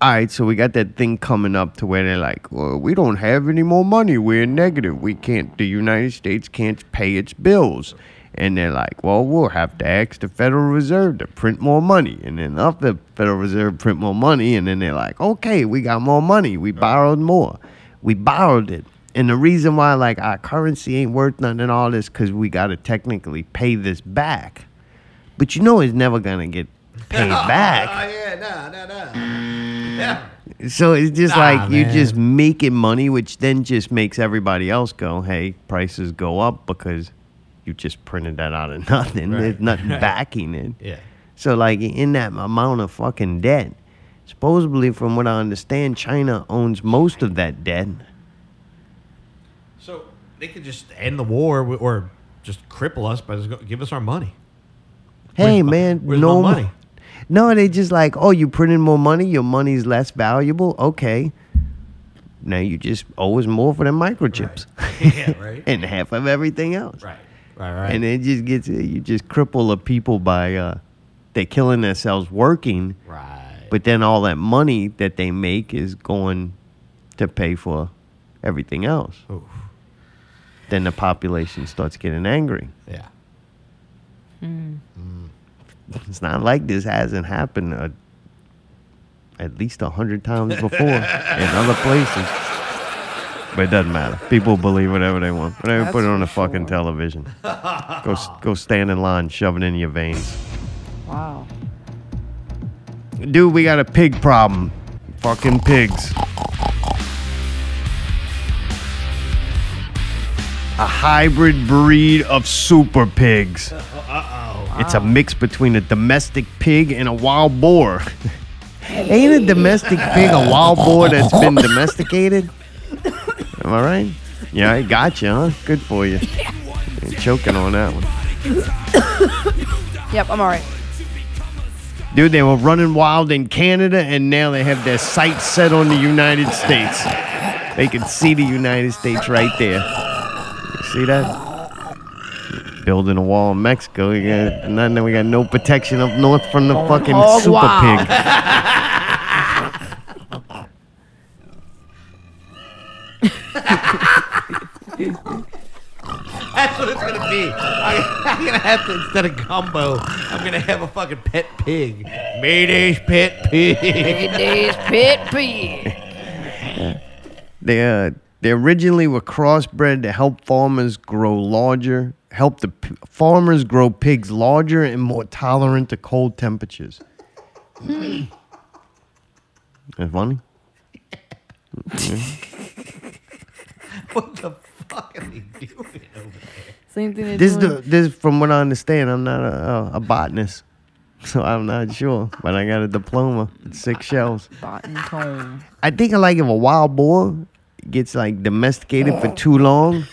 C: all right, so we got that thing coming up to where they're like, well, we don't have any more money. We're negative. We can't. The United States can't pay its bills. And they're like, well, we'll have to ask the Federal Reserve to print more money. And then up the Federal Reserve print more money. And then they're like, okay, we got more money. We borrowed more. We borrowed it. And the reason why, like, our currency ain't worth nothing and all this, because we got to technically pay this back but you know it's never gonna get paid back.
D: Oh, yeah, nah, nah, nah.
C: So it's just
D: Nah,
C: like you
D: man.
C: just making money, which then just makes everybody else go, "Hey, prices go up because you just printed that out of nothing. There's
D: Right,
C: nothing
D: right.
C: backing it."
D: Yeah.
C: So like in that amount of fucking debt, supposedly from what I understand, China owns most of that debt.
D: So they could just end the war wi- or just cripple us by just go, give us our money.
C: Hey
D: Where's my-
C: man,
D: where's
C: no
D: my
C: mo-
D: money?
C: No, they just like, oh, you printed more money, your money's less valuable. Okay, now you just owe us more for the microchips
D: yeah, right.
C: and half of everything else.
D: right. Right, right.
C: And it just gets you just cripple the people by uh, they killing themselves working,
D: right.
C: but then all that money that they make is going to pay for everything else.
D: Oof.
C: Then the population starts getting angry.
D: Yeah.
C: It's not like this hasn't happened a, at least a hundred times before in other places. But it doesn't matter. People believe whatever they want. Whatever, put it
A: That's
C: on the
A: for
C: fucking
A: sure.
C: television. go, s- go stand in line, shove it in your veins.
A: Wow.
C: Dude, we got a pig problem. Fucking pigs. A hybrid breed of super pigs. Uh-oh. It's a mix between a domestic pig and a wild boar. Ain't a domestic pig a wild boar that's been domesticated? Am I right? Yeah, I got you, huh? Good for you. You're choking on that one.
A: Yep, I'm all right.
C: Dude, they were running wild in Canada, and now they have their sights set on the United States. They can see the United States right there. You see that? Building a wall in Mexico. You got nothing. We got no protection up north from the fucking
A: hog
C: super
A: wild.
C: pig.
D: That's what it's going to be. I, I'm going to have to, instead of gumbo, I'm going to have a fucking pet pig. Mayonnaise pet pig.
A: Today's pit pig.
C: They uh, they originally were crossbred to help farmers grow larger, help the p- farmers grow pigs larger and more tolerant to cold temperatures. That's funny.
D: what the fuck are they doing over there?
A: Same thing. they're
C: This is
A: doing-
C: the this is from what I understand. I'm not a, a, a botanist. so I'm not sure. But I got a diploma, six shells.
A: Bought and comb.
C: I think I like if a wild boar gets like domesticated for too long,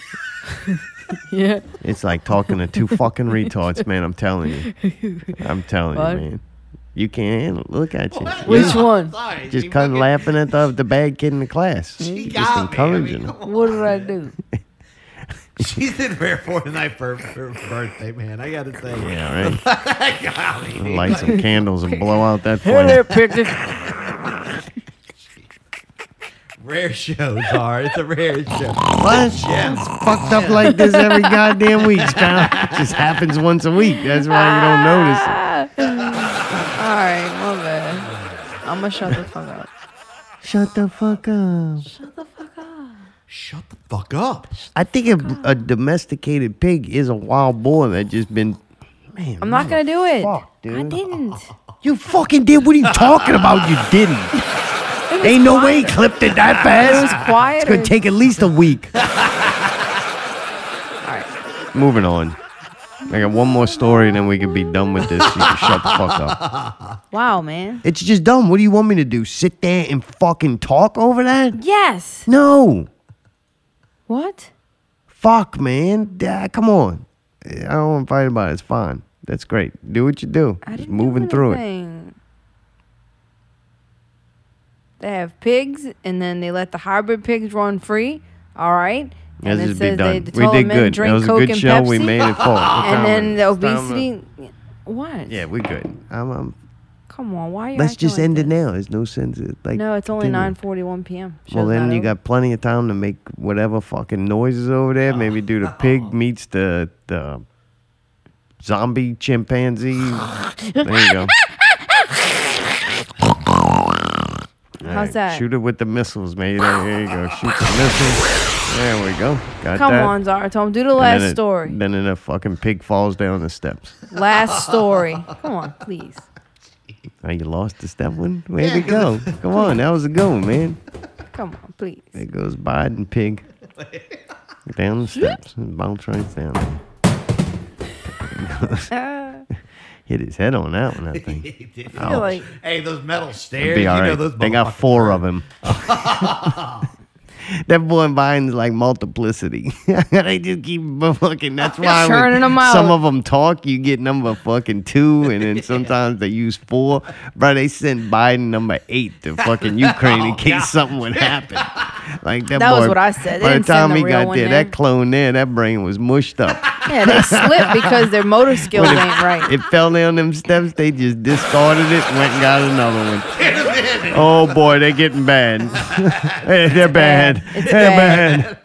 A: Yeah.
C: it's like talking to two fucking retards, man. I'm telling you. I'm telling
A: What?
C: you, man. You can't handle. it. Look at you.
A: Which one?
D: Sorry,
C: Just
D: she
C: kind
D: fucking-
C: of laughing at the, the bad kid in the class.
D: She
C: Just
D: got me. I mean,
C: encouraging him.
A: What did I do?
D: She's in rare for tonight for for her birthday, man. I gotta say,
C: Yeah, right.
D: God, I mean,
C: Light some candles and blow out that
A: Hey there,
C: flame.
A: picnic.
D: rare shows are. It's a rare show.
C: What? It's fucked up like this every goddamn week. It's kind of just happens once a week. That's why you don't notice. it.
A: All right, my bad. I'm gonna shut the fuck up.
C: Shut the fuck up.
D: Shut the fuck up.
C: I think a, a domesticated pig is a wild boar that just been. Man,
A: I'm not gonna do it.
C: Fuck,
A: I
C: dude.
A: didn't.
C: You fucking did. What are you talking about? You didn't. Ain't no way he clipped it that fast.
A: It was
C: It's gonna
A: quieter.
C: take at least a week. Moving on. I got one more story, and then we can be done with this. You can shut the fuck up.
A: Wow, man.
C: It's just dumb. What do you want me to do? Sit there and fucking talk over that?
A: Yes.
C: No.
A: What?
C: Fuck, man. Dah, come on. I don't want to fight about it. It's fine. That's great. Do what you do.
A: I
C: just
A: didn't
C: moving through it.
A: it. They have pigs, and then they let the hybrid pigs run free. All right. And
C: Let's
A: it
C: just be
A: says they
C: done. We
A: told
C: did
A: men
C: good.
A: drink
C: That was a
A: Coke
C: good
A: and
C: show. We
A: Pepsi,
C: made it full.
A: And then the
C: It's time to-
A: obesity. What?
C: Yeah, we're good. I'm, I'm,
A: Come on. Why are you?
C: let's
A: acting
C: just
A: like
C: end
A: this?
C: it now. There's no sense. in, Like
A: No, it's only
C: continuing.
A: 9:41 p.m.
C: Well,
A: Show's
C: then
A: not
C: you
A: over.
C: got plenty of time to make whatever fucking noises over there. Maybe do the
A: Oh.
C: pig meets the the zombie chimpanzee. there you go.
A: How's that?
C: Shoot it with the missiles, mate. There you go. Shoot the missiles. There we go. Got
A: Come
C: that.
A: on, Zara Tom. Do the
C: And
A: last
C: then it-
A: story.
C: Then a fucking pig falls down the steps.
A: last story. Come on, please.
C: Oh, you lost the step one? Where'd it go? Come on, that was a good one, man.
A: Come on, please.
C: There goes Biden pig. down the steps and bounce right down.
A: Uh,
C: Hit his head on that one, I think.
D: He did.
A: I feel like
D: Hey, those metal stairs.
C: Oh. Be all
D: you
C: right.
D: know those
C: they got
D: motherfuckers
C: four
D: hurt.
C: of them. that boy Biden's like multiplicity. they just keep fucking. That's why when
A: Churning 'em out.
C: some of them talk. You get number fucking two, and then sometimes they use four. Bro, they sent Biden number eight to fucking Ukraine in case something would happen. Like that.
A: Oh, That was
C: boy-
A: what I said. They
C: By the
A: didn't send
C: time
A: the
C: he
A: real
C: got
A: one
C: there,
A: in.
C: that clone there, that brain was mushed up.
A: yeah, they slipped because their motor skills
C: When
A: ain't right.
C: It fell down them steps. They just discarded it, went and got another one. oh boy, they're getting bad. Hey, they're bad.
A: It's
C: they're
A: bad.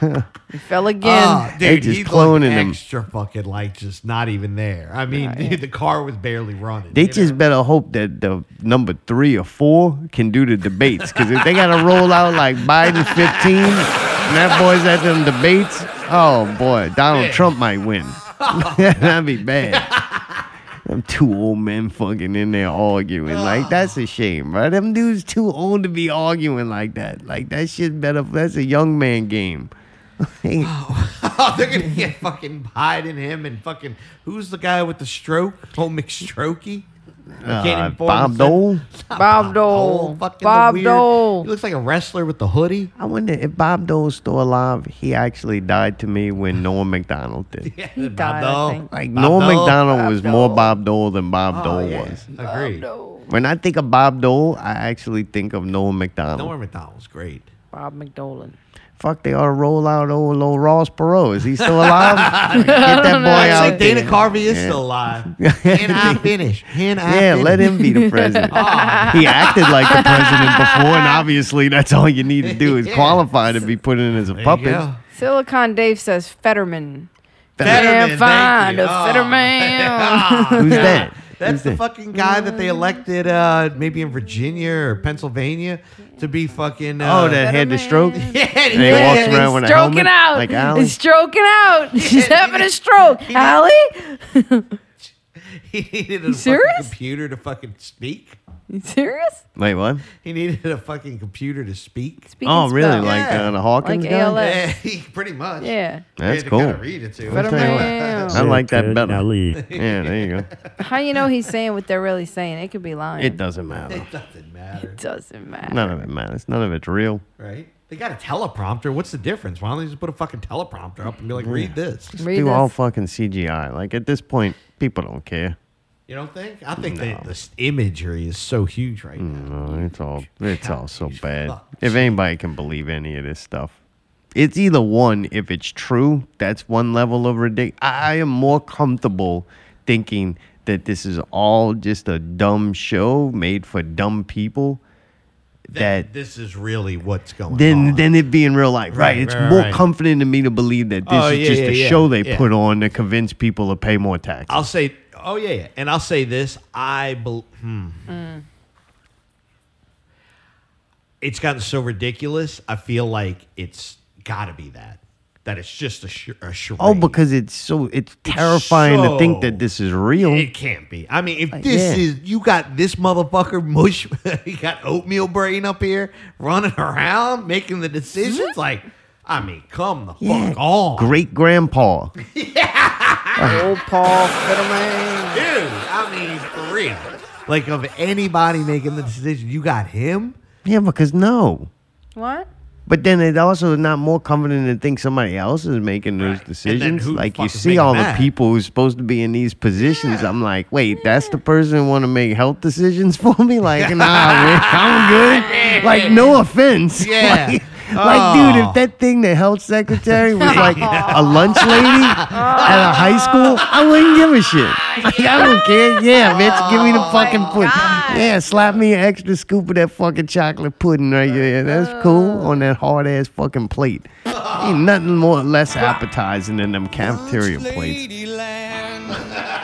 C: bad.
A: It fell again.
D: Oh, dude,
C: They just
D: he looked
C: cloning 'em.
D: extra fucking like just not even there. I mean, dude, the car was barely running.
C: They
D: you know?
C: just better hope that the number three or four can do the debates. Because if they got to roll out like Biden 15 and that boy's at them debates, oh boy, Donald Trump might win. That'd be bad. Them two old men fucking in there arguing. Like, that's a shame, right? Them dudes too old to be arguing like that. Like, that shit better. That's a young man game.
D: Oh, they're gonna get fucking Biden him and fucking who's the guy with the stroke? Oh, McStrokey. I
C: Uh,
D: inform
C: Bob
D: myself.
C: Dole?
A: Bob Dole.
D: Oh, fucking the
A: Bob
D: weird- He
A: Dole.
D: looks like a wrestler with the hoodie.
C: I wonder if Bob Dole's still alive. He actually died to me when Norm McDonald did.
A: He
D: Bob
A: died,
D: Dole.
A: I think.
C: Like
D: Bob
C: Norm
D: Dole? Oh,
C: McDonald was
A: Bob
C: more
A: Dole.
C: Bob Dole than Bob Dole
D: yeah.
C: was.
D: Agreed.
C: When I think of Bob Dole, I actually think of Norm McDonald.
D: Norm McDonald's great.
A: Bob McDolan.
C: Fuck, they ought to roll out old, old Ross Perot. Is he still alive? Get that boy
D: I
C: out
D: think Dana
C: there.
D: Carvey is still alive. Can I finish? Can I
C: Yeah,
D: finish?
C: let him be the president. He acted like the president before, and obviously that's all you need to do is
D: Yeah.
C: qualify to be put in as a
D: There you
C: puppet.
D: go.
A: Silicon Dave says Fetterman.
D: Fetterman,
A: yeah,
D: thank
A: fine.
D: you.
A: a
D: Oh.
A: Fetterman.
C: Who's that?
D: That's
C: Who's
D: the
C: that?
D: fucking guy that they elected, uh, maybe in Virginia or Pennsylvania, to be fucking. Uh,
C: Oh, that had the stroke.
D: Yeah,
C: And he
D: yeah.
C: walks around with a
A: stroking
C: helmet.
A: out.
C: Like Alan.
A: It's stroking out. She's having a stroke. Allie?
D: He needed a fucking
A: serious?
D: computer to fucking speak.
A: You serious?
C: Wait, what?
D: He needed a fucking computer to speak.
A: Speak
C: oh,
A: and
C: really?
A: spell.
C: Like
D: Yeah.
C: uh, the Hawkins
A: Like
C: guy?
A: ALS.
D: Yeah, he, pretty much.
A: Yeah.
C: That's
D: He had to
C: cool.
D: kinda read it to him.
A: But I'm
C: I
A: like,
C: like that
F: Good,
C: better.
F: now leave.
C: Yeah, there you go.
A: how you know he's saying what they're really saying? It could be lying.
C: It doesn't matter.
D: It doesn't matter,
A: doesn't matter.
C: None of it matters. None of it's real.
D: right? They got a teleprompter. What's the difference? Why don't they just put a fucking teleprompter up and be like, read this?
A: Read
C: Do
A: this.
C: all fucking CGI. Like at this point, people don't care.
D: You don't think? I think that the s- imagery is so huge right now.
C: No, Uh, it's all it's all so
D: Huge
C: bad.
D: fuck.
C: If anybody can believe any of this stuff, it's either one. If it's true, that's one level of ridiculous. I I am more comfortable thinking that this is all just a dumb show made for dumb people. That
D: this is really what's going
C: then
D: on.
C: then it be in real life, right?
D: Oh. Right,
C: it's
D: right,
C: more
D: right.
C: comforting to me to believe that this
D: Oh,
C: is
D: yeah,
C: just
D: yeah,
C: a
D: yeah,
C: show they
D: yeah.
C: put on to convince people to pay more taxes.
D: I'll say, oh yeah, yeah. and I'll say this: I bel hmm.
C: Mm.
D: It's gotten so ridiculous. I feel like it's got to be that. That it's just a, sh- a charade.
C: oh, because it's so it's terrifying to think
D: so-
C: that this is real.
D: It can't be. I mean, if this
C: yeah.
D: is you got this motherfucker mush, you got oatmeal brain up here running around making the
C: Mm-hmm.
D: decisions. Like, I mean, come the fuck on,
C: Great
A: Old
C: grandpa.
A: Paul Fiddleman.
D: dude. I mean, for real. Like, of anybody making the decision, you got him.
C: Yeah, because no.
A: What?
C: But then it also is not more confident to think somebody else is making those
D: Right. And then
C: decisions.
D: who the
C: Like you
D: fuck is
C: see
D: making
C: all
D: that?
C: the people who's supposed to be in these positions. I'm like, wait, that's the person who want to make health decisions for me. Like, nah, man, I'm good. Like, no offense.
D: Yeah.
C: Like, like, dude,
D: Oh.
C: if that thing, the health secretary, was like a lunch lady at a high school, I wouldn't give a shit. Like, I don't care. Yeah, bitch, give me the fucking pudding. Yeah, slap me an extra scoop of that fucking chocolate pudding right there. That's cool on that hard ass fucking plate. Ain't nothing more less appetizing than them cafeteria plates.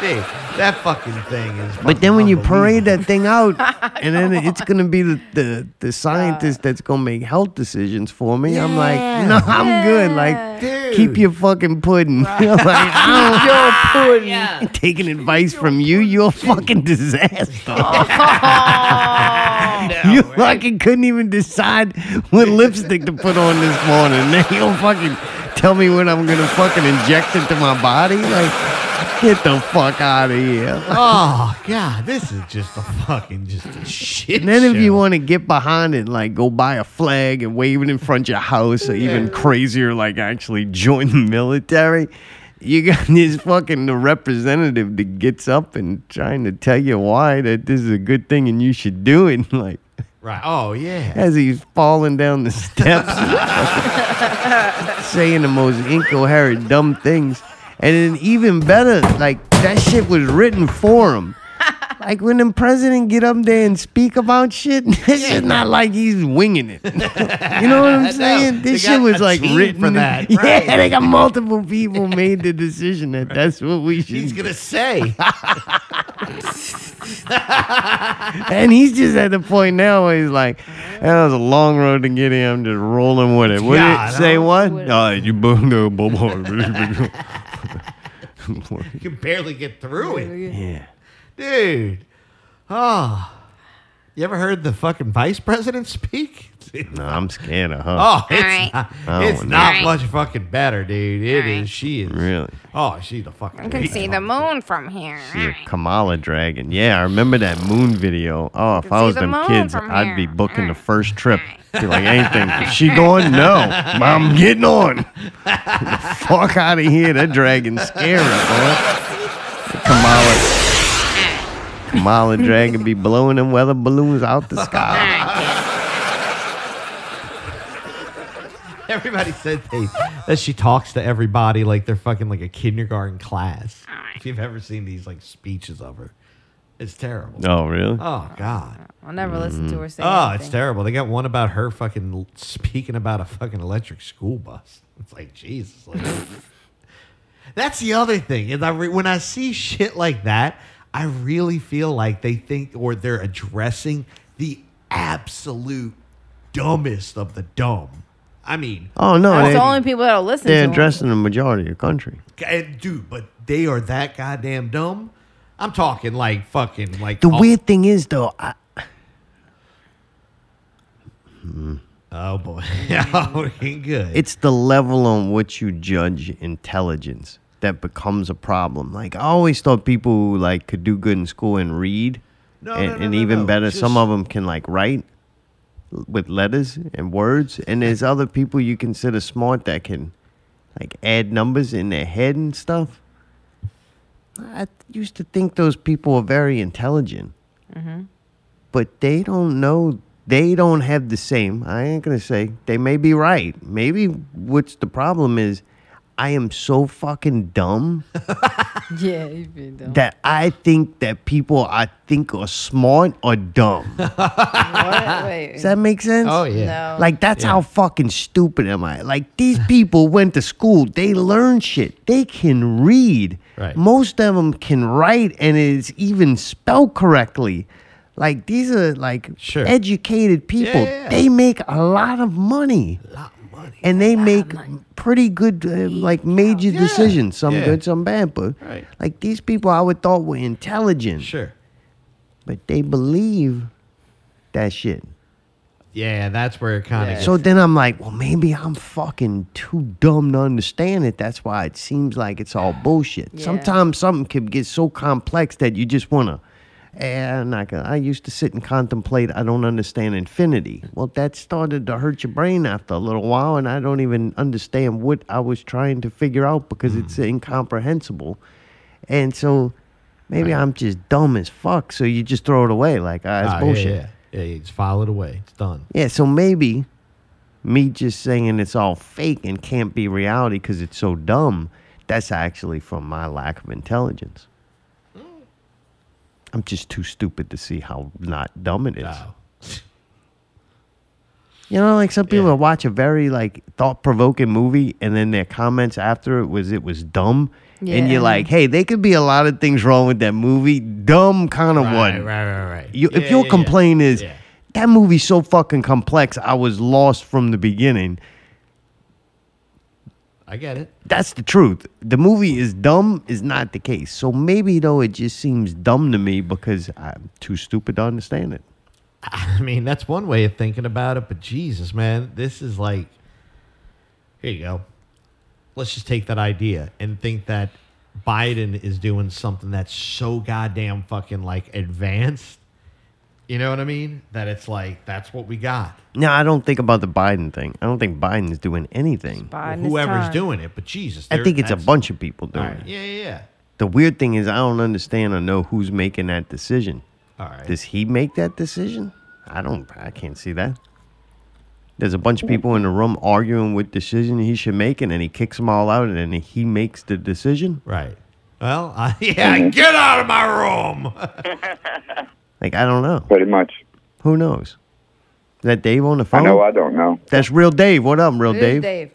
D: Dude, that fucking thing is.
C: But then when you parade
D: unbelievable.
C: that thing out, and then it's gonna be the the, the scientist that's gonna make health decisions for me. I'm like,
D: Yeah.
C: no, I'm good. Like,
D: Dude.
C: keep your fucking pudding. like, I
A: Your pudding.
C: don't taking advice from you. You're a fucking disaster.
A: Oh.
C: Oh. you fucking couldn't even decide what lipstick to put on this morning. Now you'll fucking tell me when I'm gonna fucking inject it to my body. Like. Get the fuck out of here.
D: Oh god, this is just a fucking just a shit.
C: And then if you
D: show.
C: want to get behind it, like go buy a flag and wave it in front of your house, or even crazier, like actually join the military. You got this fucking the representative that gets up and trying to tell you why that this is a good thing and you should do it. Like
D: right? Oh yeah,
C: as he's falling down the steps, saying the most incoherent, dumb things. And then even better, like that shit was written for him. Like when the president get up there and speak about shit, this is not like he's winging it. you know what I'm saying?
D: They
C: This
D: got
C: shit was
D: a
C: like
D: team
C: written
D: for that,
C: Yeah,
D: right.
C: they got multiple people made the decision that that's what we should.
D: he's
C: do.
D: gonna say.
C: And he's just at the point now where he's like, that was a long road to get here. I'm just rolling with it. What
D: Yeah,
C: did
D: I
C: it say?
D: know.
C: What? Uh, you bo- no, bo- bo- bo- bo-
D: you can barely get through it,
C: yeah.
D: dude. Oh, you ever heard the fucking vice president speak?
C: No, I'm scared of her.
D: Oh, it's
H: right.
D: not,
C: Oh,
D: it's
C: no.
D: not
H: All right.
D: much fucking better, dude. It is.
H: All right.
D: She is
C: Really?
D: Oh, she's a fucking.
H: I can see the moon from here.
C: She's a Kamala dragon. Yeah, I remember that moon video. Oh, if
H: can
C: I
H: see
C: was
H: the
C: them
H: moon
C: kids,
H: from
C: I'd be
H: here.
C: booking the first trip. Be like, anything. Is she going? No. I'm getting on. Fuck out of here. That dragon's scary, boy. Kamala. Kamala dragon be blowing them weather balloons out the sky.
D: Everybody said they, that she talks to everybody like they're fucking like a kindergarten class. If you've ever seen these like speeches of her, it's terrible.
C: Oh, really?
D: Oh God.
A: I'll never listen to her say
D: Oh, it's
A: anything.
D: terrible. They got one about her fucking l- speaking about a fucking electric school bus. It's like Jesus. like- that's the other thing. Is I re- when I see shit like that, I really feel like they think or they're addressing the absolute dumbest of the dumb. I mean,
C: Oh, no.
A: That's
C: they,
A: the only people that'll listen
C: they're
A: to her.
C: addressing the majority of the country.
D: g- dude, but they are that goddamn dumb. I I'm talking like fucking like oh,
C: The
H: Oh.
D: all-
C: weird thing is, though, I,
D: Oh boy, oh, ain't good.
C: it's the level on which you judge intelligence that becomes a problem. Like I always thought people who like could do good in school and read,
D: No,
C: and,
D: no, no,
C: and
D: no,
C: even
D: no.
C: better, some
D: Just-
C: of them can like write with letters and words. And there's other people you consider smart that can like add numbers in their head and stuff. I used to think those people were very intelligent but they don't know they don't have the same i ain't gonna say they may be right maybe what's the problem is i am so fucking dumb
A: Yeah, you've been dumb.
C: that i think that people i think are smart are dumb
A: What? Wait.
C: does that make sense
D: oh yeah.
A: No.
C: like that's how fucking stupid am I? Like these people went to school, they learn shit, they can read.
D: Right.
C: Most of them can write and it's even spelled correctly. Like these are like
D: Sure.
C: educated people.
D: yeah, yeah.
C: They make a lot of money. And they make pretty good, uh, like major decisions. Some
D: Yeah.
C: good, some bad. But
D: Right.
C: like these people, I would thought were intelligent,
D: Sure.
C: but they believe that shit.
D: Yeah, that's where it kind of.
C: So then I'm like, well, maybe I'm fucking too dumb to understand it. That's why it seems like it's all bullshit.
A: Yeah.
C: Sometimes something can get so complex that you just wanna. Eh, I'm not gonna. I used to sit and contemplate. I don't understand infinity. Well, that started to hurt your brain after a little while, and I don't even understand what I was trying to figure out because it's
D: Mm.
C: incomprehensible. And so maybe I'm just dumb as fuck. So you just throw it away, like ah, it's
D: Ah, yeah,
C: bullshit.
D: Yeah, yeah. you just file it away. It's done.
C: Yeah, so maybe me just saying it's all fake and can't be reality because it's so dumb, that's actually from my lack of intelligence. I'm just too stupid to see how not dumb it is.
D: Wow.
C: You know, like some people
D: Yeah.
C: will watch a very like thought provoking movie and then their comments after it was it was dumb. And
A: Yeah.
C: you're like, hey, they could be a lot of things wrong with that movie. Dumb kind of
D: Right, right,
C: one.
D: right, right.
C: You,
D: Yeah,
C: if your
D: yeah,
C: complaint is
D: Yeah.
C: that movie's so fucking complex, I was lost from the beginning.
D: yeah. I get it.
C: That's the truth. The movie is dumb is not the case. So maybe though it just seems dumb to me because I'm too stupid to understand it.
D: I mean, that's one way of thinking about it. But Jesus, man, this is like. Here you go. Let's just take that idea and think that Biden is doing something that's so goddamn fucking like advanced. You know what I mean? That it's like that's what we got.
C: No, I don't think about the Biden thing. I don't think Biden's doing anything.
A: Biden is
D: Whoever's
A: time.
D: doing it, but Jesus,
C: I
D: there-
C: think it's a
D: that's-
C: bunch of people
D: All
C: doing
D: right.
C: it.
D: Yeah, yeah, yeah.
C: The weird thing is I don't understand or know who's making that decision.
D: All right.
C: Does he make that decision? I don't. I can't see that. There's a bunch of people in the room arguing what decision he should make, and then he kicks them all out, and then he makes the decision.
D: Right. Well, I, yeah, get out of my room.
C: Like I don't know.
G: Pretty much.
C: Who knows? Is that Dave on the phone?
G: I know I don't know.
C: That's real Dave. What up, real
A: It is
C: Dave?
A: Dave.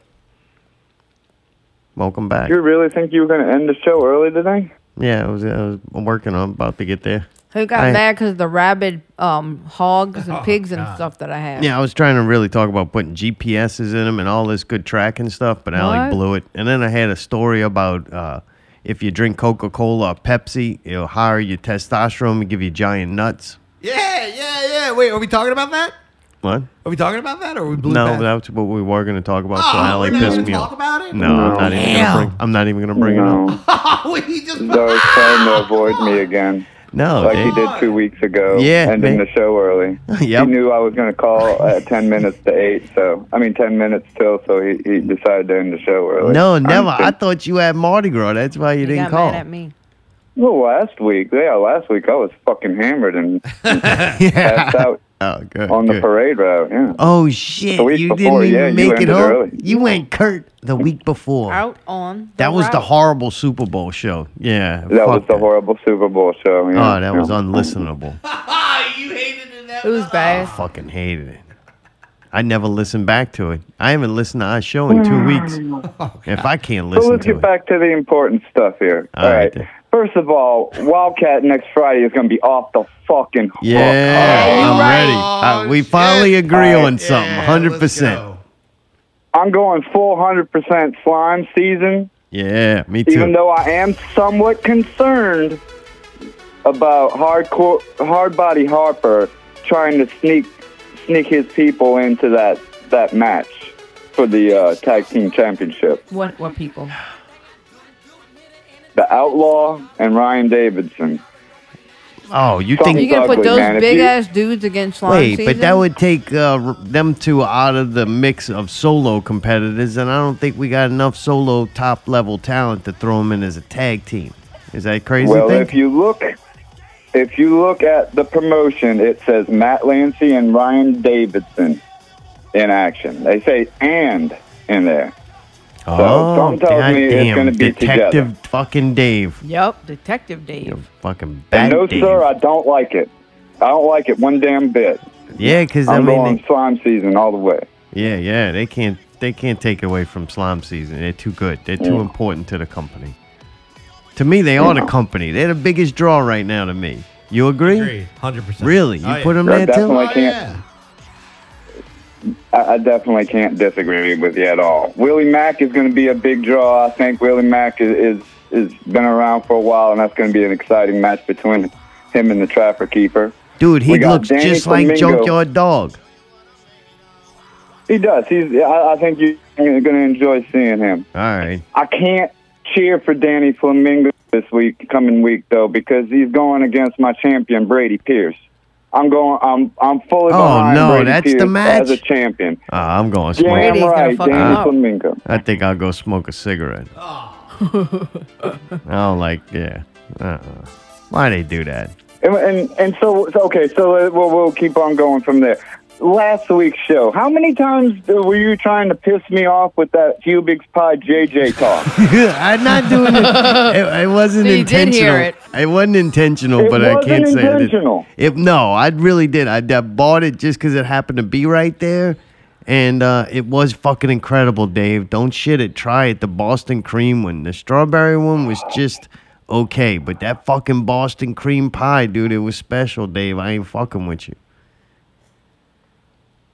C: Welcome back.
G: You really think you were going to end the show early today?
C: yeah, I was, I was working on about to get there.
A: Who got
C: I-
A: mad because the rabid um, hogs and
D: Oh,
A: pigs and
D: God.
A: stuff that I have?
C: Yeah, I was trying to really talk about putting GPSs in them and all this good tracking stuff, but I
A: What?
C: like blew it. And then I had a story about uh, if you drink Coca Cola or Pepsi, it'll higher your testosterone and give you giant nuts.
D: Yeah, yeah, yeah. Wait, are we talking about that?
C: What?
D: Are we talking about that, or are we blew
C: No,
D: past-
C: that's what we were going to talk about. so
D: Oh,
C: Allie
D: we're not
C: pissed
D: gonna
C: me
D: talk
C: off.
D: about it?
C: No, I'm not even
D: No.
C: gonna bring. I'm not even going to bring it up.
G: No.
D: Oh, he just.
G: Doug's trying to avoid me again,
C: No,
G: like he
C: Dave.
G: did two weeks ago,
C: Oh, Yeah,
G: ending
C: man.
G: the show early.
C: Yep.
G: He knew I was going to call at 10 minutes to 8, so, I mean, 10 minutes till, so he, he decided to end the show early.
C: no,
G: I'm
C: never. I
G: thinking-
C: thought you had Mardi Gras. That's why you
A: He
C: didn't
A: got
C: call.
A: mad at me.
G: Well, last week, yeah, last week I was fucking hammered and passed out
C: Oh, good.
G: on the
C: good.
G: parade route. Yeah.
C: Oh shit!
G: The week
C: you
G: before,
C: didn't
G: yeah,
C: even
G: you
C: make it
G: ended
C: home.
G: early.
C: You went Kurt the week before.
A: Out on. The
C: That was the
A: route.
C: horrible Super Bowl show. Yeah.
G: That was
C: fuck
G: the
C: that.
G: horrible Super Bowl show. Yeah.
C: Oh, that was unlistenable. I
D: you hated it that
A: It was bad.
C: fucking hated it. I never listened back to it. I haven't listened to our show in two weeks. if I can't
G: So
C: listen
G: let's
C: to
G: get
C: it,
G: back to the important stuff here.
C: All
G: all
C: right,
G: right.
C: then.
G: First of all, Wildcat next Friday is going to be off the fucking hook.
C: yeah,
G: All right.
C: I'm
A: Oh, right.
C: ready. Uh, we
D: shit.
C: finally agree
G: All right.
C: on something, hundred percent.
G: I'm going 400% slime season,
C: Yeah, me too.
G: even though I am somewhat concerned about hardcore, hard body Harper trying to sneak sneak his people into that that match for the uh, tag team championship.
A: What what people?
G: The Outlaw and Ryan Davidson.
C: Oh, you
G: Something
C: think?
A: You gonna put
G: ugly,
A: those
G: man. If
A: big
G: you-
A: ass dudes against Slime
C: Wait, but
A: Season?
C: that would take uh, r- them two out of the mix of solo competitors, and I don't think we got enough solo top level talent to throw them in as a tag team. Is that crazy?
G: well,
C: think?
G: if you look, if you look at the promotion, it says Matt Lancy and Ryan Davidson in action. They say "and" in there.
C: oh,
G: something tells me it's
C: goddamn,
G: gonna be
C: Detective
G: together.
C: fucking Dave.
A: Yep, Detective Dave.
C: You fucking
G: And
C: bad
G: no,
C: Dave.
G: sir, I don't like it. I don't like it one damn bit.
C: yeah, because I
G: I'm
C: mean,
G: going slime season all the way.
C: they- yeah, yeah, they can't they can't take away from slime season. They're too good. They're
G: Mm.
C: too important to the company. To me, they are the company. They're the biggest draw right now. To me, you agree?
D: Agree, hundred percent.
C: Really? You
D: Oh, yeah.
C: put them
G: Yeah,
C: there too?
G: definitely.
D: Oh,
G: I can't-
D: yeah.
G: I, I definitely can't disagree with you at all. Willie Mack is going to be a big draw. I think Willie Mack is, is is been around for a while, and that's going to be an exciting match between him and the Trapper Keeper.
C: Dude, he
G: We got
C: looks
G: Danny
C: just like
G: Flamingo.
C: Junkyard Dog.
G: He does. He's. I, I think you're going to enjoy seeing him.
C: All right.
G: I can't cheer for Danny Flamingo this week, coming week though, because he's going against my champion Brady Pierce. I'm going. I'm. I'm fully
C: Oh,
G: behind
C: no,
G: Brady
C: that's the
G: Pierce
C: match?
G: as a champion.
C: Uh, I'm going to
G: Yeah,
C: smoke.
A: Brady's
G: I'm
A: gonna
G: right.
A: fuck him Ah.
G: Danny
A: up.
G: Flamingo.
C: I think I'll go smoke a cigarette. I don't like, yeah. Uh-uh. Why they do that?
G: And, and and so so, okay, so uh, we'll, we'll keep on going from there. Last week's show, how many times were you trying to piss me off with that Hubix Pie JJ talk?
C: I'm not doing it. It, it wasn't
A: So you did
C: intentional.
A: hear it.
C: wasn't intentional,
G: It
C: but I can't
G: wasn't
C: say I did.
G: intentional.
C: If no, I really did. I, I bought it just because it happened to be right there, and uh, it was fucking incredible, Dave. Don't shit it. Try it. The Boston cream one, the strawberry one was just okay, but that fucking Boston cream pie, dude, it was special, Dave. I ain't fucking with you.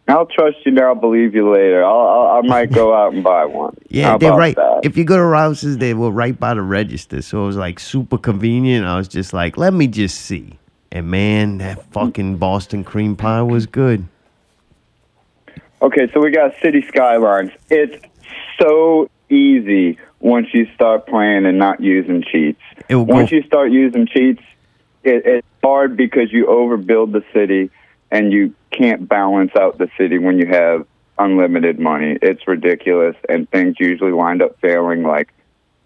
G: I'll trust you now, believe you later. I'll, I'll, I might go out and buy one.
C: Yeah,
G: How
C: they're
G: about
C: right.
G: that?
C: If you go to Rouse's, they were right by the register. So it was like super convenient. I was just like, let me just see. And man, that fucking Boston cream pie was good.
G: Okay, so we got City Skylines. It's so easy once you start playing and not using cheats.
C: It will go-
G: once you start using cheats, it, it's hard because you overbuild the city and you can't balance out the city when you have unlimited money. It's ridiculous, and things usually wind up failing like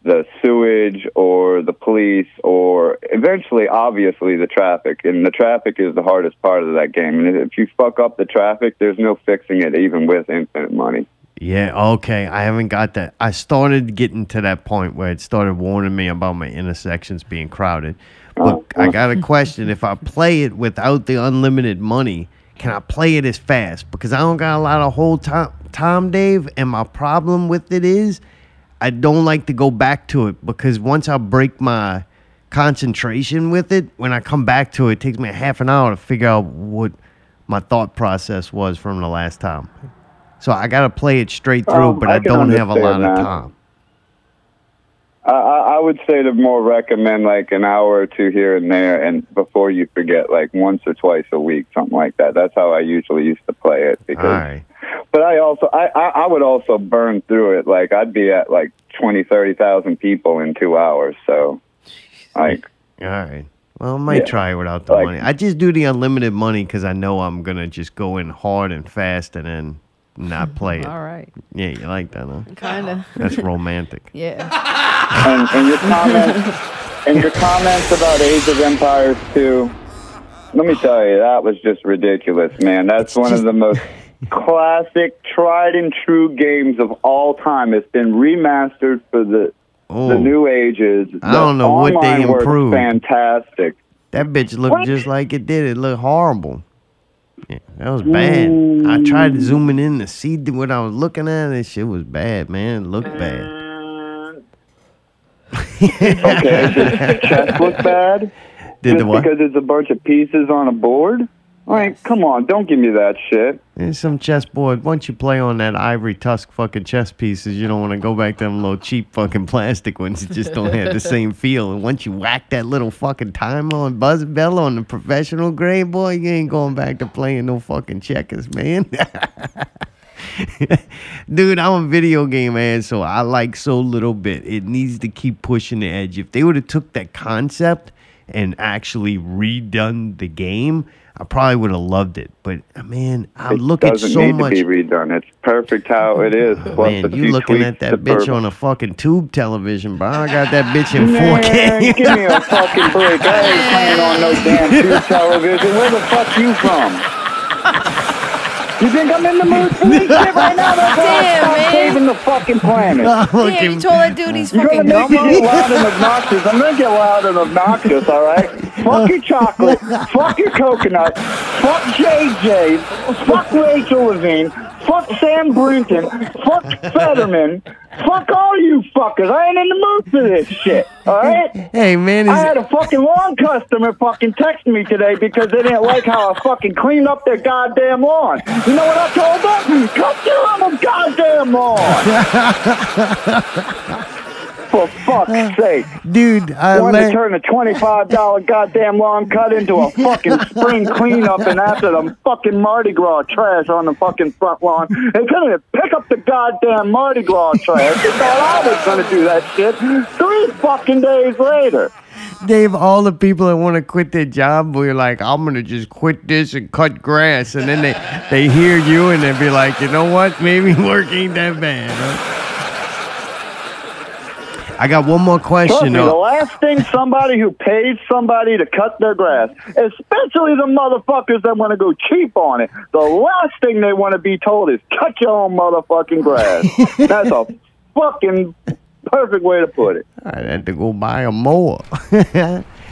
G: the sewage or the police or eventually obviously the traffic and the traffic is the hardest part of that game and if you fuck up the traffic there's no fixing it even with infinite money
C: Yeah, okay. I haven't got that. I started getting to that point where it started warning me about my intersections being crowded. But I got a question. If I play it without the unlimited money, can I play it as fast? Because I don't got a lot of whole time, time Dave. And my problem with it is I don't like to go back to it because once I break my concentration with it, when I come back to it, it takes me a half an hour to figure out what my thought process was from the last time. So I gotta play it straight through,
G: Um,
C: but I,
G: I can
C: don't have a lot
G: understand
C: of
G: that.
C: time.
G: I, I I would say to more recommend like an hour or two here and there and before you forget like once or twice a week something like that that's how I usually used to play it
C: All
G: because
C: right.
G: but I also I, I I would also burn through it like I'd be at like twenty thirty thousand people in 2 hours so like
C: All right. Well, I might
G: Yeah.
C: try it without the
G: Like-
C: money. I just do the unlimited money because I know I'm gonna just go in hard and fast and then not play it.
A: All right,
C: Yeah, you like that, huh?
A: kind of.
C: That's romantic.
A: Yeah.
G: and, and your comments and your comments about Age of Empires 2. Let me tell you, that was just ridiculous, man. That's one of the most classic, tried and true games of all time. It's been remastered for the
C: Oh,
G: the new ages.
C: I don't know what they
G: online work's
C: improved.
G: Fantastic.
C: that bitch looked just like it did. It looked horrible. Yeah, that was bad. I
G: Mm.
C: tried zooming in to see th- what I was looking at. and shit was bad, man. It looked bad.
G: Okay, does chess look bad?
C: Did
G: just
C: the what?
G: because it's a bunch of pieces on a board? Like, come on, don't give me that shit.
C: There's some chessboard. Once you play on that ivory tusk fucking chess pieces, you don't want to go back to them little cheap fucking plastic ones. that just don't have the same feel. And once you whack that little fucking timer on buzz bell on the professional grade, boy, you ain't going back to playing no fucking checkers, man. Dude, I'm a video game man, so I like so little bit. It needs to keep pushing the edge. If they would have took that concept and actually redone the game, I probably would have loved it. But uh, man, I
G: it
C: look at
G: doesn't
C: so
G: need
C: much. Oh,
G: to be redone. It's perfect how it is. Plus
C: Man,
G: a
C: you
G: few
C: looking
G: tweaks
C: at
G: to
C: that bitch
G: purple.
C: on a fucking tube television, bro. I got that bitch in
G: Man,
C: 4K.
G: give me a fucking break. I ain't playing on no damn tube television. Where the fuck you from? You think I'm in the mood for this shit right now? That's why I
A: Damn,
G: stopped
A: man.
G: saving the fucking planet.
A: Damn, you told that dude he's
G: You're gonna
A: fucking
G: make
A: gumbo.
G: me get loud and obnoxious. I'm gonna get loud and obnoxious, all right? Fuck your chocolate. Fuck your coconut. Fuck JJ. Fuck Rachel Levine. Fuck Sam Brewton. Fuck Fetterman. Fuck all you fuckers. I ain't in the mood for this shit, all right?
C: hey man,
G: I had
C: is,
G: a fucking lawn customer fucking text me today because they didn't like how I fucking cleaned up their goddamn lawn. You know what I told them? Cut your on the goddamn lawn. For fuck's sake.
C: dude, I
G: Wanted
C: learned.
G: to turn a $25 goddamn lawn cut into a fucking spring cleanup and after the fucking Mardi Gras trash on the fucking front lawn. They couldn't even pick up the goddamn Mardi Gras trash. They thought I was going to do that shit three fucking days later.
C: Dave, all the people that want to quit their job, we're like, I'm gonna just quit this and cut grass, and then they they hear you and they be like, you know what? Maybe work ain't that bad. Huh? I got one more
G: Trust
C: question
G: me, the
C: though.
G: last thing somebody who pays somebody to cut their grass, especially the motherfuckers that want to go cheap on it, the last thing they want to be told is cut your own motherfucking grass. That's a fucking perfect way to put it.
C: I had to go buy a mower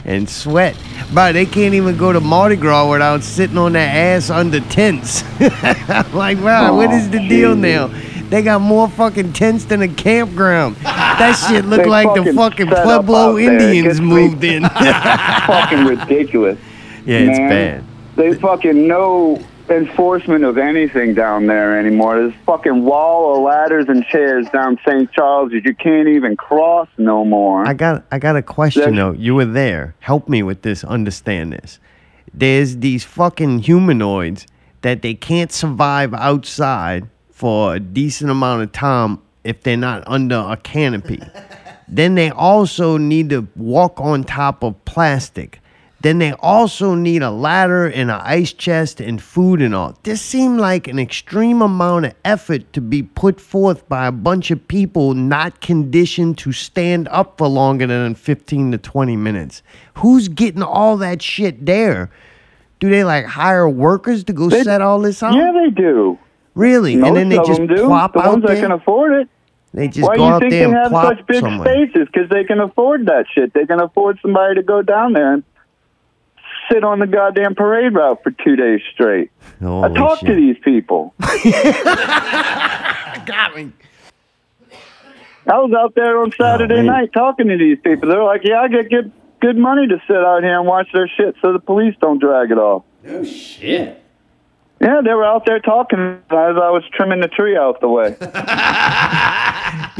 C: and sweat. But they can't even go to Mardi Gras without sitting on their ass under tents. I'm like, wow, what is the deal now? They got more fucking tents than a campground. That shit look
G: They
C: like the
G: fucking
C: fucking
G: set up out
C: Pueblo
G: there. It
C: Indians
G: gets
C: moved in. yeah,
G: fucking ridiculous.
C: it's
G: man.
C: bad.
G: They fucking no enforcement of anything down there anymore. There's fucking wall of ladders and chairs down St. Charles that you can't even cross no more.
C: I got I got a question
G: That's-
C: though. You were there. Help me with this. Understand this. There's these fucking humanoids that they can't survive outside for a decent amount of time if they're not under a canopy. then they also need to walk on top of plastic. Then they also need a ladder and an ice chest and food and all. This seemed like an extreme amount of effort to be put forth by a bunch of people not conditioned to stand up for longer than 15 to 20 minutes. Who's getting all that shit there? Do they like hire workers to go set all this up?
G: yeah, they do.
C: really?
G: Most
C: and then they
G: of
C: just
G: them do.
C: plop
G: the
C: out
G: ones that
C: there.
G: can afford it.
C: they just
G: Why
C: go
G: do you
C: out
G: think
C: there
G: they
C: and
G: have
C: plop
G: such big
C: somewhere.
G: spaces? Because they can afford that shit. They can afford somebody to go down there and sit on the goddamn parade route for two days straight.
C: Holy
G: I talk to
C: shit.
G: these people. I was out there on Saturday
C: Oh, man.
G: night talking to these people. They're like, "Yeah, I get good good money to sit out here and watch their shit, so the police don't drag it off." Oh shit! Yeah, they were out there talking as I was trimming the tree out the way.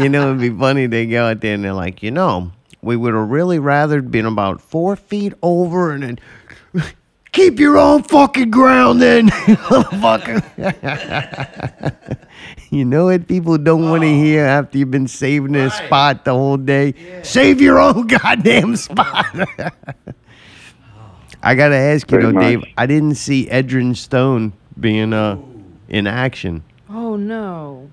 C: you know, it'd be funny. They go out there and they're like, you know, we would have really rather been about four feet over and then keep your own fucking ground then, motherfucker. you know what people don't want
A: Oh.
C: to hear after you've been saving their spot the whole day? Save your own goddamn spot. I gotta ask you
G: Pretty
C: though, Dave.
G: much.
C: I didn't see Edrin Stone being uh in action.
A: Oh no.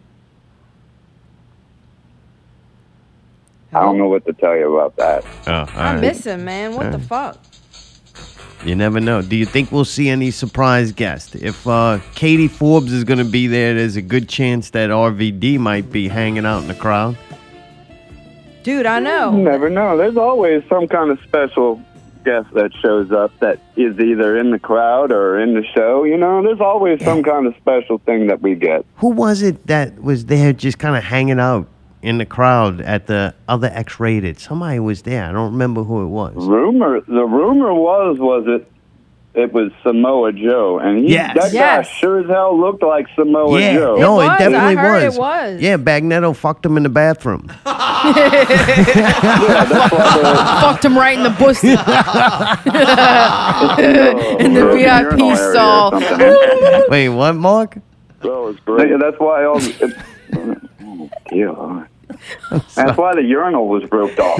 G: I don't know what to tell you about that.
C: Oh,
A: I miss him, man. What the
C: Alright.
A: fuck?
C: You never know. Do you think we'll see any surprise guests? If uh, Katie Forbes is going to be there, there's a good chance that RVD might be hanging out in the crowd.
A: Dude, I
G: You
A: know.
G: never know. There's always some kind of special guest that shows up that is either in the crowd or in the show. You know, there's always some kind of special thing that we get.
C: Who was it that was there just kind of hanging out in the crowd at the other X rated? Somebody was there. I don't remember who it was.
G: Rumor, the rumor was, was it It was Samoa Joe, and he,
C: Yes.
G: that
A: Yes.
G: guy sure as hell looked like Samoa
C: yeah,
G: Joe.
C: no,
A: Oh, It
C: it,
A: was. I
C: definitely
A: heard it
C: was.
A: was.
C: Yeah, Bagnetto fucked him in the bathroom.
G: Yeah, that's why
A: Fucked him right in the pussy.
G: they're
A: In the
G: they're
A: VIP
G: uh, urinal area or
A: stall.
G: something.
C: Wait, what, Mark?
G: Well, it's great. Yeah, that's why all. It, oh, God. That's why the urinal was roped off,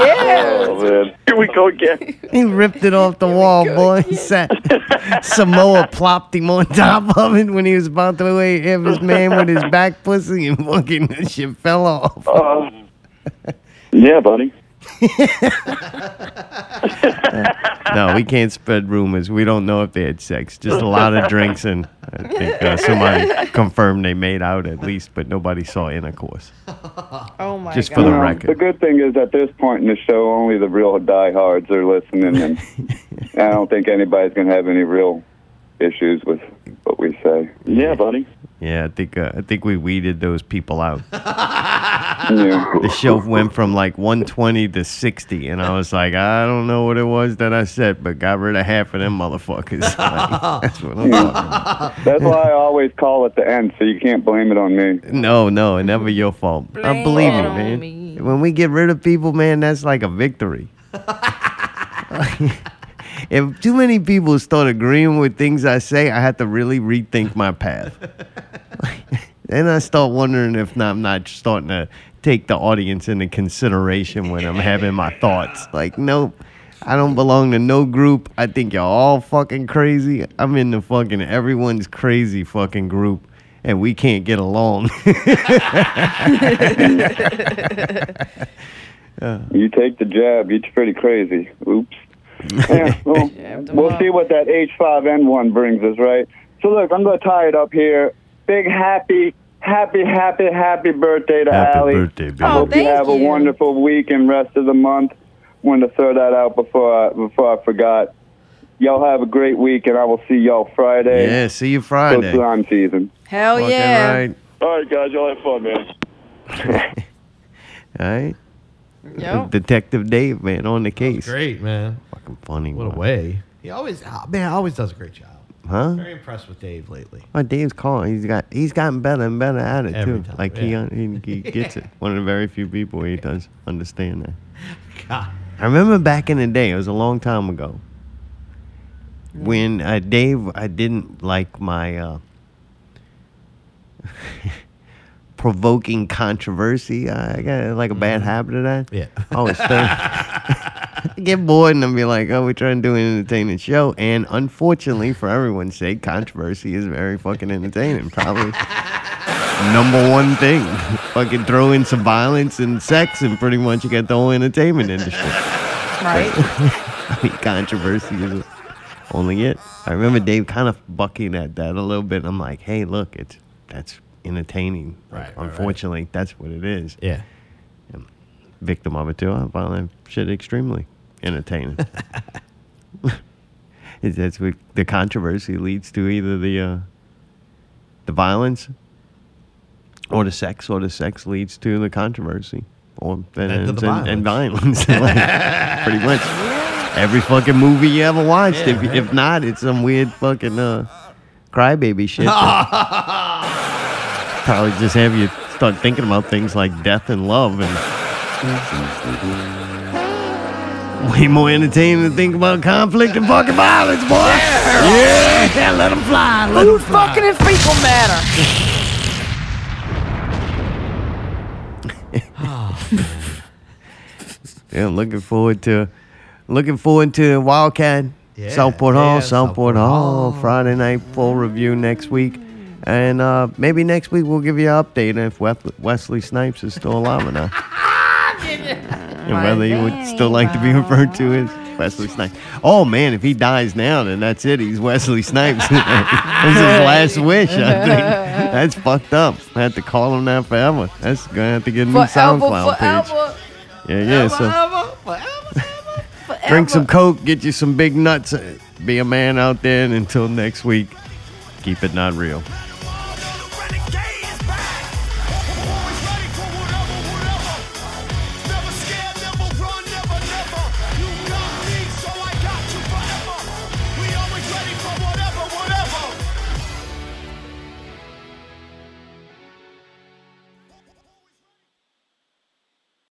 G: it?
A: yeah.
G: Oh, man. Here we go again.
C: He ripped it off the wall, boy. He sat. Samoa plopped him on top of it when he was about to wait have his man with his back pussy and fucking that shit fell off.
G: Oh, Um, yeah, buddy.
C: No, we can't spread rumors. We don't know if they had sex. Just a lot of drinks, and I think uh, somebody confirmed they made out at least, but nobody saw intercourse.
A: Oh my
C: Just for
A: god.
C: the
G: Um, the
C: record.
G: good thing is at this point in the show, only the real diehards are listening, and I don't think anybody's going to have any real issues with what we say. Yeah, buddy.
C: Yeah, I think uh, I think we weeded those people out.
G: Yeah.
C: The show went from like 120 to 60, and I was like, I don't know what it was that I said, but got rid of half of them motherfuckers. Like, that's what I'm talking about.
G: That's why I always call at the end, so you can't blame it on me.
C: No, no, never your fault. I
A: Blame
C: believe
A: it
C: you,
A: on
C: man.
A: me.
C: When we get rid of people, man, that's like a victory. if too many people start agreeing with things I say, I have to really rethink my path. Then I start wondering if not, I'm not starting to take the audience into consideration when I'm having my thoughts. Like, nope, I don't belong to no group. I think you're all fucking crazy. I'm in the fucking everyone's crazy fucking group, and we can't get along.
G: You take the jab, it's pretty crazy. Oops. Yeah, well,
A: them
G: we'll
A: up.
G: see what that H5N1 brings us, right? So, look, I'm going to tie it up here. Big happy, happy, happy, happy birthday to Allie.
C: baby.
A: Oh,
G: Hope you
A: thank
G: have a
A: you.
G: wonderful week and rest of the month. Wanted to throw that out before I, before I forgot. Y'all have a great week, and I will see y'all Friday.
C: Yeah, see you
G: Go
C: Friday.
G: slime season.
A: Hell
C: Fucking
A: Oh, yeah.
C: Right.
G: All right, guys, y'all have fun, man.
C: All right.
A: Yep.
C: Detective Dave, man, on the case.
D: Great, man.
C: Fucking funny.
D: What a
C: one.
D: way. He always, ah, man, always does a great job.
C: Huh?
D: Very impressed with Dave lately.
C: Oh, Dave's calling. He's got he's gotten better and better at it
D: Every
C: too.
D: time,
C: like
D: yeah.
C: he, he he gets it. One of the very few people he does understand that.
D: God.
C: I remember back in the day. It was a long time ago. When uh, Dave, I didn't like my uh, provoking controversy. I got like a bad habit of that.
D: Yeah.
C: I was I get bored and I'll be like, oh, we're trying to do an entertaining show. And unfortunately, for everyone's sake, controversy is very fucking entertaining. Probably number one thing. fucking throw in some violence and sex, and pretty much you got the whole entertainment industry.
A: Right.
C: I mean, controversy is only it. I remember Dave kind of bucking at that a little bit. I'm like, hey, look, it's that's entertaining. Like,
D: Right, right, right.
C: unfortunately, that's what it is
D: Yeah.
C: victim of it too. I find that shit extremely entertaining. Is that's what the controversy leads to either the uh, the violence or the sex, or the sex leads to the controversy, or then
D: And to
C: ends
D: the
C: in, in violence. Like, pretty much every fucking movie you ever watched.
D: Yeah,
C: if if not, it's some weird fucking uh, crybaby shit. that probably just have you start thinking about things like death and love and way more entertaining to think about conflict and fucking violence, boy. Yeah, let them fly. Let 'em
A: Who's fucking in fecal matter?
C: Yeah, looking forward to, looking forward to Wildcat,
D: Yeah,
C: Southport Hall,
D: yeah,
C: Southport
D: Southport
C: Hall,
D: Hall.
C: Friday night full review next week, and uh, maybe next week we'll give you an update if Wes- Wesley Snipes is still alive or not, and whether he would still like to be referred to as Wesley Snipes. Oh man, if he dies now, then that's it. He's Wesley Snipes. That's his last wish. I think that's fucked up. I have to call him that forever. That's gonna have to get a new SoundCloud page.
A: forever,
C: Yeah, yeah. So.
A: forever, forever, forever.
C: Drink some Coke, get you some big nuts. Be a man out there, and until next week, keep it not real.